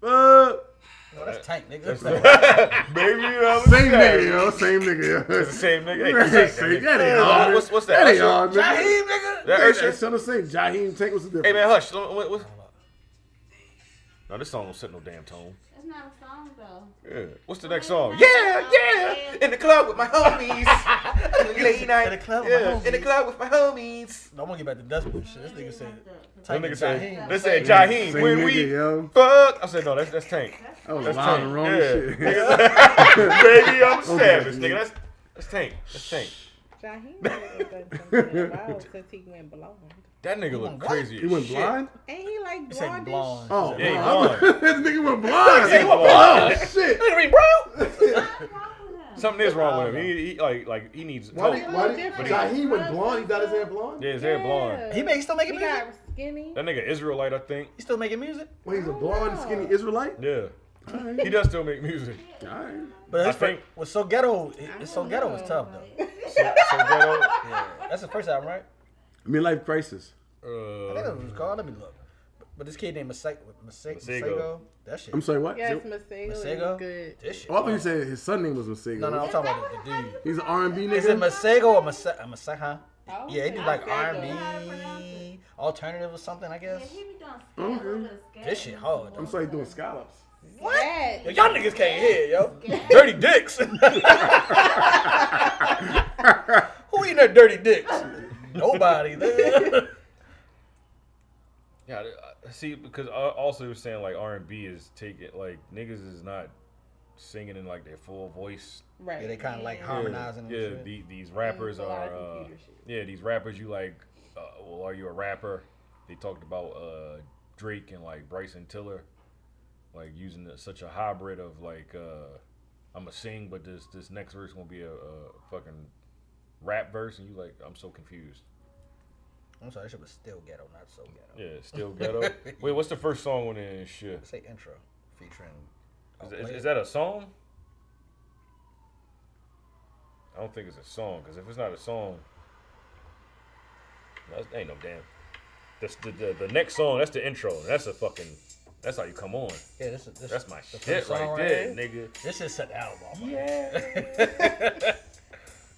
S3: uh,
S5: No, that's tight, nigga. That's
S4: baby, I was
S3: same
S4: there.
S3: nigga, yo, same nigga, yo.
S4: It's the same nigga. Hey,
S3: Right,
S4: keep that,
S3: see,
S4: nigga.
S3: that ain't hard.
S4: What's- what's that,
S3: That ain't
S4: Usher?
S3: hard, nigga.
S5: Jaheim, nigga.
S4: That
S3: Hey,
S4: Usher?
S3: that's the same. Jaheim Tank was the difference.
S4: Hey man, hush. What, what, what? No, this song don't set no damn tone.
S7: It's not a song though.
S4: Yeah. What's the next song?
S7: Yeah, yeah.
S4: In the club with my homies. Late night.
S5: In the club with my Yeah, in the homies.
S4: club with my homies.
S5: I'm gonna get back to dust bullshit. This nigga said.
S4: That
S5: Tight
S4: nigga
S5: and
S4: said,
S5: Jaheim.
S4: they said Jaheim,
S3: Same
S4: when
S3: nigga,
S4: we
S3: yo.
S4: fuck. I said, no, that's, that's Tank.
S3: I was
S4: That's
S3: loud
S4: Tank.
S3: and wrong
S4: yeah.
S3: shit.
S4: Baby, I'm savage,
S3: nigga.
S4: nigga. That's, that's Tank. That's Tank.
S6: Jaheim hasn't done something in a while since he went blonde.
S4: That nigga look
S5: what?
S4: crazy
S3: He
S4: as
S3: went
S4: shit.
S3: blind.
S6: Ain't he like
S5: He said blonde.
S6: blonde?
S3: Oh,
S4: Yeah, he
S3: wow.
S4: blind.
S3: this nigga went blind.
S4: he went
S3: Oh shit.
S5: Look at me, bro.
S7: What's wrong with him?
S4: Something is wrong with him. He, he like like he needs
S9: Why
S4: help.
S9: did, why did
S6: Different.
S9: Jaheim went blonde? He dyed his hair blonde?
S4: Yeah, his hair blonde.
S5: He make, still making
S6: He
S5: music.
S6: got skinny.
S4: That nigga Israelite, I think.
S5: He still making music.
S9: Wait, he's a
S3: Blonde, skinny Israelite.
S4: Yeah.
S3: All
S4: He
S3: right.
S4: does still make music.
S3: All right.
S5: But his
S4: I
S5: first
S4: think-
S5: was so ghetto. His so ghetto was tough though.
S4: So, so ghetto.
S5: That's the first album, right?
S3: Midlife crisis.
S5: I think
S4: Uh,
S5: that's what it was called. Let me look. But, but this kid named Masego.
S4: Masego.
S5: Masego. That shit.
S3: I'm sorry, what?
S6: Yes,
S3: Is it-
S6: Masego
S5: Masego.
S6: is good.
S5: This shit.
S3: Oh, I thought you said his son name was Masego.
S5: No, no, I'm talking about the, the dude.
S3: He's an R&B
S5: Is it
S3: nigga.
S5: Masego or Mase- uh, Maseha?
S6: Oh,
S5: Yeah, he do
S6: okay.
S5: like
S6: Masego.
S5: R&B, alternative or something, I
S7: Yeah,
S5: guess.
S7: he be doing scales, little scales.
S5: This shit hard.
S3: I'm sorry, doing scallops.
S5: Yo,
S6: What?
S5: y'all niggas can't hear, yo. Dirty dicks. Who eating their dirty dicks? Nobody. nigga.
S4: yeah, I- I- see, because I also was saying like R and B is taking like niggas is not singing in like their full voice.
S6: Right.
S5: yeah, they kind of like
S4: Yeah,
S5: harmonizing.
S4: Yeah,
S5: and shit.
S4: the- these rappers
S6: It's a lot
S4: are.
S6: of
S4: Uh,
S6: computer shit.
S4: yeah, these rappers you like. Uh, well, are you a rapper? They talked about uh, Drake and like Bryson Tiller, like using the- such a hybrid of like uh, I'm a sing, but this this next verse gonna be a, a fucking rap verse, and you like I'm so confused.
S5: I'm sorry, that shit was still ghetto, not so ghetto.
S4: Yeah, it's still ghetto. Wait, what's the first song on there and shit?
S5: Say intro featuring.
S4: Is, is, is that a song? I don't think it's a song because if it's not a song, that's, ain't no damn. That's the, the the next song. That's the intro. That's a fucking. That's how you come on.
S5: Yeah, this is this,
S4: That's my
S5: the first
S4: shit right
S5: song
S4: there,
S5: here.
S4: nigga.
S5: This is set the album off. right here.
S4: Yeah.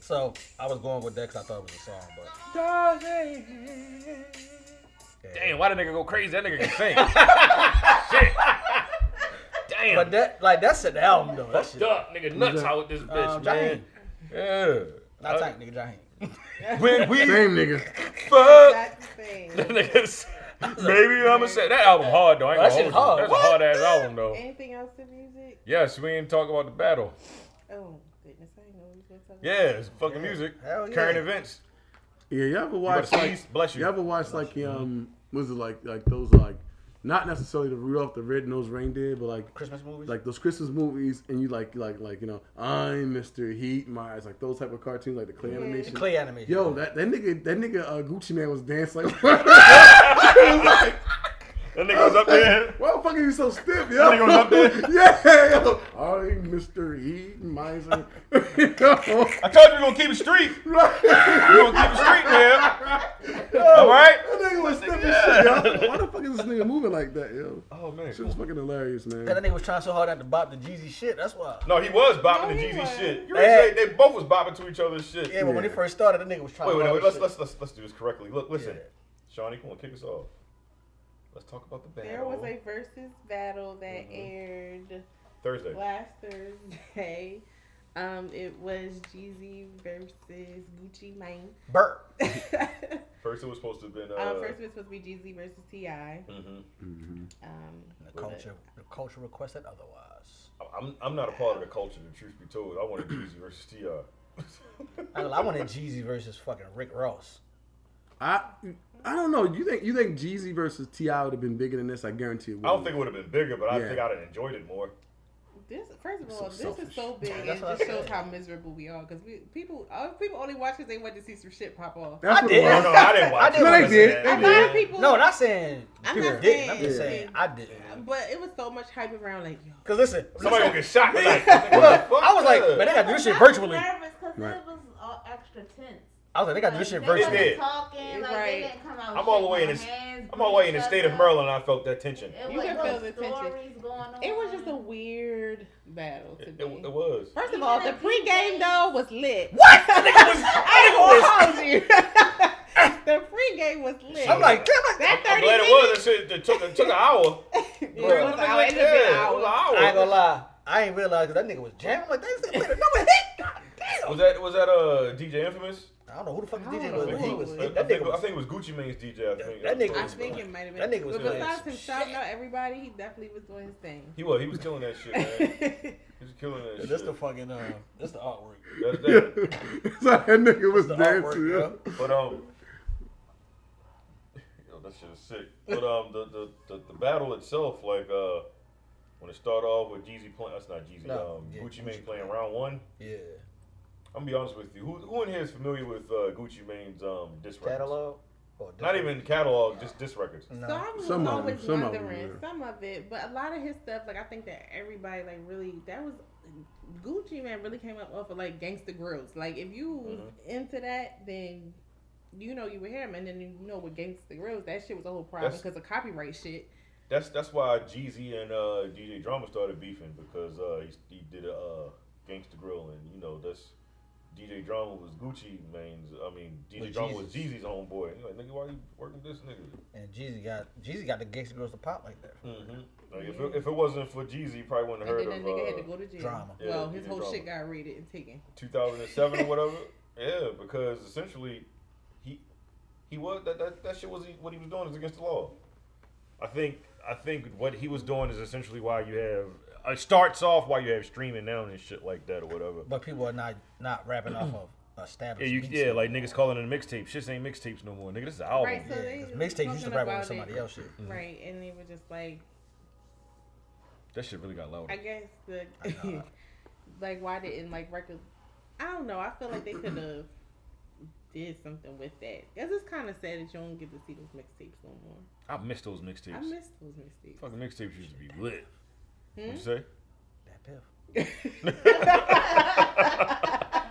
S5: So I was going with that 'cause I thought it was a song, but
S4: Damn, why the nigga go crazy? That nigga can sing. shit. Damn.
S5: but that like that set the album though. That shit.
S4: duck, nigga nuts out with this bitch,
S5: Oh,
S4: man.
S5: Jaheim.
S4: Yeah.
S5: Not tight, nigga. Jaheim.
S4: When we
S3: Same nigga.
S4: fuck.
S6: That's the thing.
S4: Niggas, Maybe I'ma say that album hard though. I ain't
S5: That
S4: gonna
S5: shit
S4: hold
S5: hard.
S4: you. That's
S5: What?
S4: a hard ass album though.
S6: Anything else to music?
S4: Yes, we ain't talk about the battle.
S6: Oh goodness, I didn't know we was gonna talk about.
S4: Yeah, it's fucking music.
S5: Hell yeah.
S4: Current events.
S3: Yeah, you ever watch
S4: better
S3: like
S4: sneeze. Bless you.
S3: ever watch like um was it like like those like not necessarily the Rudolph the Red Nosed Reindeer, but like
S5: Christmas movies.
S3: like those Christmas movies, and you like like like you know I'm Mr. Heat Myers, like those type of cartoons, like the clay
S5: the
S3: animation.
S5: clay animation.
S3: Yo, that, that nigga that nigga uh, Gucci Man was dancing like, like
S4: That nigga was up there.
S3: why the fuck are you so stiff, yo?
S4: That nigga was up there.
S3: yeah, yo. I'm Mr. Heat Miser. yo,
S4: I told you we gonna keep it street. We gonna keep it street, man. All right.
S3: That nigga was stiff as shit, yo. Why the fuck is this nigga moving like that, yo?
S4: Oh man.
S3: Shit was fucking hilarious, man.
S5: that nigga was trying so hard not to bop the Jeezy shit. That's why.
S4: No, he was bopping
S6: No,
S4: the
S6: he
S4: Jeezy
S6: wasn't.
S4: shit. You
S5: Yeah.
S4: really say they both was bopping to each other's shit.
S5: Yeah, but when
S3: Yeah.
S5: it first started, that nigga was trying.
S4: Wait,
S5: to
S4: wait,
S5: bop
S4: wait.
S5: the
S4: Let's
S5: shit.
S4: let's let's let's do this correctly. Look, listen,
S5: Yeah.
S4: Shawnee, come on, kick us off. Let's talk about the battle.
S6: There was a versus battle that
S5: Mm-hmm.
S6: aired
S4: Thursday.
S6: last Thursday. Um, it was Jeezy versus Gucci Mane.
S5: Burp.
S6: um,
S4: First, it was supposed to have been. Uh,
S6: first was supposed to be Jeezy versus Ti.
S4: mhm.
S6: Um,
S5: The culture, the culture requested otherwise.
S4: I'm I'm not a part of the culture. The truth be told, I wanted Jeezy versus Ti.
S5: I, I wanted Jeezy versus fucking Rick Ross.
S3: I I don't know. You think you think Jeezy versus Ti would have been bigger than this? I guarantee it.
S4: I don't think it would have been bigger, but I
S3: Yeah.
S4: think I'd have enjoyed it more.
S6: this first of all,
S3: so
S6: this
S3: selfish.
S6: is so big. It
S5: That's what I
S6: just shows
S5: said.
S6: how miserable we are because we people uh, people only watch because they want to see some shit pop off.
S3: That's
S5: I
S3: what
S5: did.
S3: it
S4: No,
S3: was.
S4: no, I didn't watch.
S5: I did.
S4: it.
S3: No, they did.
S6: A
S3: They
S6: lot
S3: did.
S6: of people,
S5: No, not saying
S6: I'm
S5: people
S6: not
S5: didn't. I'm
S6: saying-
S5: just saying I didn't.
S6: but it was so much hype around like yo.
S5: Cause listen,
S4: Somebody
S5: listen,
S4: gonna get shot. Like,
S5: look, I was like, man, they gotta do this shit virtually.
S7: I was nervous 'cause
S3: Right.
S7: it was all extra tense.
S5: I was like, they gotta do this shit
S7: Like, they wasn't
S5: virtually.
S4: did.
S7: Talking, like,
S6: Right.
S7: they didn't come out
S4: I'm all the way in the
S7: shaking hands,
S4: I'm all the way in the
S7: greeting each
S4: state of
S7: other.
S4: Maryland. I felt that tension.
S7: It
S6: You
S7: was
S6: can
S7: no
S6: feel the tension.
S7: stories going
S6: It was just a
S7: on.
S6: weird battle to
S4: It, it,
S6: me.
S4: it was.
S6: First of all, the
S7: Even if he
S6: pregame
S7: did-
S6: though was lit.
S5: What? That nigga was. That
S6: I you. the pregame was lit.
S5: nigga was. I'm like, damn. Like,
S6: that 30
S4: I'm glad it
S6: minutes.
S4: was. That shit it took, it took an hour.
S6: It was an hour. It took me an
S4: Yeah, it was
S6: hour.
S4: an hour.
S5: I ain't gonna lie. I ain't realized that that nigga was jamming. I'm like, that nigga made another hit. God damn.
S4: Was that was that uh DJ Infamous?
S5: I don't know who the fuck the
S6: I
S5: DJ
S6: don't
S5: was.
S4: I
S5: but
S4: think,
S5: He
S4: it
S5: was.
S4: was- I,
S5: That
S4: think,
S5: nigga
S4: I
S5: was.
S4: think it was Gucci Mane's DJ. I think
S5: That
S4: That's
S5: nigga
S4: what
S6: I
S5: was-
S6: think it might have
S5: That
S6: been.
S5: nigga was
S6: but
S5: doing
S6: besides
S5: some
S6: himself,
S5: shit.
S6: no, everybody, he definitely was doing his thing.
S4: He was. He was killing that shit, man. He was killing that shit.
S5: That's the fucking. Uh, that's the artwork.
S4: That's that.
S3: It's like that nigga was
S5: the
S3: dancing.
S5: artwork,
S3: yo.
S4: But um, yo, that shit is sick. But um, the the, the, the battle itself, like uh, when it started off with Jeezy playing, that's not Jeezy.
S5: No,
S4: um,
S5: yeah,
S4: Gucci
S5: Gucci
S4: Mane playing
S5: Mane.
S4: round one.
S5: Yeah.
S4: I'm gonna be honest with you. Who who in here is familiar with uh, Gucci Mane's um disc records?
S5: Catalog. Mm-hmm. Or
S4: Not even catalog, just disc records.
S5: No.
S6: So I was
S3: Some of 'em,
S6: always
S3: some of 'em,
S6: wondering
S3: yeah.
S6: some of it, but a lot of his stuff, like I think that everybody like really that was Gucci man really came up off of like Gangsta Grills. Like if you was
S4: Uh-huh.
S6: into that, then you know you were him, and then you know with Gangsta Grills that shit was a whole problem
S4: That's-
S6: because of copyright shit.
S4: That's that's why Jeezy and uh, DJ Drama started beefing because uh, he, he did a uh, Gangsta Grill and you know that's DJ Drama was Gucci Mane's. I mean DJ
S5: With
S4: Drama was
S5: Jeezus.
S4: Jeezy's homeboy. And you're like nigga, why you working with this nigga?
S5: And Jeezy got Jeezy got the gangsta girls to pop like that.
S4: Like if, it, if it wasn't for Jeezy, you probably wouldn't
S6: And
S4: have
S6: then
S4: heard
S6: that
S4: of
S6: nigga had to
S4: uh,
S6: go to jail.
S5: drama.
S4: Yeah,
S6: well,
S4: he
S6: his
S4: did
S6: whole
S4: drama.
S6: shit got raided and taken.
S4: 2007 or whatever. Yeah, because essentially he he was that that, that shit was what he was doing is against the law. I think I think what he was doing is essentially why you have it starts off why you have streaming now and shit like that or whatever.
S5: But people are not not rapping off of
S4: Yeah,
S5: established.
S4: you,
S5: beats.
S4: yeah, like niggas calling it a mixtape. Shit ain't mixtapes no more, nigga. This is an album.
S6: Right, so
S5: Yeah,
S6: they
S5: 'cause
S6: was
S5: mixtapes used to
S6: talking
S5: rap over
S6: about
S5: somebody
S6: it.
S5: else shit.
S6: Right, and they were just like,
S4: That shit really got loud.
S6: I guess the like why didn't like record? I don't know. I feel like they could have did something with that. Cause it's kind of sad that you don't get to see those mixtapes no more.
S4: I miss those
S6: I
S4: mixtapes.
S6: miss Hmm? those mixtapes.
S4: Fucking mixtapes used to be lit. What you say?
S5: That piff.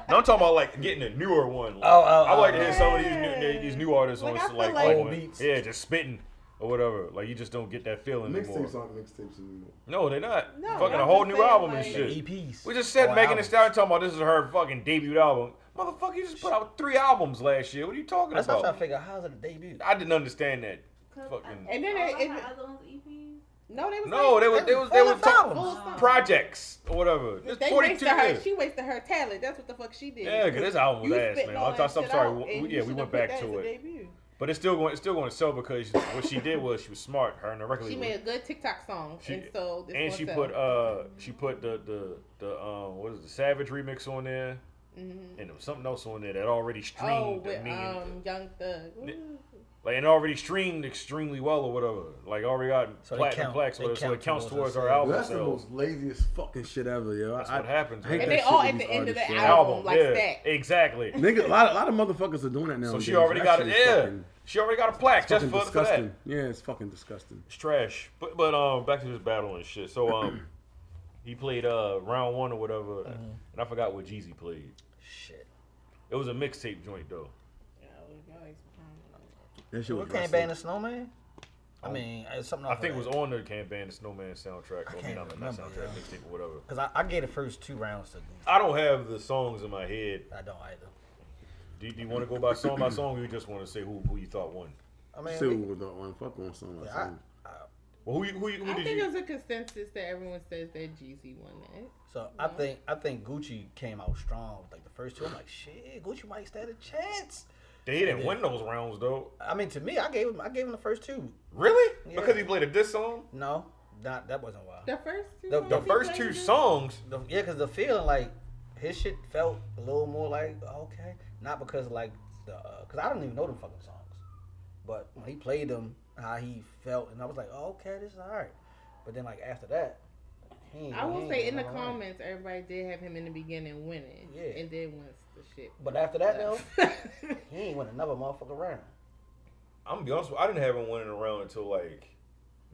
S4: No, I'm talking about like getting a newer one. Like,
S5: Oh, oh,
S4: I like
S5: oh,
S4: to hear
S5: oh.
S4: some of these new these new artists
S6: Like,
S4: on
S6: I
S4: so,
S6: feel
S4: like,
S6: like-
S4: on-
S5: Old beats.
S4: yeah, just spitting or whatever. Like you just don't get that feeling anymore.
S9: Mixtapes aren't mixtapes anymore.
S4: No, they're not.
S6: No,
S4: fucking a
S6: I'm
S4: whole
S6: just
S4: new
S6: saying,
S4: album
S6: like-
S4: and shit.
S5: EPs.
S4: We just said
S5: E Or
S4: Megan Thee
S5: albums.
S4: Stallion talking about this is her fucking debut album. Motherfucker, you just put out three albums last year. What are you talking
S5: That's what I'm trying to
S4: about?
S5: figure out. How's it a debut?
S4: I didn't understand that.
S7: 'Cause
S4: Fucking-
S7: I-
S6: And then it-
S7: all
S6: it-
S7: her other ones
S6: E
S7: EPs.
S6: No, they was
S4: No,
S6: like,
S4: they was they was they
S5: full
S4: was
S5: of
S4: talking
S5: albums.
S6: full of stuff.
S4: projects or whatever. It's
S6: They
S4: 42
S6: wasted her.
S4: years.
S6: She wasted her talent. That's what the fuck she did.
S4: Yeah, 'cause this album was
S6: You
S4: ass,
S6: spitting
S4: man.
S6: all
S4: I'm-
S6: that
S4: I'm
S6: shit
S4: sorry.
S6: out,
S4: We-
S6: and
S4: we-
S6: you
S4: yeah, we
S6: should've
S4: went
S6: put
S4: back
S6: that
S4: to
S6: as a
S4: it.
S6: debut.
S4: But it's still going it's still going to sell because what she did was she was smart. Her and the record
S6: She
S4: label.
S6: made a good TikTok song,
S4: She-
S6: and so this
S4: and
S6: one
S4: she
S6: sell.
S4: put uh she put the the the um what is it, the Savage remix on there
S6: Mhm.
S4: and there was something else on there that already streamed
S6: oh with
S4: me and-
S6: um Young Thug. Ooh.
S4: like and already streamed extremely well or whatever like already got
S5: So they
S4: platinum
S5: count-
S4: plaques
S5: they
S4: or whatever, so it
S5: count
S4: counts
S5: towards
S4: towards
S5: her
S4: her
S5: sales.
S4: album
S9: That's the
S4: sales.
S9: most laziest fucking shit ever, yo.
S4: That's
S9: I,
S4: what happens,
S9: I hate
S4: man.
S6: And
S9: that
S6: they
S9: shit
S6: all
S9: with
S6: at
S9: these
S6: the end of the
S9: artists, yo.
S6: album. like that.
S4: exactly
S3: Nigga, a lot, a lot of motherfuckers are doing that now.
S4: so she already got it yeah she already got a plaque just
S3: Fucking
S4: for, for that
S3: disgusting. Yeah, it's fucking disgusting.
S4: It's trash. But but um back to this battle and shit. So um he played uh round one or whatever,
S5: Mm-hmm.
S4: and I forgot what Jeezy played.
S5: Shit.
S4: It was a mixtape joint though.
S3: That shit
S5: We
S3: was
S5: can't
S3: wrestling.
S5: ban the snowman. I mean, it's something
S4: Oh. I think it was on the Can't Ban the Snowman soundtrack. Or I mean,
S5: can't
S4: not, not
S5: remember,
S4: soundtrack,
S5: yo.
S4: mixtape or whatever.
S5: because I, I gave the first two rounds to.
S4: I don't have the songs in my head.
S5: I don't either.
S4: Do, do you want to go by song by song, or you just want to say who who you thought won?
S5: I mean,
S3: Still
S5: we-
S3: with that one. Fuck on something. like
S5: Yeah, I-
S3: that.
S4: Well, who you- who, you- who
S6: I
S4: did
S6: think
S4: you?
S6: there's a consensus that everyone says that Jeezy won that.
S5: so I think I think Gucci came out strong with like the first two. I'm like, shit, Gucci might stand a chance.
S4: They didn't win those rounds though.
S5: I mean, to me, I gave him I gave him the first two.
S4: Really?
S5: Yeah.
S4: Because he played a diss song.
S5: No, not that wasn't why.
S6: The first two.
S5: The-
S6: songs
S4: The
S6: he
S4: first
S6: played
S4: two
S6: with him-
S4: songs.
S5: The, yeah, because the feeling like his shit felt a little more like okay, not because like the because I don't even know them fucking songs, but when he played them, how he felt, and I was like, oh, okay, this is alright. But then like after that, he ain't-
S6: I
S5: he
S6: will
S5: ain't
S6: say in the
S5: doing nothing right.
S6: comments, everybody did have him in the beginning winning,
S5: Yeah.
S6: and then once the shit.
S5: But after that though,
S6: though.
S5: he ain't win another motherfucker round.
S4: I'm gonna be honest with you, I didn't have him winning a round until like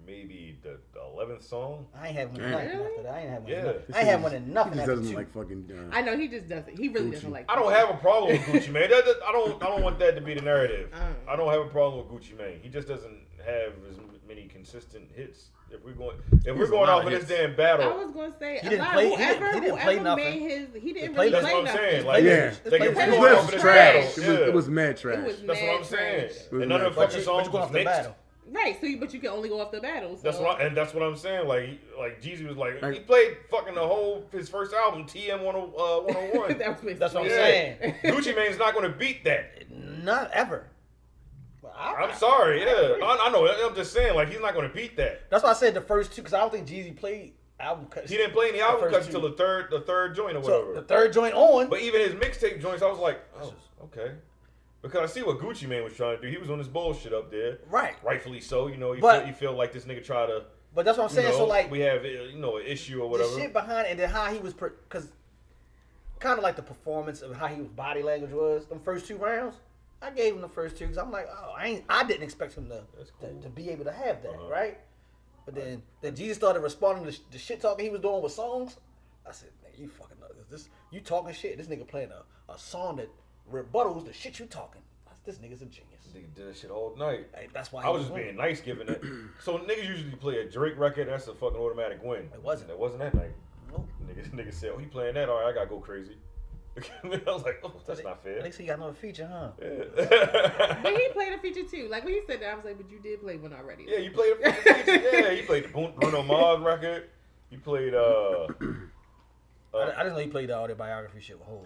S4: maybe the eleventh song.
S5: I ain't have one
S3: Damn.
S5: nothing after that. I ain't have one.
S4: Yeah.
S5: nothing. I ain't have one in
S3: He
S5: nothing
S3: just
S5: after
S3: doesn't
S5: two.
S3: like fucking. Uh,
S6: I know he just doesn't. He really doesn't
S3: Gucci.
S6: like.
S4: I don't have a problem with Gucci Mane. That, that- I don't. I don't want that to be the narrative.
S6: Um.
S4: I don't have a problem with Gucci Mane. He just doesn't have as m- many consistent hits. If we're going, if we're
S3: was
S4: going
S3: a lot
S4: off
S3: of
S4: of this
S3: hits.
S4: damn
S6: I
S4: battle,
S6: was gonna say
S5: He
S6: a
S5: didn't
S6: lot.
S5: play- he
S6: whoever,
S5: didn't- he didn't play
S6: whoever
S5: nothing.
S6: made his, he didn't
S5: played-
S6: really
S4: that's
S6: play
S4: what I'm
S6: nothing.
S4: saying.
S5: Play
S4: Like,
S5: this-
S3: Yeah.
S5: just
S4: like,
S5: play
S4: if we're
S5: this
S6: was
S4: going
S6: trash.
S4: off of this
S3: It
S4: battle,
S3: was,
S4: yeah.
S3: it was mad trash.
S6: It was
S4: that's
S6: mad
S4: what I'm saying.
S6: trash.
S3: was
S4: And none
S3: mad
S4: of the
S5: But
S4: fucking
S5: you, but
S4: songs
S5: you
S4: was
S5: going off the
S4: mixed.
S5: battle.
S6: Right. So, you, but you can only go off the battle. So.
S4: That's what I, and that's what I'm saying. Like, he- like Jeezy was like, he
S3: Like-
S4: played fucking the whole his first album, TM 101.
S6: that was
S5: That's what
S4: Yeah.
S5: I'm saying.
S4: Gucci Mane's not going to beat that.
S5: Not ever. But I-
S4: I'm sorry. Yeah, I, I know. I'm just saying, like, he's not going to beat that.
S5: That's why I said the first two because I don't think Jeezy played album cuts.
S4: He didn't play any album cuts until the third, the third joint or
S5: So
S4: whatever.
S5: the third joint on.
S4: But even his mixtape joints, I was like, oh, okay. Because I see what Gucci Mane was trying to do. He was on his bullshit up there.
S5: Right.
S4: Rightfully so. You know, you,
S5: But-
S4: feel, you feel like this nigga try to,
S5: But that's what I'm
S4: you
S5: saying.
S4: know,
S5: so like
S4: we have, uh, you know, an issue or
S5: the
S4: whatever.
S5: shit behind it and then how he was because kind of like the performance of how he was body language was. Them first two rounds, I gave him the first two because I'm like, oh, I ain't, I didn't expect him to
S4: That's
S5: to,
S4: cool.
S5: to be able to have that,
S4: Uh-huh.
S5: right? But then then Jesus started responding to sh- the shit talking he was doing with songs. I said, nigga, you fucking know this. this you talking shit. This nigga playing a, a song that rebuttals the shit you talking. I said, This nigga's a genius.
S4: Nigga did that shit all night.
S5: Hey, that's why
S4: I
S5: he
S4: was just
S5: winning.
S4: being nice giving it. So niggas usually play a Drake record. That's a fucking automatic win.
S5: It wasn't.
S4: It wasn't that night.
S5: Nope.
S4: Niggas, niggas said, "Oh, he playing that? All right, I gotta go crazy." I was like, "Oh, that's not
S5: At
S4: fair."
S5: least he got another feature, huh?
S4: Yeah,
S6: But he played a feature too. Like when he said that, I was like, "But you did play one already."
S4: yeah you played. A fucking feature. yeah, you played the Bru- Bruno Mars record. You played. uh
S5: I, I didn't know he played all that biography shit with Hov.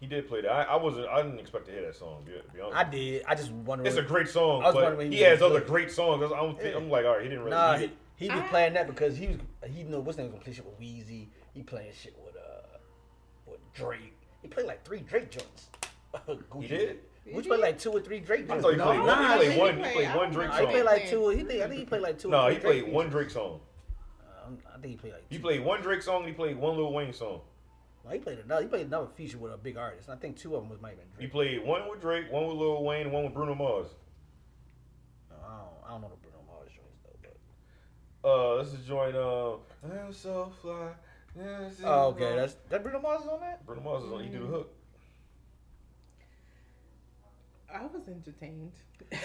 S4: He did play that. I, I wasn't. I didn't expect to hear that song. To be honest.
S5: I did. I just wonder.
S4: It's a great song,
S5: I was
S4: but
S5: wondering
S4: he,
S5: when he
S4: has
S5: was
S4: other
S5: good.
S4: great songs. That's- I don't think, I'm like, all right, he didn't really.
S5: Nah,
S4: he
S5: he,
S4: didn't-
S5: he was
S6: I-
S5: playing that because he was he knew what's name was gonna play shit with Weezy. He playing shit with uh with Drake. He played like three Drake joints. Gucci.
S4: He did?
S5: Gucci played like two or three Drake
S4: I
S5: joints.
S4: thought he
S5: No,
S4: played,
S6: nah, I
S4: one, he played
S6: think
S4: one. He
S6: he played-
S4: played
S6: I
S4: one
S6: don't
S4: Drake
S6: know.
S5: he played
S4: song.
S5: like two. He think, I think he played like two. or
S4: No,
S5: three
S4: he played
S5: Drake
S4: one
S5: features.
S4: Drake song.
S5: Um, I think he played like.
S4: He
S5: two.
S4: played one Drake song. and He played one Lil Wayne song.
S5: No, he played another. He played another feature with a big artist. And I think two of them was might have been
S4: He
S5: Drake.
S4: played one with Drake, one with Lil Wayne, and one with Bruno Mars.
S5: No, I don't, I don't know the Bruno Mars joints though. But.
S4: Uh, this is joint. Uh, I'm so fly.
S5: Oh, okay, Oh, that's that Bruno Mars is on that.
S6: Mm.
S4: Bruno Mars is on. He do the hook.
S6: I was entertained.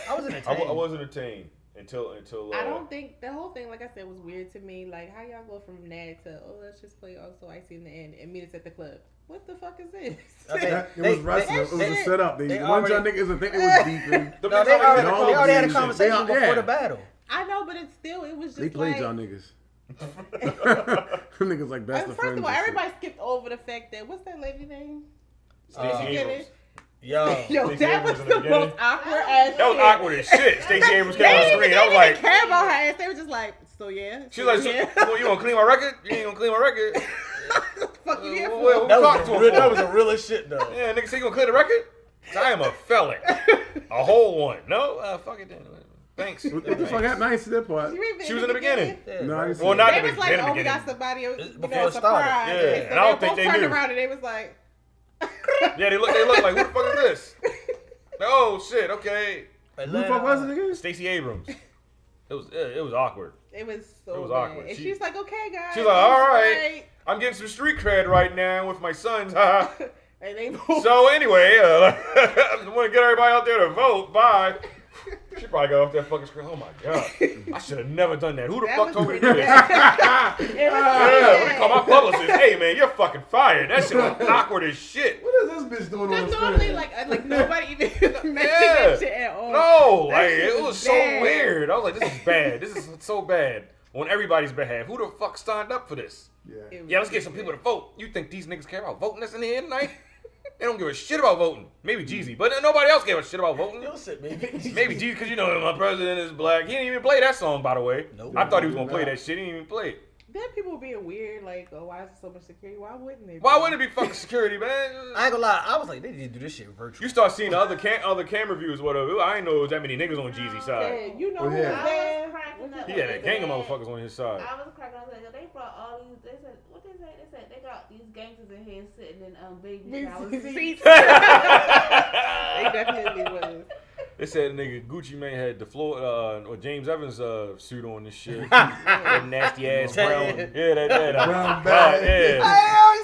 S5: I was
S4: I, w- I
S5: entertained.
S4: was entertained until until. Uh,
S6: I don't think the whole thing, like I said, was weird to me. Like how y'all go from that to oh let's just play also icy in the end and meet us at the club. What the fuck is this?
S5: I think-
S3: That- it
S5: They-
S3: was wrestling.
S5: they-
S3: it was a
S5: they-
S3: setup. They,
S5: they
S3: one
S5: already-
S3: time niggas would think it was beefing.
S4: The
S5: no,
S4: bitch
S5: they already,
S4: already-
S5: they
S3: all
S5: already had a
S3: these shit. They
S5: conversation
S3: all-
S5: before
S3: yeah.
S5: the battle.
S6: I know, but it's still it was just
S3: They played
S6: like,
S3: y'all niggas. Them niggas like best
S6: Uh,
S3: of
S6: First
S3: friends.
S6: of
S3: and
S6: all,
S3: shit.
S6: everybody skipped over the fact that what's that lady name?
S4: Stacey
S6: Get
S4: Abrams.
S6: it?
S5: Yo,
S6: Yo,
S4: Stacey
S6: that
S4: Abrams
S6: was
S4: in the
S6: the
S4: beginning.
S6: most awkward
S4: That
S6: ass.
S4: was
S6: shit.
S4: awkward as shit. Stacey Abrams came on the
S6: They
S4: screen.
S6: didn't
S4: I was
S6: even
S4: like,
S6: care about her ass. They were just like, so yeah.
S4: she was
S6: so
S4: like,
S6: yeah.
S4: so, well, you gonna clean my record? You ain't gonna clean my record?
S6: fuck you here
S4: Well,
S6: for?
S4: Uh, well,
S5: that
S4: talk
S5: was,
S4: to
S5: the
S4: him
S5: real,
S4: for
S5: that
S4: him.
S5: was the realest shit though.
S4: Yeah, nigga, say you gonna clear the record? 'Cause I am a felon, a whole one. No, uh, fuck it then. Thanks.
S3: What, what the fuck
S4: Thanks.
S3: happened? I ain't see that part.
S6: You remember
S4: She was in the beginning.
S5: Yeah,
S3: No, I
S5: bro.
S3: didn't see
S4: Well,
S3: that.
S4: not
S6: They
S4: in the
S6: was like,
S4: beginning.
S6: oh, we got somebody. You
S5: Before
S6: know,
S5: it started.
S6: surprise.
S4: Yeah,
S6: And so
S4: and I don't
S6: they
S4: think
S6: both
S4: they
S6: turned
S4: knew.
S6: around and they was like,
S4: Yeah, they look. They look like, who the fuck is this? oh shit. Okay.
S3: Who the
S5: Atlanta,
S3: fuck was it again?
S4: Stacey Abrams. It was it, it was awkward.
S6: it was so
S4: It was
S6: bad.
S4: awkward.
S6: And
S4: She-
S6: she, was like, okay, guys.
S4: She was like, all right,
S6: alright."
S4: I'm getting some street cred right now with my sons. ha, ha."
S6: And they moved.
S4: so anyway, uh, I want to get everybody out there to vote. Bye. She probably got off that fucking screen. Oh my god, I should have never done that. Who the
S6: That
S4: fuck
S6: was
S4: told me to do
S6: pretty
S4: this?
S6: bad.
S4: yeah,
S6: It was
S4: let me
S6: bad.
S4: call my publicist. Hey man, you're fucking fired. That shit was awkward as shit.
S9: What is this bitch doing on
S6: Because
S9: the
S6: normally,
S9: screen?
S6: like, I- like nobody even mentioned
S4: Yeah.
S6: that shit at all.
S4: No,
S6: That
S4: like
S6: shit
S4: it
S6: was
S4: was so
S6: bad.
S4: weird. I was like, this is bad. This is so bad on everybody's behalf. Who the fuck signed up for this?
S9: Yeah.
S6: It
S4: Yeah,
S6: was
S4: let's get some people to vote. You think these niggas care about voting this in the end tonight? they don't give a shit about voting. Maybe Jeezy, but nobody else gave a shit about voting.
S5: Yo, shit, baby.
S4: Maybe Jeezy, because you know my president is black. He didn't even play that song, by the way.
S5: Nope.
S4: I thought he was gonna play that shit. He didn't even play it.
S6: Then people being weird, like, oh, why is there so much security? Why wouldn't they?
S4: Why wouldn't it be fucking security, man?
S5: I ain't gonna lie, I was like, they need to do this shit virtual.
S4: You start seeing the other cam- other camera views, whatever. I ain't know it was that many niggas on Jeezy's side.
S6: Yeah, you know
S9: Oh,
S6: who
S9: yeah.
S6: was
S7: I was
S6: there.
S7: cracking up.
S4: He had a gang of motherfuckers on his side.
S7: I was cracking up. I was like, yo, they brought all these. They said, what they say? They said they got these gangsters in here sitting in um baby showers.
S6: Seats. They
S4: they
S6: definitely was.
S4: said nigga Gucci Mane had the floor uh, or James Evans uh, suit on this shit. that nasty ass brown. Yeah, that that uh,
S9: Brown
S4: brown,
S9: bag.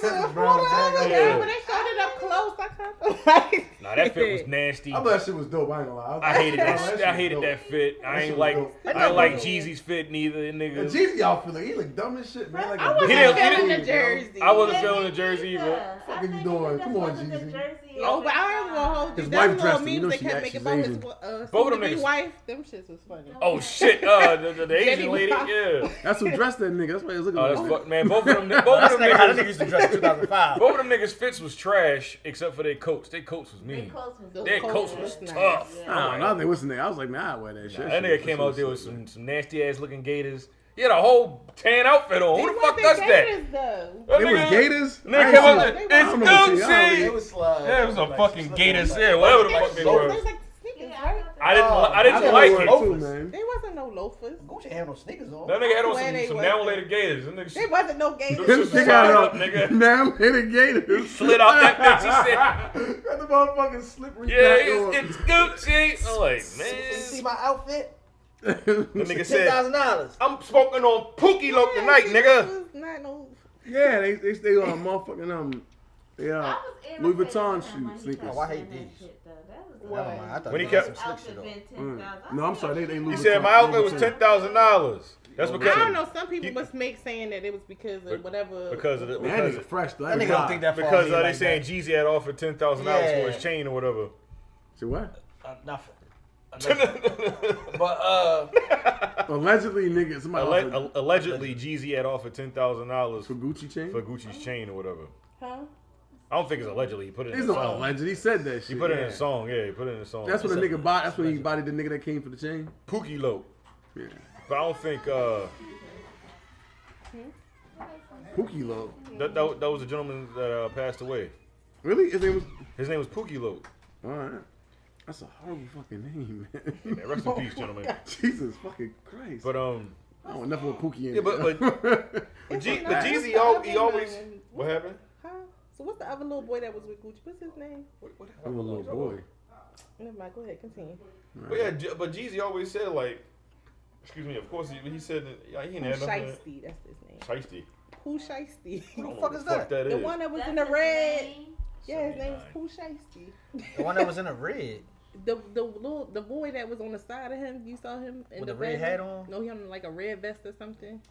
S4: yeah.
S9: Brown bag.
S6: Yeah, when they showed it up close, I kind of like.
S4: Nah, that fit was nasty.
S9: I thought that shit was dope. I ain't gonna lie.
S4: I hated that.
S9: shit.
S4: shit. I hated that fit. I
S9: shit
S4: ain't
S9: was
S4: like
S9: dope.
S4: I ain't like Jeezy's fit neither,
S9: The
S4: nigga.
S9: Jeezy outfit, like, he look dumb as shit, man. Like a
S6: I
S9: big
S4: didn't-
S6: wasn't
S4: he
S6: feeling
S4: didn't-
S6: the jersey.
S4: I wasn't
S7: Maybe
S4: feeling the jersey
S7: either.
S4: either.
S9: Fuck
S7: I
S9: are you
S7: think
S9: doing?
S7: that's
S9: Come on,
S7: what's in the
S9: Jeezy.
S7: jersey
S6: Oh, but I
S7: all
S6: was
S7: the
S6: gonna
S7: time.
S6: hold you.
S3: His
S6: That's
S3: wife
S6: little
S3: dressed him. You
S6: memes
S3: know
S6: they
S3: she
S6: kept
S3: act- she's
S6: making about his
S3: Asian.
S6: uh,
S4: Both of them
S6: soon-to-be
S4: niggas-
S6: wife. Them shits was funny.
S4: Oh shit, uh, the, the, the
S6: Jenny
S4: Asian lady,
S6: Rock.
S4: yeah.
S3: That's who dressed that nigga. That's why he was looking.
S4: Oh,
S3: like
S4: that's
S3: that.
S4: fuck, man. Both of them, both
S5: That's
S4: of them
S5: like how that nigga
S4: niggas,
S5: used to dress in 2005.
S4: both of them niggas fits was trash except for their coats. Their coats was
S7: They
S4: mean.
S7: close was
S6: Those
S4: Their
S6: coats
S4: coats was
S6: was nice.
S4: tough.
S7: Yeah.
S3: I don't know. I think what's the name? I was like, man, I wear that shit.
S4: Nah, that
S3: Shit,
S4: nigga came
S3: that's
S4: out there
S3: what
S4: with
S3: shit, man.
S4: some, some nasty ass looking gators. He had a whole tan outfit on. Who the fuck does that?
S6: Though.
S4: That
S3: They was
S4: nigga-
S3: gators.
S4: Nigga
S3: I
S4: came out
S3: ain't
S4: there.
S3: seen-
S6: They
S4: It's
S9: It
S6: were-
S4: Gucci.
S9: was
S5: uh,
S9: slide.
S4: Yeah, it was a
S9: Like,
S4: fucking
S9: slipping,
S4: gators.
S9: like-
S4: Yeah, whatever the fuck
S6: They
S4: they
S6: were
S4: were.
S6: like sneakers, right?
S4: I didn't.
S5: Oh,
S4: li- I
S9: I
S4: didn't
S9: got
S4: like
S9: one
S4: it.
S9: too, man.
S6: They wasn't no loafers.
S5: Gucci had no sneakers on.
S4: That nigga had on
S6: Where
S4: some,
S6: they
S4: some
S6: were.
S4: now later gators. That nigga
S6: They wasn't no gay.
S4: Them
S6: They
S4: shit got up, nigga.
S3: Damn, hit a gator.
S4: slid off that bitch. He said.
S9: Got the motherfucking slippery
S4: Yeah,
S9: back on.
S4: it's, it's Gucci. I'm like,
S5: You see
S4: man.
S5: my outfit?
S4: The nigga
S5: Ten
S4: said,
S5: thousand dollars.
S4: I'm smoking on Pookie Loke tonight, nigga.
S6: was Not no.
S3: Yeah, they they they uh, motherfucking um, they
S7: I
S3: uh,
S7: was irritated
S3: Louis Vuitton
S7: with him
S3: shoes,
S7: when he
S3: sneakers.
S5: Oh, I
S7: tried
S5: hate
S7: to
S5: these.
S7: do that shit, though. That was the
S5: Never mind, I thought
S4: When he
S5: that
S4: kept-
S5: was some slick
S7: outfit
S5: shit on.
S7: been ten thousand.
S3: Mm. No, I'm sorry, they they
S4: He
S3: lose.
S4: said my outfit was ten thousand dollars. That's
S6: I don't
S4: because
S6: know. Some people
S4: You-
S6: must make saying that it was because of whatever.
S4: because of the,
S3: Man, that
S4: because
S3: nigga fresh though.
S5: That nigga don't think that far
S4: because
S5: ahead
S4: uh, they
S5: like
S4: saying
S5: that.
S4: Jeezy had offered ten thousand dollars for
S5: Yeah.
S4: his chain or whatever.
S3: Say what?
S5: Uh, nothing. but uh,
S3: Allegedly, nigga, somebody
S4: Alle-
S3: offered
S4: al- allegedly, Jeezy had offered ten thousand dollars
S3: for
S4: for
S3: Gucci chain.
S4: Gucci's chain or whatever.
S6: Huh?
S4: I don't think it's allegedly. He put it in
S3: He's
S4: a
S3: not
S4: song.
S3: alleged. He said that
S4: He
S3: shit.
S4: put it in
S3: yeah.
S4: a song. Yeah, he put it in a song.
S3: That's when the
S5: It's a-
S3: nigga bought. That's when he bodied the nigga that came for the chain.
S4: Pookie Loke.
S3: Yeah.
S4: But I don't think uh,
S3: Pookie Low.
S4: that, that that was a gentleman that uh, passed away.
S3: Really? His name was.
S4: His name was Pookie Loke.
S3: All right. That's a horrible fucking name, man.
S4: Man,
S6: Oh,
S4: rest in peace, gentlemen.
S3: Jesus fucking Christ.
S4: But um,
S3: I don't want nothing with Pookie in
S4: Yeah, but-
S3: it.
S4: but, G-
S6: It's
S4: but
S6: not-
S4: Jeezy,
S6: it's
S4: al-
S6: not
S4: he always.
S6: even-
S4: What happened?
S6: Huh? So what's the other little boy that was with Gucci? What's his name?
S4: What, what happened?
S3: I'm a little boy.
S6: Never mind. Go ahead. Continue.
S4: But yeah, Je- but Jeezy always said like, excuse me. Of course, he, he said that, yeah, he ain't had nothing.
S6: Shiesty. That's his name.
S4: Shiesty.
S6: Pooh Shiesty.
S5: who the fuck is that?
S4: that
S6: the
S4: is.
S6: one that was
S7: That's
S6: in the
S7: his
S6: red.
S7: name.
S6: Yeah, his name was
S4: 79.
S6: Pooh Shiesty.
S5: The one that was in the red.
S6: The the little the boy that was on the side of him, you saw him in
S5: With
S6: the
S5: the red hat on?
S6: No, he had like a red vest or something.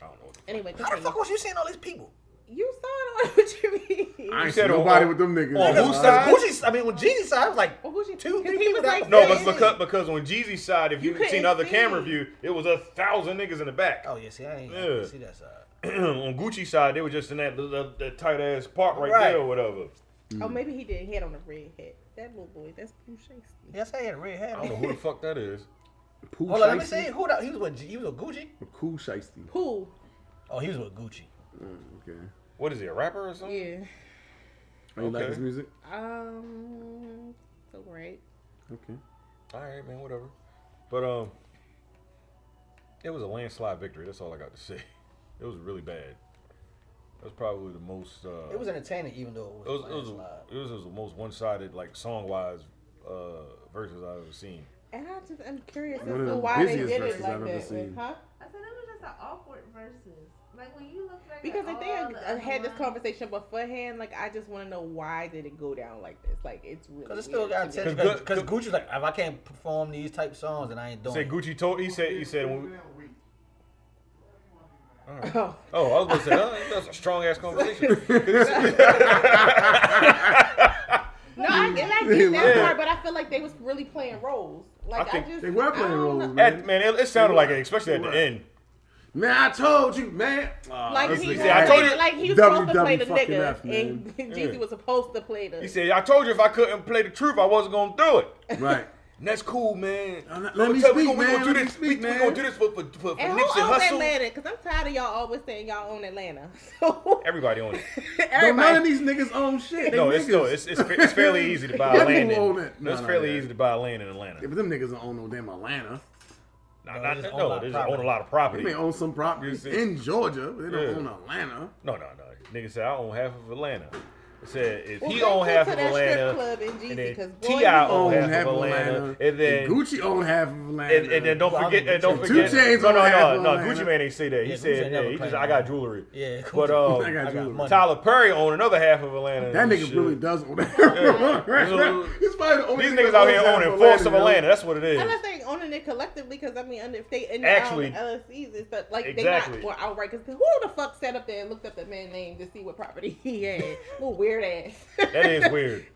S4: I don't know. What the
S6: Anyway,
S5: How the
S6: continue.
S5: fuck was you seeing all these people?
S6: you saw it on what you mean?
S3: I ain't
S4: said
S3: said
S4: on-
S3: nobody with them niggas.
S4: on
S3: man.
S4: whose
S5: Because
S4: side?
S5: Gucci's- I mean, with Jeezy's side, I was like,
S6: Well, who's he-
S5: two,
S6: because
S5: three
S6: he
S5: people
S6: was
S5: that.
S6: like
S4: No,
S6: Yeah.
S4: but because because on Jeezy's side, if
S6: You
S4: you,
S6: couldn't
S4: seen other
S6: see.
S4: camera view, it was a thousand niggas in the back.
S5: Oh yeah, see, I ain't I
S4: Yeah.
S5: didn't see that side.
S4: on Gucci's side, they were just in that that, that tight ass park right,
S5: Right.
S4: there or whatever.
S6: Oh, maybe he did. He had on a red hat. That little boy, that's Pooh Shakespeare.
S5: Yes, I had a red hat.
S4: I
S5: On.
S4: don't know who the fuck that is.
S3: Pooh
S5: Hold on, let me see.
S3: Shiesty?
S5: Who the, he was with? G- He was with Gucci.
S3: Cool shiesty.
S6: Pooh.
S5: Oh, he was with Gucci.
S3: Mm, okay.
S4: What is he, a rapper or something?
S6: Yeah.
S3: Oh, you like
S4: Okay.
S3: his music?
S6: Um. So right.
S3: Okay.
S4: All right, man, whatever. But um, it was a landslide victory. That's all I got to say. It was really bad. That was probably the most. Uh,
S5: It was entertaining, even though
S4: It
S5: it
S4: was
S5: was,
S4: it was, it was, it was the most one sided like song wise uh, verses I've ever seen.
S6: And I just am curious as
S3: One of
S6: to
S3: the
S6: why they
S3: busiest
S6: did it
S3: verses
S6: like
S3: I've ever
S6: that. way,
S3: seen.
S6: Huh?
S7: I said it was just an awkward versus. Like when you look back
S6: Because
S7: at
S6: if they
S7: all
S6: had,
S7: the
S6: uh,
S7: other
S6: had this
S7: ones-
S6: conversation beforehand, like I just want to know why did it go down like this? Like it's really.
S5: because it still
S6: weird
S5: got
S6: to me.
S5: attention.
S4: Cause Gu-
S5: Because Gucci's like, if I can't perform these type songs, then I ain't doing.
S4: Say
S5: it.
S4: Gucci told he said he said. When we,
S6: Oh.
S4: oh, I was gonna say oh, that's a strong ass conversation.
S6: No, I get, I get that
S4: Yeah.
S6: part, but I feel like they was really playing roles. Like
S4: I
S6: I,
S4: think
S6: just
S3: They were playing
S6: I don't
S3: roles,
S6: know.
S3: man.
S4: At, man, it, it sounded like it, especially at the end.
S3: Man, I told you, man. Aw,
S6: Like
S3: this
S6: he,
S4: Honestly,
S3: is-
S4: see, I told you-
S6: like he was supposed to play the
S3: WW fucking
S6: nigga,
S3: F, man.
S6: and Jeezy was supposed to play the.
S4: He said, "I told you if I couldn't play the truth, I wasn't gonna do it."
S3: Right.
S4: And that's cool, man.
S3: Let me
S4: I'ma tell you,
S3: speak,
S4: we gonna,
S3: man.
S4: We
S3: Let
S4: gonna do
S3: me
S4: this.
S3: speak,
S4: we, we
S3: man.
S4: gonna do this for for, for, for
S6: and who
S4: Nipsey
S6: owns
S4: Hustle.
S6: Atlanta? Because I'm tired of y'all always saying y'all own Atlanta. So
S4: Everybody on it.
S3: Don't none of
S6: everybody,
S3: these niggas own shit. They
S4: no,
S3: niggas.
S4: it's no, it's, it's, fa- it's fairly easy to buy
S3: Them
S4: land.
S3: people
S4: In,
S3: own it.
S4: it's
S3: No, no,
S4: fairly
S3: yeah.
S4: easy to buy land in
S3: Yeah,
S4: Atlanta.
S3: but them niggas don't own no damn Atlanta.
S4: Not,
S5: they
S4: not,
S5: just own a lot
S4: no,
S5: of
S4: they just own a
S5: property.
S4: lot of
S3: They
S4: property.
S3: may own some properties
S4: You see.
S3: in Georgia, but they don't
S4: Yeah.
S3: own Atlanta.
S4: No, no, no. Nigga said I own half of Atlanta. I said if
S6: Well,
S4: he
S6: go
S4: own
S6: to
S4: half of
S6: that strip
S4: Atlanta,
S6: club in Jeezy,
S4: and then
S6: 'cause boy,
S4: Ti
S6: you
S4: own
S3: Own
S4: half of Atlanta, and then
S3: Gucci own half of Atlanta.
S4: and, and then don't
S5: Well,
S4: forget,
S5: I'm
S4: and don't
S5: Gucci.
S4: forget.
S3: Two Chainz
S4: no, no,
S3: on half
S4: no,
S3: of
S4: no.
S3: Atlanta.
S4: Gucci man ain't say that. He
S5: Yeah, Gucci
S4: said,
S5: ain't never
S4: yeah, he just,
S5: claimed
S4: I got
S5: that.
S4: jewelry.
S5: Yeah, Gucci.
S4: but um,
S3: I got jewelry.
S5: money.
S4: Tyler Perry owned another half of Atlanta.
S3: That
S4: and
S3: nigga
S4: shit.
S3: really does own that.
S4: So-
S3: He's probably the only
S4: These
S3: nigga
S4: niggas
S3: that
S4: out here
S3: owns half
S4: owning force of
S3: yo.
S4: Atlanta. That's what it is.
S6: unless they owning it collectively, because I mean, under, if they in
S4: Actually-
S6: the LSEs and stuff, like
S4: Exactly.
S6: they not well, outright. Because who the fuck sat up there and looked up that man's name to see what property he had? Little weird ass.
S4: That is weird.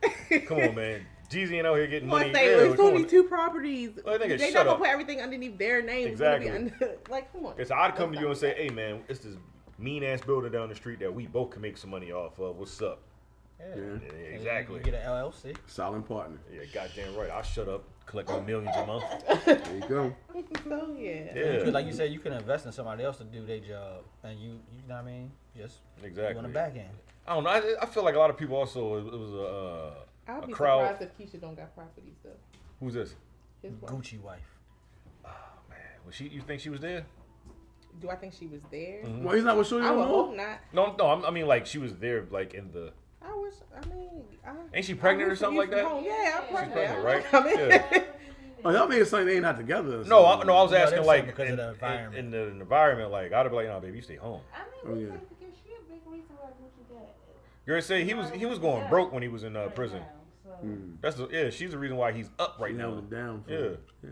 S4: Come on, man. Jeezy ain't out here getting
S6: Come
S4: money.
S6: on, say
S4: Yeah,
S6: there's
S4: come on.
S6: only two properties.
S4: Well, nigga,
S6: they
S4: shut
S6: not gonna
S4: up.
S6: put everything underneath their name. It's gonna be
S4: Exactly.
S6: under- like, come on.
S4: It's I'd come to you and say, "Hey, man, it's this mean ass building down the street that we both can make some money off of. What's up?"
S5: Yeah.
S4: Yeah, exactly.
S5: You get an LLC.
S3: Solid partner.
S4: Yeah, goddamn right. I shut up, collect my millions a month.
S3: There you go.
S6: So yeah.
S5: You could,
S4: Yeah,
S5: like you said, you can invest in somebody else to do their job, and you, you know what I mean? Just you on
S4: exactly.
S5: the back end.
S4: I don't know. I, I feel like a lot of people also it was a, uh,
S6: I'll
S4: a
S6: be
S4: crowd.
S6: surprised if Keisha don't got properties though.
S4: Who's this?
S6: His wife.
S5: Gucci wife.
S4: Was she? You think she was there?
S6: Do I think she was there?
S4: Mm-hmm.
S3: Well, he's not with Shorty
S6: I
S3: on
S6: would
S3: no.
S6: hope not.
S4: No, no. I'm- I mean, like she was there, like in the.
S6: I wish. I mean, I,
S4: Ain't she pregnant
S6: I
S4: or
S6: wish
S4: something
S6: Oh, you
S4: like that?
S6: home. Yeah, I'm pregnant.
S4: pregnant,
S6: I'm
S4: right?
S6: like, I'm in-
S4: Yeah.
S3: Oh, y'all made it something they ain't not together. or
S4: No, I,
S3: something.
S4: no. I was
S5: No, they
S4: asking
S5: were
S4: like
S5: saying because
S4: in,
S5: of the
S4: in-
S5: environment.
S4: in the environment. Like I'd be like, "Nah, baby, you stay home."
S7: I mean,
S3: Oh,
S7: we
S3: yeah.
S7: take- because she a big reason why Gucci got.
S4: Girl say he was he was going
S7: Yeah.
S4: broke when he was in uh,
S7: right
S4: prison. Hmm.
S7: now, so.
S4: That's the, yeah. She's the reason why he's up right
S3: Now
S4: now.
S3: was down. For
S4: Yeah.
S3: it. Yeah.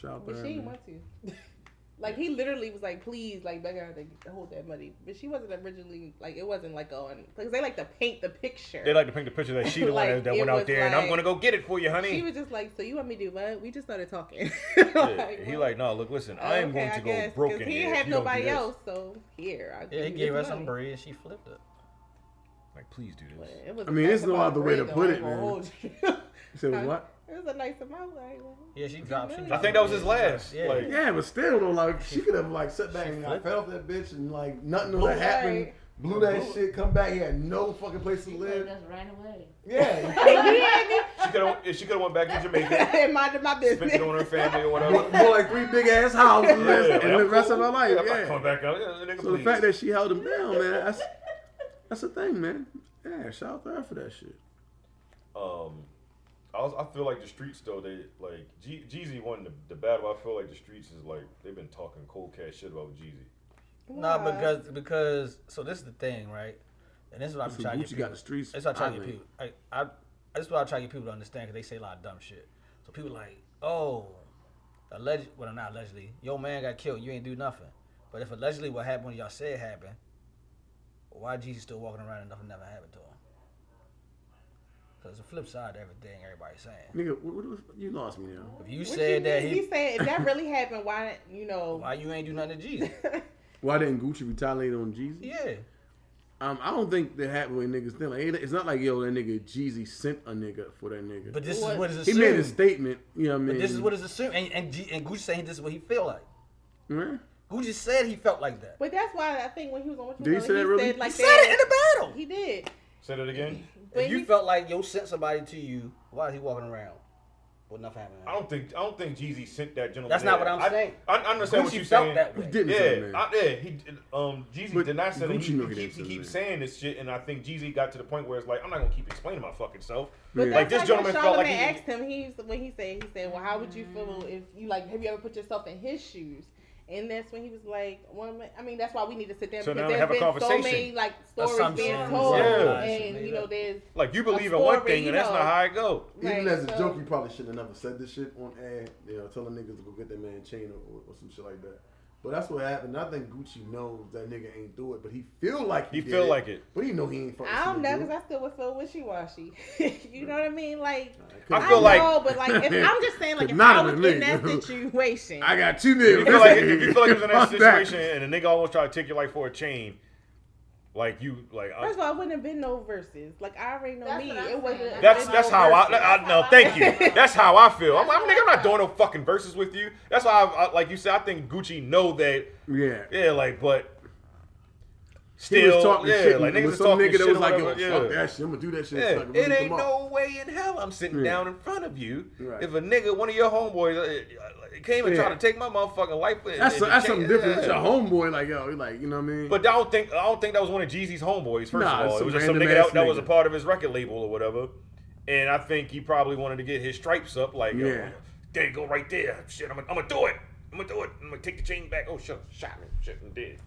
S3: Shout out to
S6: But
S3: her.
S6: she didn't
S3: man.
S6: want to. like he literally was like, please, like beg her to hold that money. But she wasn't originally like it wasn't like on because they like to paint the picture.
S4: They like to paint the picture that she the one
S6: Like,
S4: that, that
S6: it
S4: went out
S6: was
S4: there, and I'm
S6: like-
S4: gonna go get it for you, honey.
S6: she was just like, so you want me to do what? We just started talking.
S4: Yeah. he
S6: well,
S4: like, no, look, listen, I am
S6: okay,
S4: going
S6: I
S4: to go
S6: guess, 'cause
S4: broke in
S6: He
S4: here.
S6: didn't
S4: if
S6: have
S4: you don't do
S6: nobody
S4: this."
S6: else, so here. I'll
S5: Yeah, he
S6: give you
S5: gave her
S6: this
S5: some
S6: money.
S5: bread. She flipped it.
S4: Like, please do
S6: But
S4: this.
S6: it was
S3: I
S6: a
S3: mean,
S6: nice
S3: there's no
S6: amount
S3: other
S6: of
S3: way to
S6: bread,
S3: put
S6: though, I
S3: it,
S6: ain't gonna
S3: man.
S6: hold you.
S3: You said it was what?
S6: It was a nice amount. Like, well,
S5: Yeah, she dropped. She
S6: really?
S5: dropped
S4: I think that was
S5: the
S4: his
S5: bread.
S4: last.
S5: Yeah.
S4: Like,
S3: Yeah, but still though, like she could have like sat back and like
S5: flipped
S3: fell off that bitch and like nothing would have happened.
S6: Right.
S3: Blew that shit, come back, he had no fucking place to
S7: She
S3: live.
S7: could've just ran away.
S3: Yeah.
S4: she could have she could have went back to Jamaica,
S6: and minded my
S4: spent
S6: business.
S4: it on her family or whatever.
S3: Bought like three big ass houses
S4: Yeah, like,
S3: and the
S4: I'm
S3: rest of
S4: cool.
S3: her life.
S4: I'm not
S3: Yeah.
S4: coming back out. Yeah,
S3: So
S4: nigga,
S3: the
S4: please.
S3: fact that she held him down, man, that's that's the thing, man. Yeah, shout out to her for that shit.
S4: um, I, was, I feel like the streets though they like G- Jeezy won the, the battle. I feel like the streets is like they've been talking cold cat shit about Jeezy.
S5: No,
S6: Why?
S5: because because so this is the thing, right? And this is what I'm
S3: So
S5: trying to
S3: Gucci
S5: get
S3: got
S5: people.
S3: the streets.
S5: That's what I'm trying to
S3: irate.
S5: get people. I, I This is what I try to get people to understand because they say a lot of dumb shit. So people like, oh, alleged, well, not allegedly, your man got killed. You ain't do nothing. But if allegedly what happened when y'all said happened, why Jesus still walking around and nothing never happened to him? Because the flip side to everything everybody's saying.
S3: Nigga, what, what, what- you lost me now.
S5: If you
S6: What
S5: said
S6: you
S5: that
S6: mean?
S5: he,
S6: he said if that really happened, why you know?
S5: why you ain't do nothing to Jesus?
S3: Why didn't Gucci retaliate on Jeezy?
S5: yeah.
S3: Um, I don't think that happened with niggas then. Like, it- it's not like yo, that nigga Jeezy sent a nigga for that nigga.
S5: But this is
S6: What-
S5: what is
S3: he
S5: assumed.
S3: made a statement. You know what I mean?
S5: But this is what is assumed. And, and, G, and Gucci saying this is what he feel like.
S3: Yeah.
S5: Gucci said he felt like that.
S6: but that's why I think when he was on, what you
S3: Did he
S6: Call It,
S3: say that really?
S6: said like
S5: he said it in
S6: that.
S5: the battle.
S6: He did.
S4: Say that again.
S6: But
S5: if you
S6: he-
S5: felt like yo sent somebody to you, why is he walking around? Well, nothing happened.
S4: I don't think I don't think Jeezy sent that gentleman.
S5: That's not
S4: there.
S5: what I'm
S4: I,
S5: saying.
S4: I, I understand what
S5: Gucci
S4: you're
S5: felt
S4: saying.
S5: that way. He
S3: didn't send him
S4: Yeah,
S3: there.
S4: I, yeah. He did- um Jeezy
S3: But
S4: did not send. him.
S3: Gucci
S4: He,
S3: knew
S4: he,
S3: he didn't
S4: keeps, he
S3: send him
S4: keeps
S3: there.
S4: saying this shit, and I think Jeezy got to the point where it's like I'm not gonna keep explaining my fucking self.
S6: But
S4: Like this
S6: that's like when
S4: gentleman felt like he. Mm-hmm.
S6: Charlamagne asked him, he's when he said he said, "Well, how would you feel if you like? Have you ever put yourself in his shoes?" And that's when he was like, "One, of my- I mean, that's why we need to sit down
S4: So now
S6: because
S4: they
S6: there's
S4: have a
S6: been so
S4: conversation.
S6: many like stories being
S5: Assumptions,
S6: told,
S4: yeah.
S6: and you know, there's
S4: Like you
S6: a
S4: believe in one
S6: story,
S4: thing,
S6: you
S4: and that's
S6: know.
S4: not how it go.
S9: Even
S6: Right,
S9: as a
S6: so-
S9: joke, you probably should have never said this shit on air. You know, telling niggas to go get their man chain or, or some shit like that. But that's what happened. I think Gucci knows that nigga ain't do it, but he feel like he,
S4: He
S9: did
S4: feel
S9: it,
S4: like it.
S9: But he know he ain't fucking.
S6: I don't
S9: seen him
S6: know
S9: do
S6: because I still would feel wishy washy. you know what I mean? Like,
S9: I
S6: I,
S4: feel like-
S6: know, but like, if, I'm just saying, like,
S3: Could
S6: if
S3: not
S6: I
S3: have
S6: was
S3: been
S6: in
S3: me.
S6: that situation,
S3: I got two niggas.
S4: If you feel like,
S3: Listen,
S4: if you feel like it was in that
S3: fuck
S4: situation and a nigga almost tried to take your life for a chain, like you, like I-
S6: first of all, I wouldn't have been no verses. Like, I already know
S7: That's
S6: me.
S7: what I'm
S6: It wasn't.
S7: saying.
S4: that's
S6: been
S4: that's
S6: no
S4: how I,
S6: verses.
S4: I no thank you. That's how I feel. I'm, I'm, nigga, I'm not doing no fucking verses with you. That's why, I, I, like you said, I think Gucci know that.
S3: Yeah.
S4: Yeah, like but
S3: He
S4: still,
S3: was talking
S4: yeah,
S3: shit.
S4: like
S3: and
S4: niggas
S3: was
S4: is
S3: some
S4: talking
S3: nigga
S4: shit
S3: that was
S4: or
S3: like, yo,
S4: whatever, yeah.
S3: fuck that shit. I'm gonna do that shit.
S4: Yeah,
S3: Suck
S4: it
S3: really
S4: ain't
S3: come off.
S4: no way in hell I'm sitting
S3: Yeah.
S4: down in front of you.
S3: Right.
S4: If a nigga, one of your homeboys, uh, uh, came and
S3: Yeah.
S4: tried to take my motherfucking life, and-
S3: That's
S4: and
S3: that's
S4: change-
S3: something different. It's
S4: yeah.
S3: your homeboy, like yo, he like you know what I mean.
S4: But I don't think I don't think that was one of Jeezy's homeboys. First
S3: Nah,
S4: of all,
S3: it's
S4: it was
S3: some
S4: just some nigga
S3: random ass
S4: that, that was a
S3: nigga.
S4: part of his record label or whatever. And I think he probably wanted to get his stripes up. Like, yo,
S3: Yeah.
S4: there you go, right there. Shit, I'm gonna, I'm gonna do it. I'm gonna do it. I'm gonna take the chain back. Oh shit, shot me. Shit, I'm dead.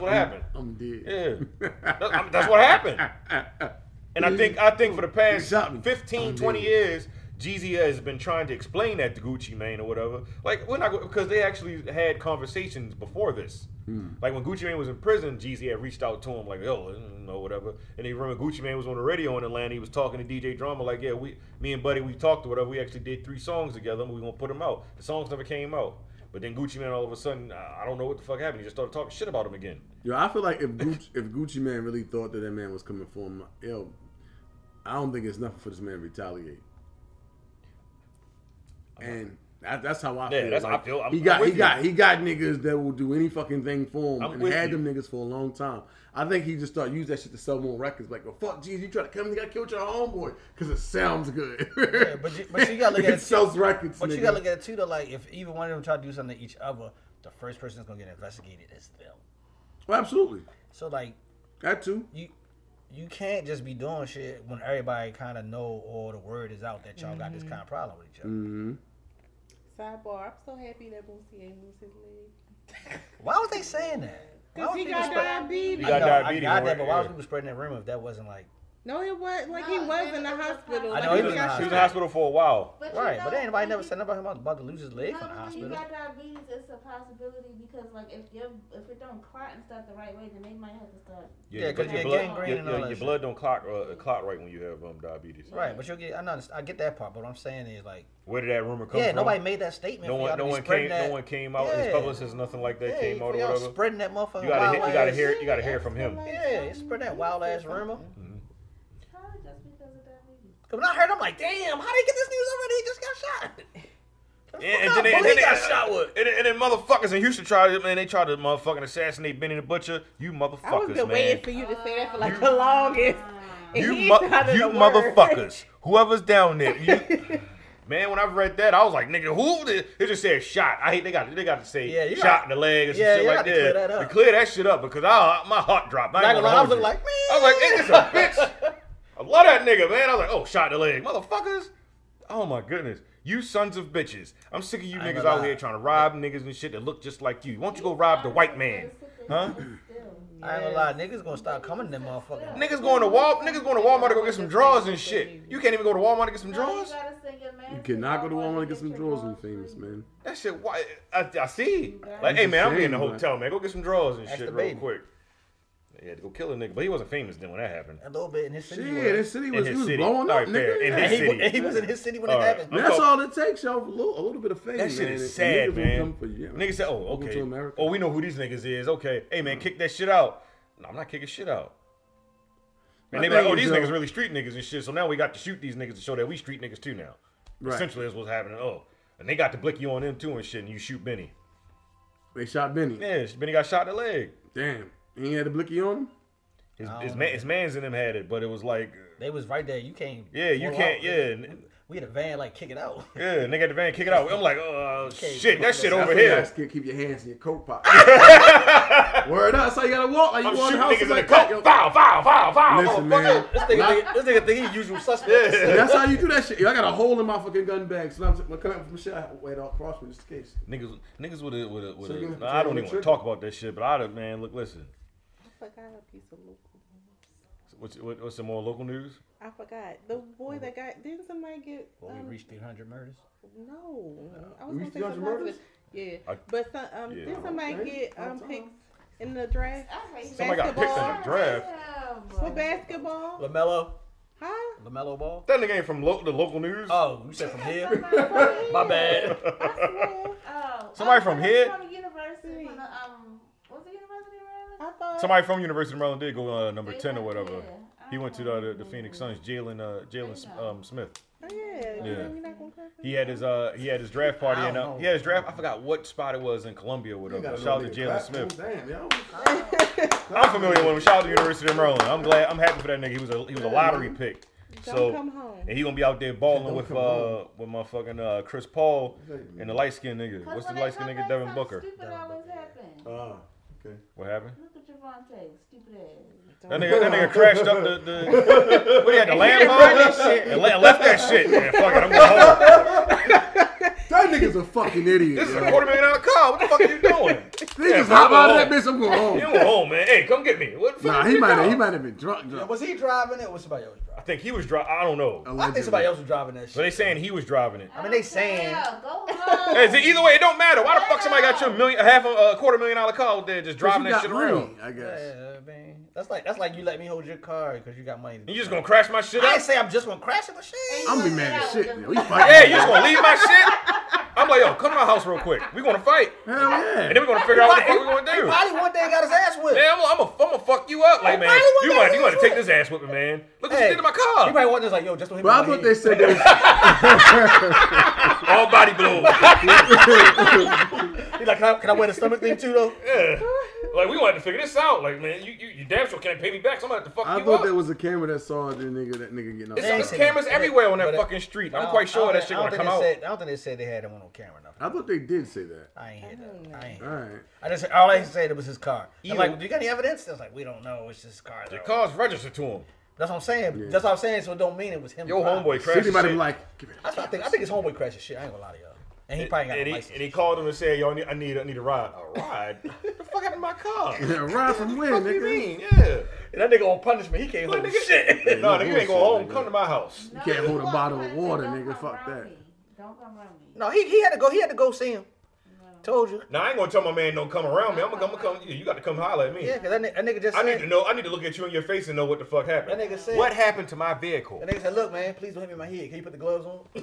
S4: what happened.
S3: I'm dead.
S4: Yeah, That- I mean, that's what happened. And I think I think for the past
S3: shot me.
S4: 15, 20 years, Jeezy has been trying to explain that to Gucci Mane or whatever. Like we're not go- because they actually had conversations before this. Like when Gucci Mane was in prison, Jeezy had reached out to him like, "Yo, you know, whatever." And they remember Gucci Mane was on the radio in Atlanta. He was talking to DJ Drama like, "Yeah, we, me and Buddy, we talked or whatever. We actually did three songs together, and we gonna put them out." The songs never came out. But then Gucci Mane all of a sudden, I I don't know what the fuck happened. He just started talking shit about him again.
S3: Yo, I feel like if Gucci, if Gucci man really thought that that man was coming for him, yo, I don't think it's nothing for this man to retaliate. And that, that's how I
S4: Yeah,
S3: feel.
S4: that's how I
S3: like,
S4: feel. I'm-
S3: he
S4: I'm
S3: got he
S4: with you.
S3: got he got niggas that will do any fucking thing for him,
S4: I'm
S3: and
S4: with
S3: had
S4: you.
S3: them niggas for a long time. I think he just started using that shit to sell more records. Like, well, fuck, geez, you try to come, you got killed your homeboy because it sounds good.
S5: Yeah, but you, but you gotta look at
S3: it
S5: it
S3: sells records.
S5: But
S3: nigga.
S5: you gotta look at it too. Though, like if either one of them try to do something to each other, the first person that's gonna get investigated is them.
S3: Well, absolutely,
S5: So like
S3: that too.
S5: you you can't just be doing shit when everybody kind of know or the word is out that y'all got
S6: Mm-hmm.
S5: this kind of problem with each other.
S6: Sidebar: I'm so happy that Boosie ain't lose his leg.
S5: Why was they saying that? Why
S6: Cause
S5: was
S6: he
S5: people
S6: got
S5: spread-
S6: diabetes.
S4: He got
S5: I know,
S4: diabetes,
S5: I got that,
S4: right?
S5: but why was
S4: Yeah.
S5: people spreading that rumor if that wasn't like
S6: No, it was like he
S7: No,
S6: was
S7: it
S6: in the
S7: was-
S6: hospital.
S7: I
S5: know, he
S6: like,
S5: was in the
S6: got
S4: He was in the
S6: shot.
S4: hospital for a while.
S7: But you
S5: right? But
S7: know,
S5: they anybody
S7: when
S5: never
S7: you-
S5: said nothing about about to lose his leg
S7: No,
S5: from the
S7: but when you
S5: hospital.
S7: got diabetes, it's a possibility because like if your if it don't clot and stuff the right way, then they might have to start.
S5: Yeah,
S4: your
S5: 'cause
S4: blood-
S5: you
S4: your
S5: get
S4: blood,
S5: gangrene
S4: your,
S5: and all
S4: your-
S5: that
S4: your
S5: shit.
S4: blood don't clot uh, clot right when you have um, diabetes.
S5: Right, but you'll get. I know. I get that part, but what I'm saying is like,
S4: Where did that rumor come
S5: yeah,
S4: from?
S5: nobody made that statement.
S4: No
S5: for
S4: one,
S5: y'all to
S4: no
S5: be
S4: one
S5: spreading
S4: came.
S5: that-
S4: No one came out. His
S5: Yeah.
S4: publicist, nothing like that
S5: yeah,
S4: came out
S5: for
S4: or
S5: y'all
S4: whatever.
S5: Spreading that motherfucker.
S4: You gotta,
S5: wild
S4: he- you gotta
S5: ass-
S4: hear, you gotta hear from him.
S5: Yeah, you spread that wild ass rumor.
S7: Probably just because of diabetes.
S5: 'Cause When I heard, I'm like, damn, how they get this news already? He just got shot.
S4: And,
S5: Fuck,
S4: and then, they,
S5: Malik
S4: and, then they,
S5: got shot with.
S4: and, then- and then motherfuckers in Houston tried to, man, they tried to motherfucking assassinate Benny the Butcher. You
S6: I was
S4: motherfuckers,
S6: been waiting
S4: man.
S6: for you to say that for like the longest. And
S4: You,
S6: he
S4: mo-
S6: sounded
S4: you
S6: the word.
S4: motherfuckers. Whoever's down there, you, man. When I read that, I was like, nigga, who? Did, it just said shot. I hate they got, they got to say
S5: Yeah, you
S4: shot
S5: got-
S4: in the leg or some
S5: yeah,
S4: shit
S5: you
S4: like
S5: gotta
S4: that.
S5: clear that up.
S4: To clear that shit up because I, my heart dropped. I,
S5: Not
S4: ain't
S5: gonna
S4: gonna
S5: lie, I
S4: hold
S5: was
S4: you. I was
S5: like, man.
S4: like, nigga's a bitch. I love that nigga, man. I was like, oh, shot in the leg. Motherfuckers. Oh my goodness. You sons of bitches. I'm sick of you
S5: ain't
S4: niggas
S5: gonna
S4: out
S5: lie.
S4: here trying to rob niggas and shit that look just like you. Won't you go rob the white man? Huh?
S7: Still.
S5: I ain't gonna lie, niggas gonna start coming to them motherfuckers.
S4: Niggas going to Wal. Niggas going to Walmart to go get some drawers and shit. You can't even go to Walmart to get some drawers.
S3: You cannot go to Walmart and get some drawers and famous, man.
S4: That shit. Why? I, I see. Like, hey man, I'm in the hotel, man. Go get some drawers and
S5: That's
S4: shit
S5: the
S4: real
S5: baby.
S4: quick. They had to go kill a nigga, but he wasn't famous then when that happened.
S5: A little bit in his city.
S3: Shit,
S5: where-
S3: this city was,
S4: his
S3: he was
S4: city.
S3: blowing
S4: All
S3: up,
S4: right, fair.
S3: nigga.
S4: In
S3: Yeah.
S5: and
S4: his
S5: he,
S4: city.
S5: and he was in his city when it
S4: All right.
S5: happened.
S4: I'm
S3: That's
S4: talking-
S3: all it takes, y'all. A little, a little bit of fame.
S4: That shit
S3: man,
S4: is
S3: and
S4: sad,
S3: niggas will
S4: man.
S3: come for you, yeah, man.
S4: Niggas say, "Oh,
S3: Welcome
S4: okay.
S3: to America.
S4: Oh, we know who these niggas is. Okay, hey man, kick that shit out." No, I'm not kicking shit out.
S3: My
S4: And they be like,
S3: thing
S4: "Oh,
S3: is,
S4: these
S3: though-
S4: niggas really street niggas and shit." So now we got to shoot these niggas to show that we street niggas too. Now,
S3: Right.
S4: essentially, that's what's happening. Oh, and they got to blick you on them too and shit, and you shoot Benny.
S3: They shot Benny.
S4: Yeah, Benny got shot in the leg.
S3: Damn. He had a blicky on him?
S4: His,
S5: I
S4: his,
S5: don't
S4: man, his man's in them had it, but it was like,
S5: They was right there. You can't.
S4: yeah, you
S5: pull
S4: can't,
S5: out.
S4: yeah, n-
S5: We had a van like kick it out.
S4: yeah, and they got the van kick it out. I'm like, oh
S5: Okay.
S4: shit, that shit
S5: That's
S4: over
S3: That's why you
S4: here.
S3: gotta keep- keep your hands in your coat pocket. Word up. That's how you gotta walk. Like you
S4: I'm
S3: walk
S4: shooting
S3: in the house.
S4: niggas in the
S3: like that, yo.
S4: coat. Foul, foul, foul, foul.
S3: Listen, man.
S5: This nigga, think, this nigga think he usual suspect.
S3: That's how you do that shit. Yo, I got a hole in my fucking gun bag. So I'm when I come out from shit, I wait out cross me just in case.
S4: Niggas, niggas with a with a with
S3: So you gonna have
S4: a.
S3: to
S4: Nah, I
S3: tell
S4: don't
S3: me
S4: even
S3: the
S4: want to talk about that shit. But I done- man, look, listen.
S6: I forgot a piece of local.
S4: What's what, what's some more local news?
S6: I forgot the boy that got didn't somebody get
S5: Well, we
S6: um,
S5: reached 300 murders.
S6: no I
S3: we
S6: was gonna
S3: used
S6: say
S3: to do
S6: something
S3: murders?
S6: positive. yeah
S4: I-
S6: but some, um
S4: yeah.
S6: didn't somebody
S3: Okay.
S6: get um
S3: Sometime.
S6: picked in the draft
S4: Somebody got picked in the draft.
S6: for basketball
S5: LaMelo.
S6: huh
S5: LaMelo ball.
S4: That nigga ain't from lo- the local news.
S5: Oh, you said from here?
S7: draft.
S5: My bad.
S7: Oh,
S4: Somebody from
S7: oh, somebody
S4: here?
S7: From the university. From the, um, was it university of Maryland?
S6: I thought
S4: Somebody from University of Maryland did go uh, number
S7: They
S4: ten or
S7: went
S4: whatever.
S7: there.
S4: He went to the the, the Phoenix Suns. Jalen uh, Jalen um, Smith.
S6: oh, yeah,
S4: Yeah.
S6: yeah. we not gonna cut
S4: He had his uh he had his draft party
S5: I
S4: and
S5: don't
S4: uh,
S5: know.
S4: he had his draft. I forgot what spot it was in Columbia or
S9: You
S4: whatever.
S9: gotta
S4: Shout out
S9: know
S4: to
S9: nigga
S4: Jalen
S9: clap.
S4: Smith.
S9: Damn, yo.
S4: I'm familiar with him. Shout out to University of Maryland. I'm glad. I'm happy for that nigga. He was a he was a lottery pick.
S6: Don't
S4: So
S6: come home.
S4: and he gonna be out there balling with
S9: come
S4: uh with my fucking uh Chris Paul and the light skinned nigga. What's the light skinned nigga Devin Booker? Uh,
S7: Stupid always happen.
S9: Ah, okay.
S4: What happened?
S7: Look at Javante, stupid ass.
S4: That nigga, that nigga crashed up the, the what he had the landmine and le- left that shit. Man, fuck it, I'm going home.
S9: That nigga's a fucking idiot.
S4: This is a
S9: yo.
S4: quarter million dollar car. What the fuck are you doing? Yeah,
S9: Niggas hop
S4: I'm
S9: out of that
S4: home.
S9: bitch. I'm going
S4: You
S9: home.
S4: went home, man. Hey, come get me. What the fuck
S9: Nah,
S4: is
S9: he
S4: you
S9: might have,
S4: doing?
S9: he might have been drunk. drunk.
S5: Was he driving it or was somebody else
S4: I
S5: driving
S4: think he was driving. I don't know.
S5: it? I think somebody else was driving that
S4: But they
S5: shit.
S4: saying he was driving it.
S5: I mean, they saying-
S7: Yeah, go home.
S4: Hey, see, either way, it don't matter. Why the fuck somebody got you a million, a half a uh, quarter million dollar car out there just driving
S9: You
S4: that
S9: got
S4: shit
S9: money,
S4: around?
S9: I guess.
S5: Yeah, man. That's like that's like you let me hold your car because you got money.
S4: You just gonna crash my shit
S5: I
S4: up?
S5: ain't say I'm just gonna crash it, but shit.
S9: I'm gonna be mad as shit. Now. We
S4: Yeah,
S9: fighting.
S4: you just gonna leave my shit? I'm like, yo, come to my house real quick. We gonna fight,
S9: Hell yeah.
S4: and then we gonna figure out what the fuck we gonna do.
S5: Probably one day got his ass whipped.
S4: Man, I'm, I'm, gonna, I'm gonna fuck you up, like man.
S5: Everybody want
S4: You
S5: that
S4: want you
S5: ass
S4: want to take
S5: whipped.
S4: this ass whipping, man. Look what
S5: Hey,
S4: you did to my car.
S5: You might want this like, yo, just don't hit me.
S9: But I
S5: on the
S9: thought
S5: head.
S9: they said they was
S4: All body blows.
S5: He like, can I, can I wear the stomach thing too though?
S4: yeah. Like we wanted to figure this out. Like man, you you, you damn sure can't pay me back. So I'm gonna have to fuck
S9: I
S4: you
S9: thought
S4: up.
S9: there was a camera that saw the nigga that nigga getting
S4: It's,
S5: They ain't
S4: it's
S9: off.
S5: seen
S4: cameras
S5: it.
S4: everywhere on that
S5: But it-
S4: fucking street.
S5: I
S4: I'm
S5: don't-
S4: quite sure
S5: I don't
S4: that shit
S5: think- I
S4: gonna
S5: don't
S4: come
S5: think
S4: out.
S5: they Said, I don't think they said they had him on camera enough.
S9: I thought they did say that.
S5: I ain't hear that. I ain't.
S9: All
S5: Hear
S9: right.
S5: that. I just all I said it was his car.
S4: Either-
S5: I'm like, do you got any evidence? I was like, we don't know. It's his car.
S4: The
S5: though."
S4: car's registered to him.
S5: That's what I'm saying. That's what I'm saying. So it don't mean it was him.
S4: Yo,
S5: driving.
S4: homeboy crashed.
S9: City
S4: his
S9: might have
S4: shit.
S9: been like, give it.
S5: That's what I think. I think his homeboy crashed his shit. I ain't gonna lie to y'all. And he probably got
S4: and
S5: a
S4: he,
S5: license.
S4: and he called him and said, "Yo, I need, I need, I need a ride. A ride? what the fuck happened to my car?
S9: Yeah, ride from where,
S4: What do you
S9: nigga?
S4: mean? Yeah.
S5: And that nigga on punishment. He can't
S4: Like,
S5: hold
S4: nigga,
S5: shit.
S4: no, nigga, you ain't
S9: bullshit,
S4: going home.
S9: nigga.
S4: Come to my house.
S7: No,
S9: can't
S7: you
S9: hold a
S7: want
S9: bottle of
S7: punch,
S9: water,
S7: don't
S9: nigga.
S7: come
S9: Fuck
S7: around
S9: that.
S7: me. Don't come around me.
S5: No, he he had to go. He had to go see him. Told you.
S4: Now I ain't gonna tell my man don't come around me. I'm gonna, I'm gonna come. yeah, You got to come holler at me.
S5: Yeah, 'cause that, ni- that nigga just
S4: I
S5: said.
S4: need to know. I need to look at you in your face and know what the fuck happened.
S5: That nigga said-
S4: what happened to my vehicle?
S5: That nigga said, look, man, please don't hit me in my head. Can you put the gloves on?
S4: we,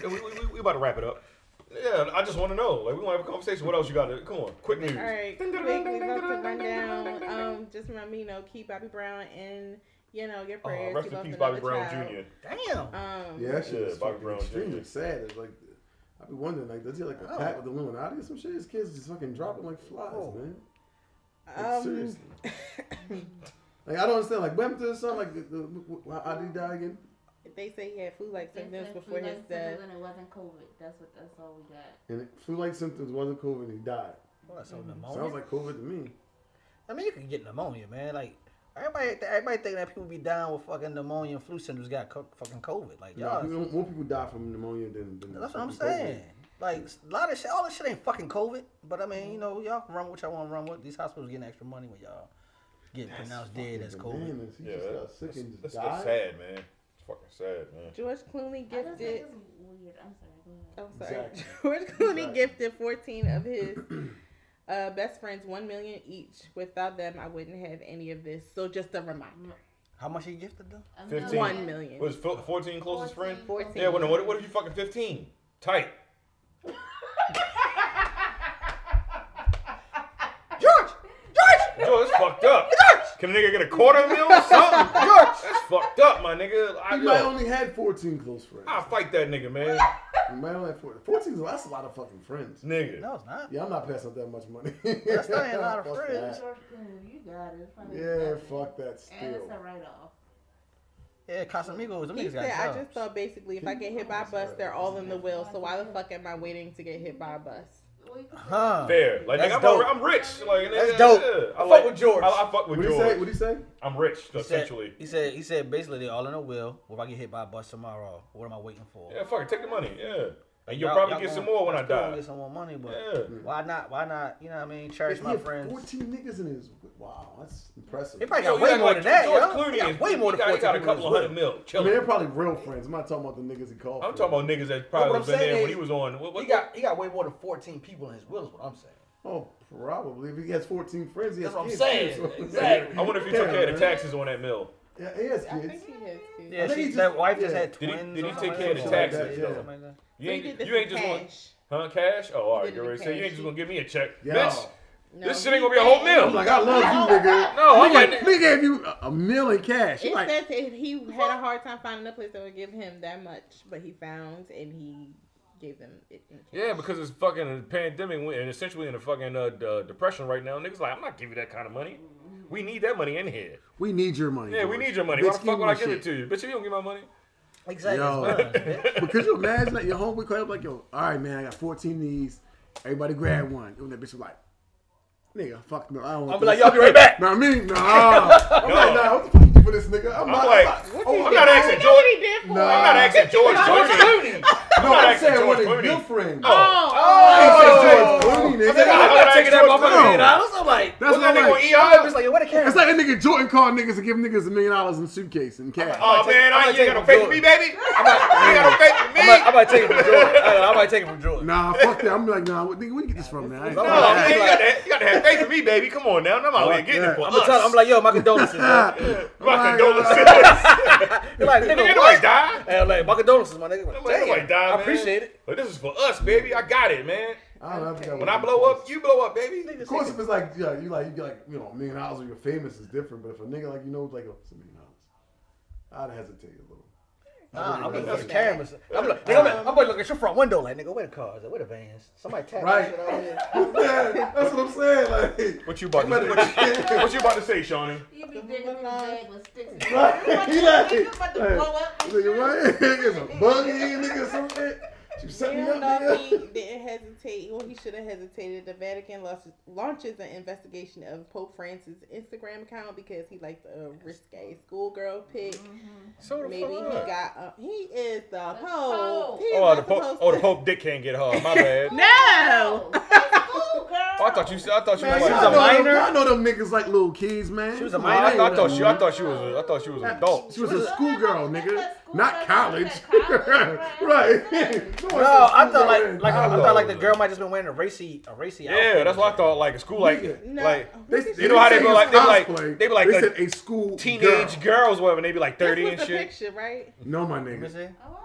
S4: we, we- we about to wrap it up. Yeah, I just want to know. Like, we want to have a conversation. What else you got to? Come on, quick news.
S6: All right, quick, we about to run down. Um, just remember, you know, keep Bobby Brown in, you know, your
S4: Uh,
S6: prayers.
S4: rest
S6: Keep
S4: in
S6: up
S4: peace,
S6: with
S4: Bobby
S6: another
S4: Brown
S6: child.
S4: Jr.
S5: Damn.
S6: Um,
S9: Yeah, that shit
S4: Yeah,
S9: is
S4: Bobby
S9: fucking
S4: Brown
S9: extremely
S4: Jr.
S9: sad. It's like, I be wondering, like, does he like a
S5: Oh.
S9: pack with the Illuminati or some shit? His kids just fucking dropping like flies,
S5: Oh.
S9: man. Like,
S6: um,
S9: seriously. Like, I don't understand. Like, what happened to his son? Like, the, the, wh- wh- how did he die again?
S6: they say he had food like
S7: They
S6: symptoms
S7: said
S6: before his
S7: flu-like
S6: death.
S7: symptoms And it wasn't COVID. That's what. That's all we got.
S9: And it flu like symptoms wasn't COVID and he died.
S5: Well, that's some pneumonia.
S9: Mm, Sounds like COVID to me.
S5: I mean, you can get pneumonia, man. Like everybody, everybody think that people be down with fucking pneumonia and flu symptoms got co- fucking COVID. Like
S9: No,
S5: y'all,
S9: people- more people die from pneumonia than, than
S5: that's what I'm
S9: than COVID.
S5: saying. Like a lot of shit, all this shit ain't fucking COVID. But I mean, you know, y'all can run what y'all want to run with. These hospitals getting extra money when y'all getting pronounced dead as COVID.
S3: Bananas. He
S4: Yeah,
S3: just got
S4: that's,
S3: sick and
S4: that's,
S3: died.
S4: that's sad, man. It's fucking sad, man.
S6: George Clooney
S7: I just think
S6: gifted.
S7: it's weird. I'm sorry. Go ahead.
S6: I'm Oh, sorry. George Clooney gifted 14 of his uh, best friends 1 million each. Without them, I wouldn't have any of this. So just a reminder.
S5: How much he gifted them?
S7: A
S4: 15.
S6: 1 million.
S4: Was fo- 14 closest friend?
S6: 14.
S4: Yeah, well, then what, what if you fucking 15? Tight.
S5: George!
S4: Yo, that's fucked up. Can a nigga get a quarter mil or something? That's fucked up, my nigga. I,
S3: He might
S4: yo,
S3: only had 14 close friends.
S4: I'll fight that nigga, man.
S3: He might only had 14. 14 is that's a lot of fucking friends.
S4: nigga.
S5: No, it's not.
S3: Yeah, I'm not passing up that much money.
S5: That's not a lot of
S3: Fuck that.
S5: friends.
S7: George Clooney, you got it. It's funny.
S3: Yeah, fuck that
S7: And it's
S3: still.
S7: a write-off.
S5: Yeah, Casamigos. Them
S6: He
S5: niggas
S6: said,
S5: got
S6: I just
S5: jobs.
S6: thought basically if I get hit by a bus, they're all in the will. So why the fuck am I waiting to get hit by a bus?
S7: Well, you can say
S5: Huh.
S4: Fair. Like,
S5: That's
S4: nigga, I'm,
S5: dope.
S4: I'm rich. Like,
S5: That's
S4: nigga,
S5: dope.
S4: yeah. I,
S5: I fuck
S4: like-
S5: with George.
S4: I, I fuck with
S3: What'd he
S4: George.
S3: say? What'd he say?
S4: I'm rich,
S5: He said,
S4: essentially.
S5: he said he said basically they all in a will. Well, if I get hit by a bus tomorrow, what am I waiting for?
S4: Yeah, fuck it. Take the money. Yeah. And you'll
S5: Y'all-
S4: probably
S5: y'all
S4: get some
S5: gonna-
S4: more when I
S5: still gonna
S4: die.
S5: Get some more money, but
S4: Yeah.
S5: why not? Why not? You know what I mean? Cherish
S3: He
S5: my
S3: had
S5: friends.
S3: 14 niggas in his. Wow, that's impressive.
S5: They probably
S4: Yo,
S5: got
S4: you
S5: way
S4: act
S5: more
S4: like
S5: than that,
S4: George
S5: yo. They
S4: Clooney
S5: got
S4: is
S5: way more
S4: he got,
S5: than
S4: he
S5: 14
S4: got a couple
S5: people
S4: of hundred
S5: in his will.
S4: mil.
S3: I
S4: Chill.
S3: mean, they're probably real friends. I'm not talking about the niggas he called.
S4: I'm
S3: friends.
S4: talking about niggas that
S5: No, what
S4: probably
S5: I'm
S4: been
S5: saying
S4: there when
S5: is,
S4: he was on. What, what,
S5: He got he got way more than 14 people in his will. Is what I'm saying.
S3: Oh, probably. If he has 14 friends, he has
S5: That's what I'm
S3: kids.
S5: saying.
S3: too, so-
S5: Exactly.
S4: I wonder if he took
S3: Yeah,
S4: care of
S3: man.
S4: the taxes on that mill.
S3: Yeah, he has
S6: I
S3: kids.
S6: think he has two.
S5: Yeah,
S3: think
S5: she,
S3: he just-
S5: that wife just
S3: yeah.
S5: had
S4: Did he-
S5: twins.
S4: did he
S5: or
S4: take
S5: something
S4: care of
S5: like
S4: the
S5: that?
S4: taxes,
S5: Yeah,
S3: though?
S5: something like that.
S4: You
S6: But he
S4: ain't,
S6: did this
S4: you ain't
S6: for
S4: just going,
S6: cash.
S4: huh? Cash? Oh, all right,
S6: did it
S4: you
S6: for
S4: already said you
S6: cash.
S4: ain't just gonna give me a check,
S3: Yeah.
S4: bitch.
S6: No,
S4: this
S6: he
S4: shit ain't gonna be a whole
S6: said-
S4: meal.
S3: I'm like, I love you, nigga.
S4: no, I'm like,
S3: Nigga gave you a- a meal in cash.
S6: It
S3: Like,
S6: says if he had a hard time finding a place that would give him that much, but he found and he gave them it. in cash.
S4: yeah, because it's fucking a pandemic we- and essentially in a fucking uh, d- uh, depression right now. Niggas like, I'm not giving you that kind of money. We need that money in here.
S3: we need your money.
S4: Yeah, we
S3: George.
S4: need your money.
S3: Bitch,
S4: Why the fuck would I
S3: me
S4: give it
S3: shit.
S4: to you? Bitch, if you don't give my money.
S5: Exactly.
S3: Yo.
S5: it's mine, bitch.
S3: But could you imagine that your homeboy called up like, yo, all right, man, I got 14 of these. Everybody grab one. And that bitch was like, nigga, fuck no, I don't want
S5: I'll be like,
S3: this.
S5: y'all be right back.
S3: Nah, me, nah. I'm
S4: No.
S3: like, nah, what the fuck you do for this nigga? I'm,
S4: I'm
S3: not,
S4: like, oh,
S3: I'm not,
S4: I'm not asking George.
S6: Did for
S3: Nah.
S4: I'm not asking George Clooney.
S3: no,
S4: not
S3: I'm
S4: asking
S3: saying
S4: George
S3: one of your
S4: Clooney.
S3: friends.
S4: Oh,
S3: I ain't say George Clooney, nigga.
S4: I'm not taking that
S3: George
S4: motherfucker. E
S3: Clooney.
S4: in. I was like,
S3: That's
S4: was
S3: what I'm
S4: that nigga on
S3: like.
S4: ER?
S5: E It's like, yo, what a cat.
S3: It's like that nigga Jordan called niggas and give niggas a million dollars in suitcase and cash.
S4: Oh man, I ain't got no faith in me, baby. I'm not, you ain't got no faith in me.
S5: I might, I might take it from Jordan. I, I might take it from Jordan.
S3: Nah, fuck that. I'm like, nah, what- nigga, where you get this from, man? I ain't-
S4: No,
S5: I'm
S4: Oh, man, you,
S5: like-
S4: got to, you got to have faith in me, baby. Come on now, I'm out here getting it
S3: yeah.
S4: for us.
S5: I'm gonna tell him. I'm like, yo, my condolences. man.
S4: my
S3: my
S4: condolences.
S5: You're like,
S4: Nigga,
S5: nigga,
S4: nobody
S5: what?
S4: die.
S5: And I'm like, my condolences, my nigga.
S4: Nobody-
S5: Damn,
S4: Nobody die.
S5: I
S4: man.
S5: appreciate it.
S4: But this is for us, baby. I got it, man.
S3: I don't know, I forgot
S4: When
S3: what
S4: I
S3: it
S4: blow
S3: was.
S4: up, you blow up, baby.
S3: Of course, if it's like you, know, you like you get like you know a million dollars or you're famous is different. But if a nigga like you know like oh, it's a million dollars, I'd hesitate a little.
S5: Nah, I'm
S3: Nobody
S5: gonna look
S3: does
S5: at cameras. I'm like, nigga, I'm like, I'm gonna look at your front window, like, nigga, where the cars? at? Where the vans? Somebody tap
S3: Right.
S5: that shit out here.
S3: yeah, that's what I'm saying. Like
S4: What you about to
S3: But-
S4: what you- what you about to say, Shawnee?
S7: You be digging in the bag with sticks. and-
S3: Right.
S7: You
S3: Yeah.
S7: about to blow up. and
S3: nigga,
S7: shit.
S3: what? Nigga's a buggy, nigga, some shit. You set me up,
S6: Leonardo
S3: nigga.
S6: didn't hesitate. Well, he should have hesitated. The Vatican launches, launches an investigation of Pope Francis' Instagram account because he liked a risque schoolgirl pic.
S4: So the
S6: Maybe he
S4: fuck?
S6: got. Uh, he is the pope.
S7: Pope.
S6: He is
S4: Oh,
S6: not
S4: the Pope,
S6: supposed
S4: oh, the
S6: to-
S4: Pope dick can't get hard. My bad.
S6: No.
S7: Cool, girl.
S4: Oh, I thought you. said- I thought you.
S3: Man,
S4: was
S3: y'all
S5: was a
S3: know
S4: like,
S3: them-
S5: minor?
S3: Y'all know them niggas like little kids, man.
S5: She was a
S3: Come
S5: minor?
S3: on,
S4: I thought I thought
S3: ain't
S4: she. I thought she was. A, I thought she was an adult.
S3: She was a
S7: Well,
S3: schoolgirl,
S7: that's
S3: nigga.
S7: a school
S3: Not
S7: girl,
S3: college.
S7: that's a college,
S3: right.
S7: right.
S5: No, I thought like, like I thought like the girl might just been wearing a racy, a racy outfit.
S4: Yeah, that's what I thought. Like a school, like
S6: No.
S4: like
S3: They,
S4: You know how they
S3: didn't
S4: be
S3: say
S4: like- they be like-
S3: cosplay.
S4: they be like
S3: they
S4: a
S3: said a school
S4: teenage
S3: girl.
S4: girls, whatever. and They be like
S6: This
S4: thirty
S6: was
S4: and
S6: the
S4: shit.
S6: picture, right?
S3: No, my
S5: Let me
S3: nigga.
S5: see.
S7: Oh, I don't know,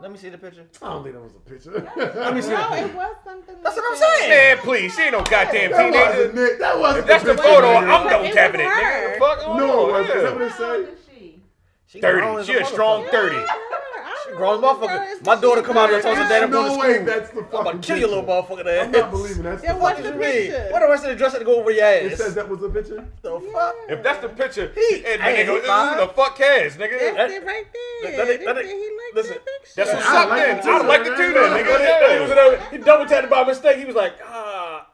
S5: Let me see the picture.
S3: I don't think that was a picture.
S5: Let me see.
S6: No,
S5: the
S6: it
S5: picture.
S6: was something.
S5: That's
S6: like
S5: what I'm
S6: that.
S5: saying.
S4: Man, please, she ain't no goddamn
S3: that
S4: teenager.
S3: wasn't it. That wasn't.
S4: If that's the
S3: picture,
S4: photo,
S3: nigga.
S4: I'm
S6: It
S4: double
S6: was
S4: tapping it. Nigga,
S6: her.
S4: the fuck?
S3: No,
S4: Oh,
S3: it wasn't.
S4: yeah.
S3: That was-
S7: How old is she?
S5: She grown
S4: Thirty.
S5: as
S4: She a strong
S5: motherfucker.
S4: thirty.
S6: I don't know
S5: Grown
S6: what this
S5: motherfucker.
S6: girl is,
S5: My
S6: but
S5: daughter
S6: she's
S5: come out
S6: not
S5: and tells her
S6: a
S5: dad I'm
S6: girl.
S5: going
S3: no
S5: to
S3: way.
S5: school.
S3: That's the
S5: I'm
S3: fucking.
S5: about to kill you, little
S3: picture.
S5: motherfucker. There.
S3: I'm not believing that's
S6: There
S3: the
S6: was
S5: What
S3: fucking.
S5: do
S6: a
S5: you mean?
S6: picture.
S5: What the rest of the dress had to go over your ass?
S3: It says that was the picture.
S5: the fuck?
S4: If that's the picture,
S5: He-
S4: and
S5: I
S4: nigga,
S5: ain't
S4: who
S5: fine.
S4: the fuck cares, nigga?
S6: That's it right there.
S5: Let it- let it-
S6: That's it. He liked
S5: listen,
S6: that picture.
S4: That's what's
S3: I
S4: up,
S3: like
S4: then.
S3: it too,
S4: I'd like to do
S3: man.
S4: that,
S5: He was in there, he was
S4: nigga.
S5: in there, He double tapped it by mistake. He was like, ah,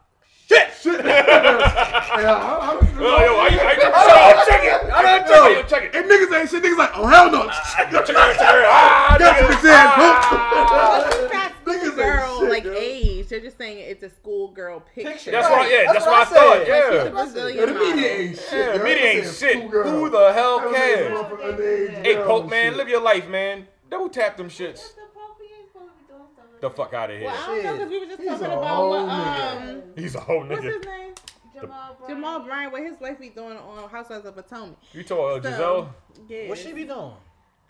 S5: shit.
S3: Yeah, I- I was-
S4: Oh, yo, are you? Are you?
S5: Hold on, check it. I don't
S4: Check it,
S5: know.
S4: yo, check it.
S3: And niggas ain't shit. Niggas like, oh hell no.
S4: Check it, check it. Ah,
S3: Got your
S4: nigga.
S3: bitch ass,
S4: Ah.
S3: folks.
S6: But she's not
S3: Niggas ain't
S6: schoolgirl
S3: shit,
S6: like
S3: yo.
S6: age. They're just saying it's a schoolgirl girl picture.
S4: That's what. I, yeah,
S5: That's
S4: that's,
S5: what
S4: what,
S5: I
S4: I,
S5: said.
S6: She's a
S4: thought.
S3: Yeah,
S6: Brazilian
S3: the
S6: model.
S3: media ain't shit.
S4: Yeah,
S3: yo.
S4: yeah media
S3: That
S4: ain't
S3: shit
S4: shit.
S3: cool girl.
S4: Who the hell
S3: That was
S4: cares?
S3: motherfucker underage
S7: Hey,
S4: Hey,
S3: girl
S4: Coke
S3: and
S4: man,
S3: shit.
S4: live your life, man. Double tap them shits.
S7: It's appropriate for to be doing stuff like
S4: The fuck out of here.
S6: Well, I don't know because we were just
S3: He's
S6: talking
S3: a
S6: about
S3: whole
S6: what,
S3: nigga.
S6: um,
S4: He's a whole
S6: what's his
S4: nigga.
S6: name?
S7: Jamal Brown.
S6: Jamal Bryant, what his wife be doing on Housewives of Atonement.
S4: You told uh,
S6: So,
S4: Giselle.
S6: Yeah.
S5: What she be doing?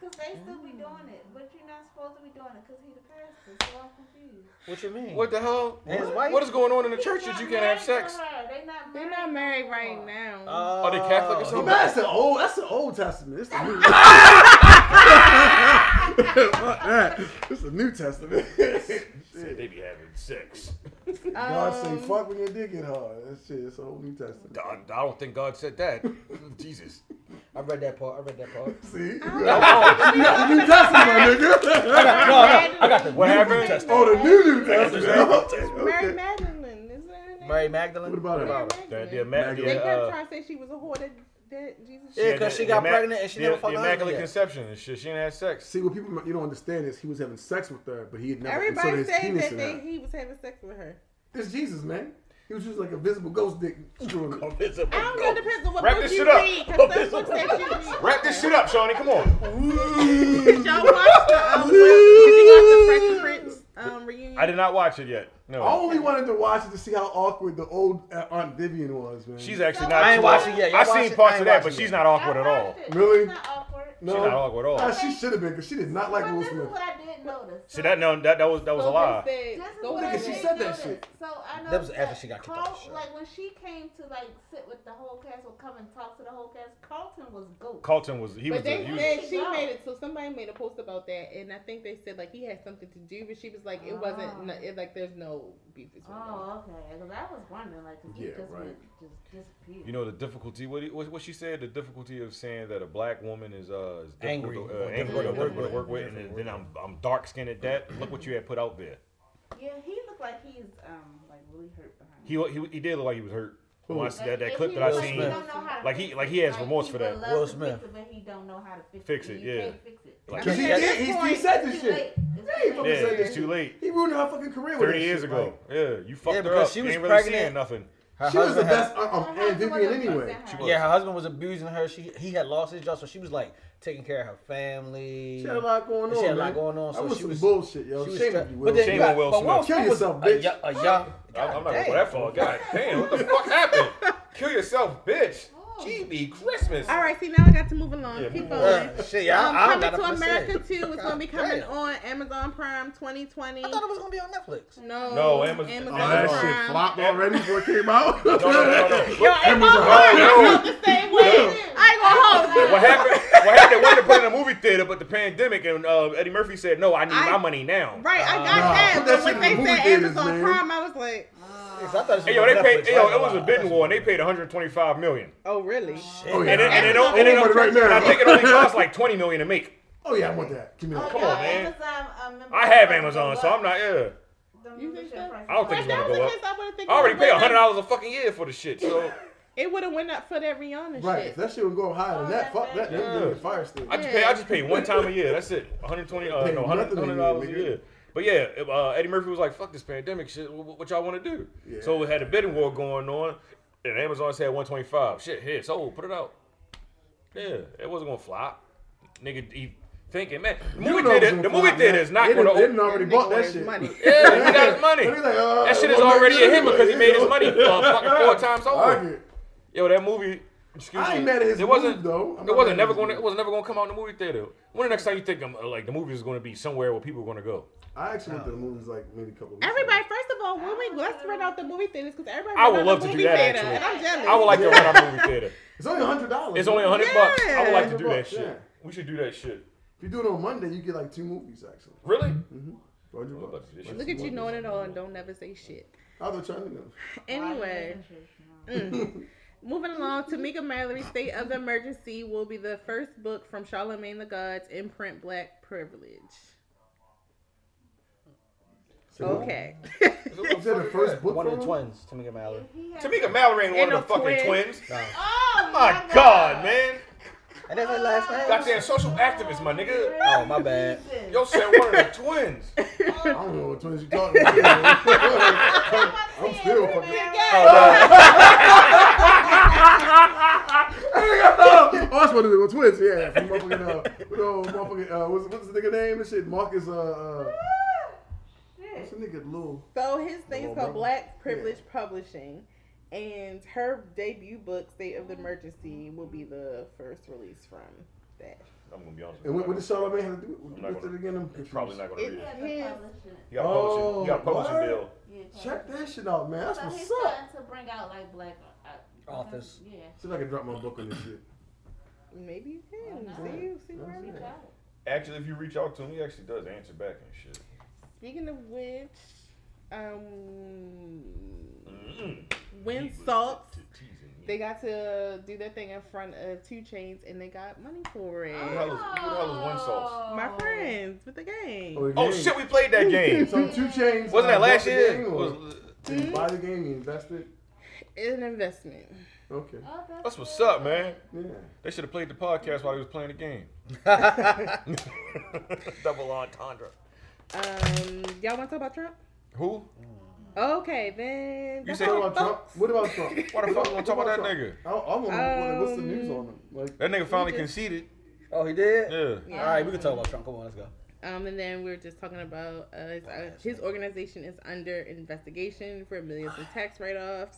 S7: Because they still
S4: Mm.
S7: be doing it, but you're not supposed to be doing it because he's the pastor, so I'm confused.
S5: What you mean?
S4: What the hell?
S5: And his
S4: What-
S5: wife?
S4: what is going on in the
S7: He's
S4: church that
S7: not
S4: you can't have
S7: married to
S4: sex?
S7: her. They not
S6: They're not married right
S7: now.
S6: now.
S5: Oh,
S3: Uh,
S4: Are they Catholic or
S3: Nah,
S4: something?
S3: that's the old. That's the Old Testament. It's the New. Fuck that. It's the New Testament.
S4: Said
S3: Shit.
S4: They be having sex.
S3: God say
S6: Um,
S3: fuck when your dick get hard. That shit. It's the whole New Testament.
S4: I, I don't think God said that. Jesus.
S5: I read that part. I read that part.
S3: See, you got the New Testament, nigga.
S5: I got the
S4: What happened?
S3: Oh, the new New Testament.
S6: Mary
S3: Okay.
S6: Magdalene, is that her name?
S5: Mary Magdalene.
S3: What about her?
S6: Mary
S4: The,
S6: Magdalene.
S4: the, Imma-
S6: They
S4: the,
S6: kept
S4: uh,
S6: trying to say she was a whore that, that Jesus.
S5: Yeah, 'cause she
S4: the-
S5: got
S4: the
S5: pregnant and she
S4: the,
S5: never fucked
S4: the
S5: her
S4: Immaculate
S5: husband yet.
S4: Conception and shit. She didn't have sex.
S3: See what people you don't understand is he was having sex with her, but he had never
S6: Everybody
S3: inserted his
S6: said
S3: penis
S6: that
S3: in
S6: they,
S3: her.
S6: he was having sex with her.
S3: It's Jesus, man. He was just like a visible ghost dick screwing her.
S6: I don't know. It depends on what
S4: Wrap
S6: book
S4: this
S6: you
S4: shit up.
S6: read. Because some books that you read.
S4: Wrap this shit up, Shawnee. Come on.
S6: Did y'all watch the, um, did you watch the Fresh Prince um, reunion?
S4: I did not watch it yet. No.
S3: I
S5: Oh.
S3: only wanted to watch it to see how awkward the old uh, Aunt Vivian was, man.
S4: She's actually
S7: I
S4: not.
S7: ain't
S4: too
S7: watched
S4: awkward.
S5: it yet. Y'all
S4: I
S5: watched
S4: seen
S5: it? I
S4: parts
S5: ain't
S4: of that, but
S5: watched it
S4: she's
S5: yet.
S4: not awkward at all.
S3: Really?
S7: She's not awkward.
S3: no,
S4: She's not awkward at all.
S3: Nah, she should have been because she did not like
S7: But
S3: Will
S7: this is
S3: Smith.
S7: what I did notice.
S4: See that? No, that that was that was a lie.
S6: Said,
S7: This is
S6: go
S7: what
S3: Nigga,
S7: I
S6: back
S3: she
S7: did
S3: said that
S7: notice.
S3: shit.
S7: So I know
S5: That was after she got kicked
S7: Carl,
S5: off the show.
S7: Like when she came to like sit with the whole cast or come and talk to the whole cast, Carlton was goat.
S4: Carlton was he was.
S6: But
S4: the-
S6: they
S4: he was-
S6: said she made it, so somebody made a post about that, and I think they said like he had something to do, but she was like, it
S7: Ah.
S6: wasn't, no, it, like there's no beef between them.
S7: Oh, okay. Because I was wondering, like, 'cause he
S3: Yeah,
S7: just
S3: right.
S7: went, just disappeared.
S4: You know the difficulty. What, he- what what she said. The difficulty of saying that a black woman is uh is
S5: Angry.
S4: difficult to, uh,
S5: Or
S4: angry to
S5: difficult to
S4: work,
S5: work
S4: with,
S5: with.
S4: work with, and then, then I'm I'm dark skinned at that. Look what you had put out there.
S7: yeah, he looked like he's um like really hurt behind.
S4: He he, he did look like he was hurt. When I see that, that
S7: if
S4: clip
S7: he
S4: that I
S7: was,
S4: seen,
S7: he don't know how to
S4: like, he-
S7: fix
S4: like,
S7: it.
S4: he has remorse
S7: he
S4: for
S7: would
S4: that.
S7: love
S5: Will
S7: to fix
S5: Smith.
S7: it, but he don't know how to fix,
S4: Fix
S7: it.
S4: it,
S7: and you
S4: yeah.
S7: can't fix it.
S4: Like-
S7: At
S3: Because he
S6: At
S3: did.
S6: this
S3: He, he
S6: point,
S3: said
S7: this
S3: this shit.
S7: late.
S3: fucking
S7: It's too
S4: yeah,
S7: late.
S3: said
S4: it's
S3: that
S4: too late.
S3: He ruined her fucking career. with
S4: Thirty
S3: that
S4: years
S3: shit,
S4: ago,
S3: like,
S4: yeah, you fucked her
S5: because
S4: up.
S5: she
S4: She
S5: was
S4: ain't really seeing
S5: pregnant.
S4: nothing.
S5: Her
S3: she was the
S5: husband had-
S3: best uh, Aunt, Aunt, Aunt
S7: husband
S3: Vivian
S7: wasn't
S3: anyway.
S7: upset her.
S4: was.
S5: Yeah, her husband was abusing her. She he had lost his job, so she was like taking care of her family.
S3: She had a lot going on.
S5: She had a lot
S3: man.
S5: going on,
S3: I
S5: so
S3: was
S5: she
S3: some
S5: was-
S3: bullshit, yo.
S5: she was
S3: Shame
S5: stra-
S3: on you,
S5: but
S3: Will.
S5: then
S4: Shame
S5: you got-
S4: on Will
S5: but
S4: Smith.
S3: Kill
S5: Smith was
S3: yourself,
S5: a
S3: bitch.
S5: yo- A, young.
S4: I'm, I'm not
S5: God
S4: going
S5: damn.
S4: that far. God damn, what the fuck happened? Kill yourself, bitch. GB Christmas.
S6: All right, see now I got to move along.
S4: Yeah,
S6: Keep
S4: move
S6: going.
S5: Uh, shit, y'all-
S6: um,
S5: I don't
S6: coming
S5: got
S6: to
S5: nothing to say.
S6: America too is gonna be coming
S5: Goddamn.
S6: on Amazon Prime 2020.
S5: I thought it was gonna be on Netflix.
S6: No,
S4: No, Amazon-
S3: Oh, that shit flopped already before it came out.
S4: No, no, no, no.
S6: Yo,
S4: What,
S6: it was hard. the same way. I ain't gonna hold you.
S4: what happened? What happened? They wanted to put it in a movie theater, but the pandemic and uh, Eddie Murphy said, "No, I need
S6: I-
S4: my money now."
S6: Right, I got
S3: Nah,
S6: that.
S3: put that
S6: But
S3: shit
S6: when
S3: in
S6: they
S3: the movie
S6: said
S3: theaters,
S6: Amazon
S3: man.
S6: Prime, I was like,
S5: Yes, I thought it was
S4: Hey yo,
S5: on
S4: they
S5: Netflix.
S4: paid. Hey, yo,
S5: I
S4: it was a
S5: thought
S4: bidding
S5: it
S4: war, and they paid 125 million.
S6: oh really?
S3: Oh yeah.
S4: And it, and it, don't- and it,
S3: I want it right
S4: don't- and I
S3: now.
S4: think it only cost like 20 million to make.
S3: Oh yeah, I want that. Give me that.
S7: Oh,
S4: Come
S7: yeah,
S4: on, man.
S7: Amazon, uh, membership
S4: I have
S7: prices
S4: Amazon,
S7: go
S4: so
S7: up.
S4: I'm not. Yeah,
S7: The
S6: You think
S7: membership
S6: so?
S7: prices
S4: I don't think it's
S7: go up.
S4: gonna
S6: That was
S4: go
S6: the
S4: up.
S6: case I would have
S4: I already paid 100 dollars a fucking year for the shit. So
S6: It would have went up for that Rihanna
S3: Right, if
S6: shit.
S3: that shit would go up higher than
S7: Oh,
S3: that,
S7: that's
S3: fuck that.
S7: bad.
S3: That would be a fire stick.
S4: I just pay. I just pay one time a year. That's it. 120. Uh,
S3: Pay
S4: no, 100
S3: nothing a year,
S4: dollars a
S3: nigga.
S4: year. But yeah, if, uh, Eddie Murphy was like, "Fuck this pandemic shit. What, what y'all want to do?" So we had a bidding war going on, and Amazon said 125. Shit, here, so put it out. Yeah, it wasn't gonna flop. Nigga, he thinking, man, the
S3: You
S4: movie
S3: know it was
S4: theater,
S3: gonna
S4: the movie
S3: fly,
S4: theater
S3: man.
S4: is not
S3: They
S4: gonna.
S3: done- They
S4: Open.
S3: done already
S6: That
S3: bought
S6: nigga
S3: that
S6: wants
S3: shit.
S6: money.
S4: Yeah, he got his money.
S3: They be like, uh,
S4: That shit is
S3: well,
S4: already
S3: nigga,
S4: a hit because he made his
S3: yo.
S4: money uh, fucking four times
S3: Fuck
S4: over.
S3: it.
S4: Yo, that movie. Excuse
S3: I
S4: me.
S3: ain't mad at his
S4: it wasn't
S3: move, though. I'm
S4: It
S3: not
S4: wasn't
S3: mad at
S4: never
S3: his
S4: going. to
S3: move.
S4: It was never going to come out in the movie theater. When the next time you think um, like the movie is going to be somewhere where people are going to go?
S3: I actually went to the movies like maybe a couple. weeks
S6: Everybody,
S3: ago.
S6: first of all, when we let's rent out the movie theaters because everybody.
S4: I would
S6: rent out
S4: love
S6: the
S4: to do
S6: movie
S4: that,
S6: theater,
S4: actually.
S6: and I'm jealous.
S4: I would like to rent out a movie theater.
S3: It's only hundred dollars.
S4: It's only hundred bucks. I would like to do that shit.
S3: Yeah.
S4: We should do that shit.
S3: If you do it on Monday, you get like two movies actually.
S4: Really?
S3: Mm-hmm. Hundred
S4: about
S3: bucks.
S4: to do this
S6: Look at you knowing it all and don't never say shit.
S3: I was trying to know.
S6: Anyway, mm. moving along, Tamika Mallory's State of the Emergency will be the first book from Charlemagne the God's imprint Black Privilege. Okay.
S3: Is that the first book?
S5: One of
S3: for
S5: the
S3: him?
S5: twins, Tamika Mallory.
S7: He had-
S4: Tamika Mallory ain't one
S6: Ain't
S4: of the
S6: no
S4: fucking
S6: twins.
S4: twins.
S5: No.
S7: Oh
S4: My God, man.
S5: And that's her last name.
S4: Goddamn social activist, my nigga.
S5: Oh, my bad.
S7: Jesus.
S4: Yo said one of the twins.
S9: I don't know what twins you talking about. man. I'm still fucking. Oh, that's what it is with twins. Yeah, from motherfucking uh, with old motherfucking uh, what's, what's the nigga name and shit? Marcus uh, uh what's the nigga Lou?
S6: So his thing
S9: on,
S6: is
S9: brother.
S6: called Black Privilege Publishing, and her debut book, State of the Emergency, will be the first release from that.
S4: I'm gonna be honest.
S9: And
S4: you,
S9: what, what did
S4: I'm
S9: Charlamagne have to do with,
S4: not
S9: with it
S4: gonna-
S9: again? I'm
S4: He's
S9: confused.
S4: probably not gonna
S6: It-
S4: read it.
S7: He had to publish it.
S4: You got a publishing, you got a
S9: Oh,
S4: publishing
S9: what?
S4: bill.
S7: He had to
S9: Check
S7: publish
S9: that shit out, man.
S7: it.
S9: That's
S7: So he's
S9: what's up.
S7: starting to bring out like black uh,
S5: Authors.
S7: Yeah.
S9: See if I can drop my book on this shit.
S6: Maybe you can
S7: Why not?
S6: see you see where
S7: He
S6: I'm
S7: got
S6: at.
S7: it.
S4: Actually, if you reach out to him, he actually does answer back and shit.
S6: Speaking of which, um,
S4: Mm-mm.
S6: when
S4: He was
S6: Salt
S4: te- te- teasing me.
S6: they got to do their thing in front of Two Chains, and they got money for it.
S4: Who the hell is, who the hell is one sauce?
S7: Oh.
S6: My friends with the
S9: Oh,
S6: gang.
S9: the
S4: Oh
S9: game.
S4: shit, we played that game.
S9: So two chains.
S4: Wasn't
S9: uh, bought
S4: that last
S9: the
S4: year?
S9: game or-
S4: Was-
S9: you buy the game, you invest it.
S6: It's an investment.
S9: Okay.
S7: Oh,
S4: that's what's up, man.
S9: Yeah.
S4: They should have played the podcast while he was playing the game. Double entendre.
S6: Um, y'all want to talk about Trump?
S4: Who?
S6: Okay, then.
S4: You
S6: that's
S4: said-
S6: all,
S9: What about Trump?
S6: folks.
S9: What about Trump?
S4: Why the fuck
S9: What
S4: we gonna talk about that
S9: Trump?
S4: nigga?
S9: I, I want to. What's the
S6: Um,
S9: news on him? Like,
S4: That nigga finally
S6: just-
S4: conceded.
S5: Oh, he did?
S4: Yeah.
S5: All right, we can talk about Trump. Come on, let's go.
S6: Um, and then we were just talking about uh, his, uh, his organization is under investigation for millions in tax write-offs,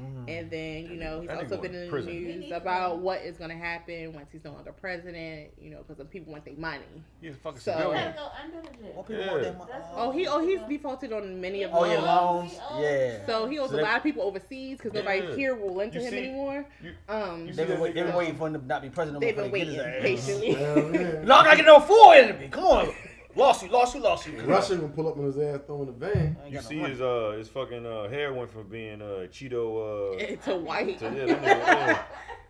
S5: Mm.
S6: and then you know he's
S4: That nigga
S6: also
S4: went
S6: been
S4: to
S6: in the
S4: prison.
S6: news about what is going to happen once he's no longer president. You know, because people want their money.
S4: He's a fucking
S6: So-
S7: You
S4: civilian.
S7: gotta go under the jail.
S5: What people want
S4: Yeah.
S5: that money?
S7: That's
S5: Oh,
S6: Oh, he oh he's defaulted on many of
S5: oh, your
S6: them.
S5: loans? Yeah.
S6: So he owes
S5: So
S6: a
S5: they-
S6: lot of people overseas because nobody
S4: Yeah.
S6: here will lend to
S4: You
S6: him
S4: see-
S6: anymore.
S4: you-
S6: um,
S4: you see
S5: They've been,
S4: that
S5: wait, they've been
S4: nigga-
S5: waiting for him to not be president.
S6: they've been
S5: before they
S6: waiting
S5: get his ass.
S6: patiently.
S9: hell yeah.
S5: No, I gotta get no full enemy. Come on. Lawsuit, lawsuit, lawsuit.
S9: Russia gonna pull up on his ass throwing a van.
S5: I
S4: You
S5: ain't got no
S4: see
S5: money.
S4: his uh his fucking uh hair went from being uh Cheeto uh
S6: It's a white.
S4: to yeah, that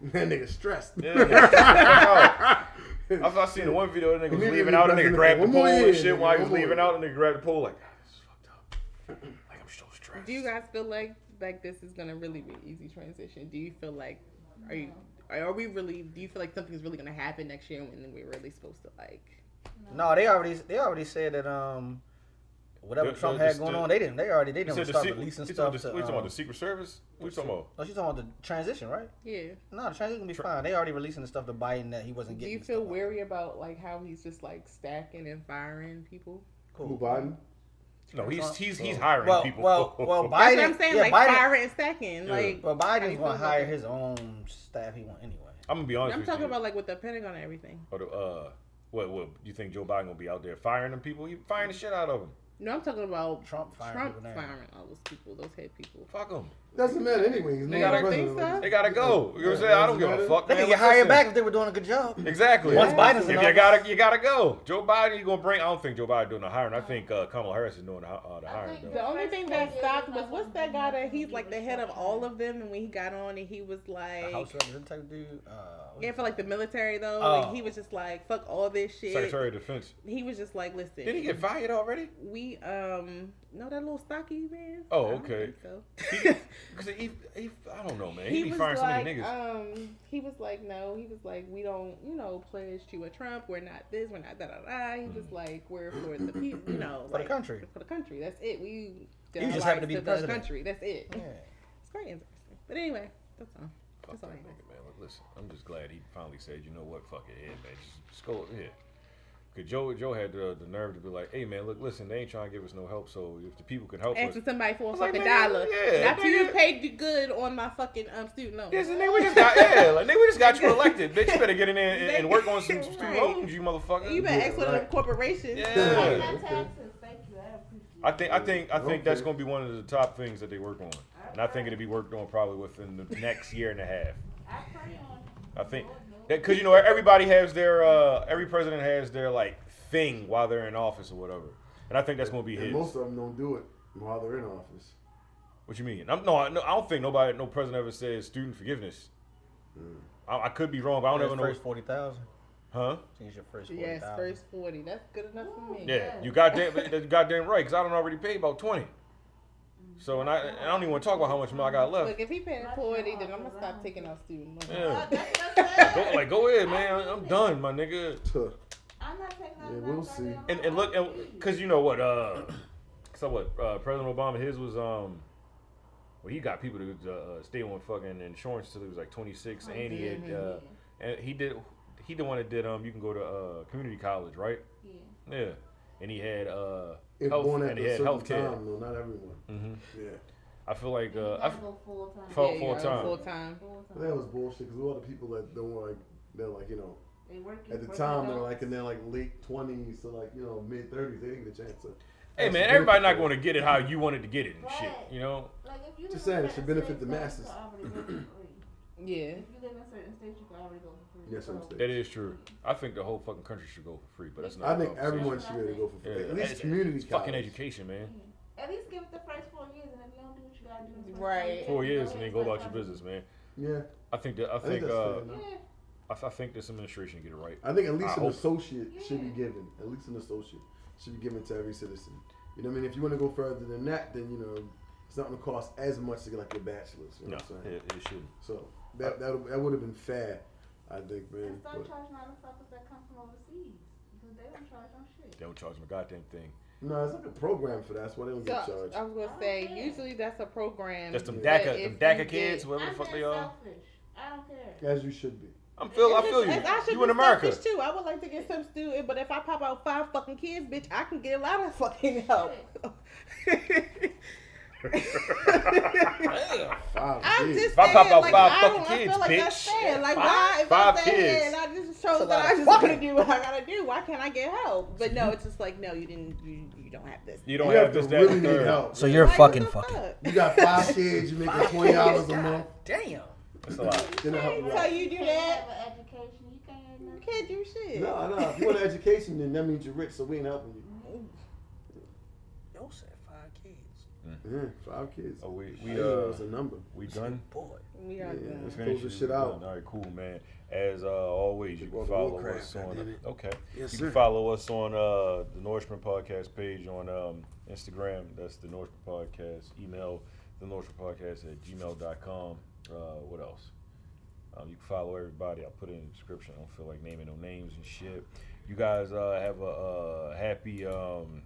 S4: nigga,
S9: That nigga stressed.
S4: yeah, yeah, nigga, fuck out. I've, I've seen the one video that nigga was
S9: Immediately
S4: leaving out, the
S9: pressing
S4: nigga
S9: the-
S4: grabbed the
S9: one more
S4: pole
S9: year,
S4: and shit
S9: nigga,
S4: while he
S9: one
S4: was
S9: more
S4: leaving
S9: year.
S4: out, the nigga grabbed the pole like "Ah, this is fucked up. Like I'm so stressed.
S6: Do you guys feel like like this is gonna really be an easy transition? Do you feel like are you are we really? Do you feel like something's really gonna happen next year when we're really supposed to like?
S5: No, they already they already said that um whatever
S4: The-
S5: Trump
S4: the-
S5: had
S4: the-
S5: going on, they didn't they already they
S4: You
S5: didn't
S4: said the
S5: start
S4: se-
S5: releasing
S4: you
S5: stuff.
S4: talking about the-
S5: to,
S4: what you talking
S5: um,
S4: about? The Secret Service? What you talking about?
S5: No, she's talking about the transition, right?
S6: Yeah.
S5: No, the transition gonna be fine. They already releasing the stuff to Biden that he wasn't
S6: Do
S5: getting.
S6: you
S5: and
S6: feel
S5: stuff.
S6: weary about like how he's just like stacking and firing people?
S9: Who
S5: Cool.
S9: Biden?
S4: No, he's he's he's hiring
S5: Well,
S4: people.
S5: well, well, Biden.
S6: That's what I'm saying.
S5: yeah,
S6: like
S5: Biden,
S6: firing and stacking. Like
S5: Well,
S6: How
S5: Biden's
S6: you
S5: gonna
S6: feel about
S5: hire
S6: that?
S5: his own staff. He want anyway.
S4: I'm gonna be honest.
S6: I'm
S4: with
S6: talking
S4: you.
S6: about like with the Pentagon and everything.
S4: Or the, uh, what what you think Joe Biden gonna be out there firing them people? He firing the shit out of them.
S6: No, I'm talking about Trump
S5: Trump firing
S6: firing,
S5: people now.
S6: all those people, those head people.
S4: Fuck them.
S9: Doesn't matter anyways.
S4: They gotta- They gotta go. You know what I'm saying? I don't give a fuck.
S5: They
S4: man.
S5: can get
S4: Like,
S5: hired
S4: listen.
S5: back if they were doing a good job.
S4: Exactly.
S5: Once Biden's
S4: if
S5: in
S4: you
S5: office.
S4: gotta you gotta go. Joe Biden, you gonna bring? I don't think Joe Biden doing the hiring. I think uh, Kamala Harris is doing the, hi- uh, the
S7: I
S4: hiring.
S7: think
S4: though.
S6: The only thing Uh-huh. that stopped was what's that guy that he's like the head of all of them, and when he got on and he was
S5: The
S6: like,
S5: House representative type dude. Uh,
S6: yeah, for like the military though,
S5: Oh.
S6: like, he was just like, fuck all this shit.
S4: Secretary of Defense.
S6: He was just like, listen,
S4: Did he get fired already?
S6: we um, no, that little stocky man.
S4: Oh,
S6: I don't
S4: okay.
S6: think so.
S4: Because he, he, I don't know, man. He,
S6: he
S4: be
S6: was
S4: firing so
S6: like,
S4: many niggas.
S6: um, he was like, no, he was like, we don't, you know, pledge to a Trump. We're not this. We're not da da da. He
S4: Mm.
S6: was like, we're for the people, you know,
S5: For the
S6: like,
S5: country.
S6: for the country. That's it. We
S5: You just happen to be
S6: the
S5: president.
S6: country. That's it.
S5: yeah.
S6: It's quite interesting. But anyway, that's all.
S4: Fuck
S6: That's
S4: that
S6: all. I
S4: nigga,
S6: have.
S4: man. Like, Listen, I'm just glad he finally said, you know what, fuck it, yeah, man, just, just go yeah. Cause Joe, Joe had the, the nerve to be like, hey man, look, listen, they ain't trying to give us no help, so if the people can help us,
S6: Asking somebody for a
S4: was like,
S6: fucking
S4: man,
S6: dollar.
S4: yeah,
S6: Not till you
S4: nigga.
S6: paid you good on my fucking um student loan.
S4: yes, nigga, we just got, yeah, like, nigga, we just got you elected, bitch, you better get in there and, and work on some student
S6: Right.
S4: loans, you motherfucker.
S6: You better ask one of them corporations.
S7: Pay
S4: Yeah.
S7: my taxes. Thank you. I appreciate
S4: I think, I think, I think that's
S9: Okay.
S4: gonna be one of the top things that they work on, and I think it'll be worked on probably within the next year and a half.
S7: it. I pray on
S4: I think because you know everybody has their uh, every president has their like thing while they're in office or whatever, and I think that's gonna be
S9: And
S4: his.
S9: most of them don't do it while they're in office.
S4: What you mean? I'm, no, I, no, I don't think nobody, no president ever says student forgiveness.
S9: Mm.
S4: I, I could be wrong, but I don't ever know.
S5: First forty thousand.
S4: Huh?
S5: It's your first forty thousand.
S6: Yes, first forty. That's good enough for me.
S4: Yeah, you goddamn, you goddamn right, because I don't already pay about twenty. So and I, and I don't even want to talk about how much money I got left.
S6: Look, if he paying forty, then I'm gonna stop taking out student loans.
S4: Yeah.
S7: Uh, That's what I'm saying.
S4: Go, like go ahead, man. I'm done, my nigga.
S7: I'm not taking out
S3: Yeah,
S7: nothing
S3: we'll
S7: out
S3: see.
S7: there.
S4: And and look, and, cause you know what? Uh, so what? Uh, President Obama, his was um, well, he got people to uh, stay on fucking insurance till he was like 26, and he had, uh, and he did, he the one that did um, you can go to uh community college, right?
S7: Yeah.
S4: Yeah. And he had uh,
S3: If
S4: health,
S3: born at
S4: and he
S3: a
S4: had
S3: certain
S4: health care.
S3: time, though, not everyone.
S4: Mhm.
S3: Yeah.
S4: I feel like uh,
S7: You
S4: I
S7: gotta
S4: f-
S7: go full time.
S4: full-
S6: Yeah, you
S4: full
S6: are
S4: time.
S6: Full time.
S7: Full time.
S3: That was bullshit because a lot of people that don't like, they're like, you know,
S7: They work
S3: at the
S7: work
S3: time
S7: it
S3: they're
S7: out.
S3: like in their like late 20s to like, you know, mid 30s. They didn't get a chance to.
S4: hey man, everybody not going to get it how you wanted to get it and shit, you know.
S7: Like if you
S3: Just saying,
S7: live in
S3: it should
S7: certain
S3: benefit the
S7: states,
S3: masses.
S7: you can already go for free.
S6: Yeah.
S7: If you live in certain states, you can already go for free.
S3: Yes, I'm
S7: So,
S3: saying.
S4: That is true. I think the whole fucking country should go for free, but that's not.
S3: I
S4: a
S3: think
S4: conversation.
S3: everyone should be able to go for free. At least
S4: Oh, it's-
S3: community
S4: it's fucking
S3: college.
S4: education, man.
S7: At least give it the first four years, and if you don't do what you gotta do, in the first
S6: Right.
S4: Four
S7: you
S4: years
S7: go
S4: and
S7: ahead
S4: then go
S7: start
S4: about your business, man.
S3: Yeah.
S4: I think that I
S3: I think
S4: think
S3: that's
S4: uh,
S3: fair enough.
S7: something.
S4: I, I think this administration get it right.
S3: I think at least an
S4: I hope-
S3: associate should be
S7: Yeah.
S3: given. At least an associate should be given to every citizen. You know what I mean? If you want to go further than that, then you know it's not going to cost as much to get like your bachelor's. You know
S4: No,
S3: what I'm saying?
S4: it, it shouldn't.
S3: So that that that would have been fair, I think,
S7: Yeah.
S3: man.
S7: And start
S3: But
S7: charging motherfuckers that come from overseas because they don't charge on shit.
S4: They don't charge them a goddamn thing.
S3: no, it's like a program for that. That's why they don't get
S6: So
S3: charged.
S6: I was gonna say, usually that's a program.
S4: That's them
S6: but
S4: DACA, them
S6: if
S4: DACA
S6: you
S4: kids,
S6: get-
S4: whatever the
S7: I'm
S4: fuck
S7: being
S4: they are.
S7: selfish. I don't care.
S3: As you should be.
S4: I'm feel. I
S6: It's
S4: feel
S6: just- it's- I should
S4: you. You in
S6: be
S4: America.
S6: selfish, Too. I would like to get some student, but if I pop out five fucking kids, bitch, I can get a lot of fucking help.
S4: Damn.
S3: Five
S6: I'm
S3: years.
S6: just
S4: If I pop
S6: saying,
S4: out
S6: like,
S4: five
S6: I
S4: fucking
S6: don't, I
S4: kids,
S6: feel like that's
S4: bitch.
S6: fair. Like,
S4: Five-
S6: why if
S4: five
S6: I stay here
S4: kids.
S6: and I just
S5: It's a
S6: chose
S5: lot
S6: that I
S5: of
S6: just want to
S5: fucking.
S6: do what I gotta do, why can't I get help? But no, it's just like, no, you didn't. You, you don't have this.
S4: You don't
S3: You
S4: have,
S3: have to
S4: this. That,
S3: really
S4: and the
S3: need
S4: third.
S3: help.
S5: So you're
S6: Like, what
S5: fucking
S6: the
S5: fucking.
S6: fuck?
S3: You got five kids. You're making twenty dollars a month.
S5: Damn.
S4: That's a lot.
S3: Then I help you
S4: Oh,
S6: So
S3: out.
S6: you do
S7: can't
S6: that,
S7: have an education. You can't have
S6: you
S7: nothing.
S6: can't do shit.
S3: No, no. If you want an education, then that means you're rich, so we ain't helping you.
S5: Yo Mm-hmm. said five kids.
S3: Yeah, five kids.
S4: Mm. Oh, we
S3: I
S4: we
S3: didn't know it
S4: uh
S3: was a number.
S4: we done.
S5: Boy.
S6: We are
S3: Yeah.
S6: done.
S3: Let's finish this shit out.
S4: All right, cool, man. As uh, always, you can
S3: World of
S4: follow
S3: Warcraft,
S4: us on.
S3: goddamn
S4: Okay.
S3: Yes,
S4: you
S3: sir.
S4: can follow us on uh, the Norseman Podcast page on um, Instagram. That's the Norseman Podcast. Email the Norseman Podcast at gmail.com. Uh, what else? Um, you can follow everybody. I'll put it in the description. I don't feel like naming no names and shit. You guys uh, have a uh, happy um,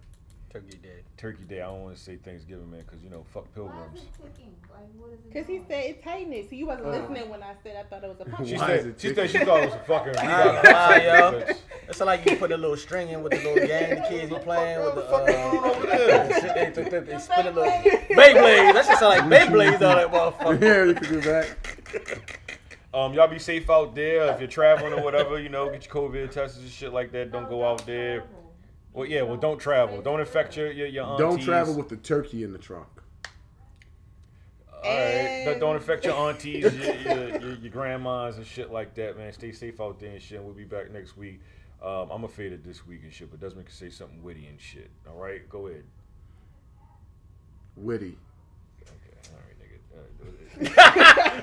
S5: Turkey dead.
S4: Turkey Day. I don't want to say Thanksgiving, man, because, you know, fuck
S7: Why is
S4: pilgrims.
S7: it ticking? Like, what is it?
S6: Cause he
S7: doing?
S6: said it's tightness. He wasn't listening when I said I thought it was a
S4: She
S6: pumpkin.
S3: Why is
S4: said,
S3: it
S4: she, said she thought it was a fucking.
S5: I ain't gonna lie, yo. It's like you put a little string in with the little game the kids be playing with the uh, shit they, they, they spin a little Beyblade. That shit sound like Beyblades all that motherfucker.
S3: Yeah, you can do that.
S4: Um, y'all be safe out there. If you're traveling or whatever, you know, get your COVID tests and shit like that. Don't go out there.
S7: travel.
S4: Well, yeah. Well, don't travel. Don't infect your your, your aunties.
S3: Don't travel with the turkey in the trunk.
S4: All right. Don't- Don't infect your aunties, your, your, your, your grandmas and shit like that, man. Stay safe out there and shit. We'll be back next week. Um, I'm faded this week and shit, but Desmond can say something witty and shit. All right, go ahead.
S3: Witty.
S4: Okay. All right, nigga. All right,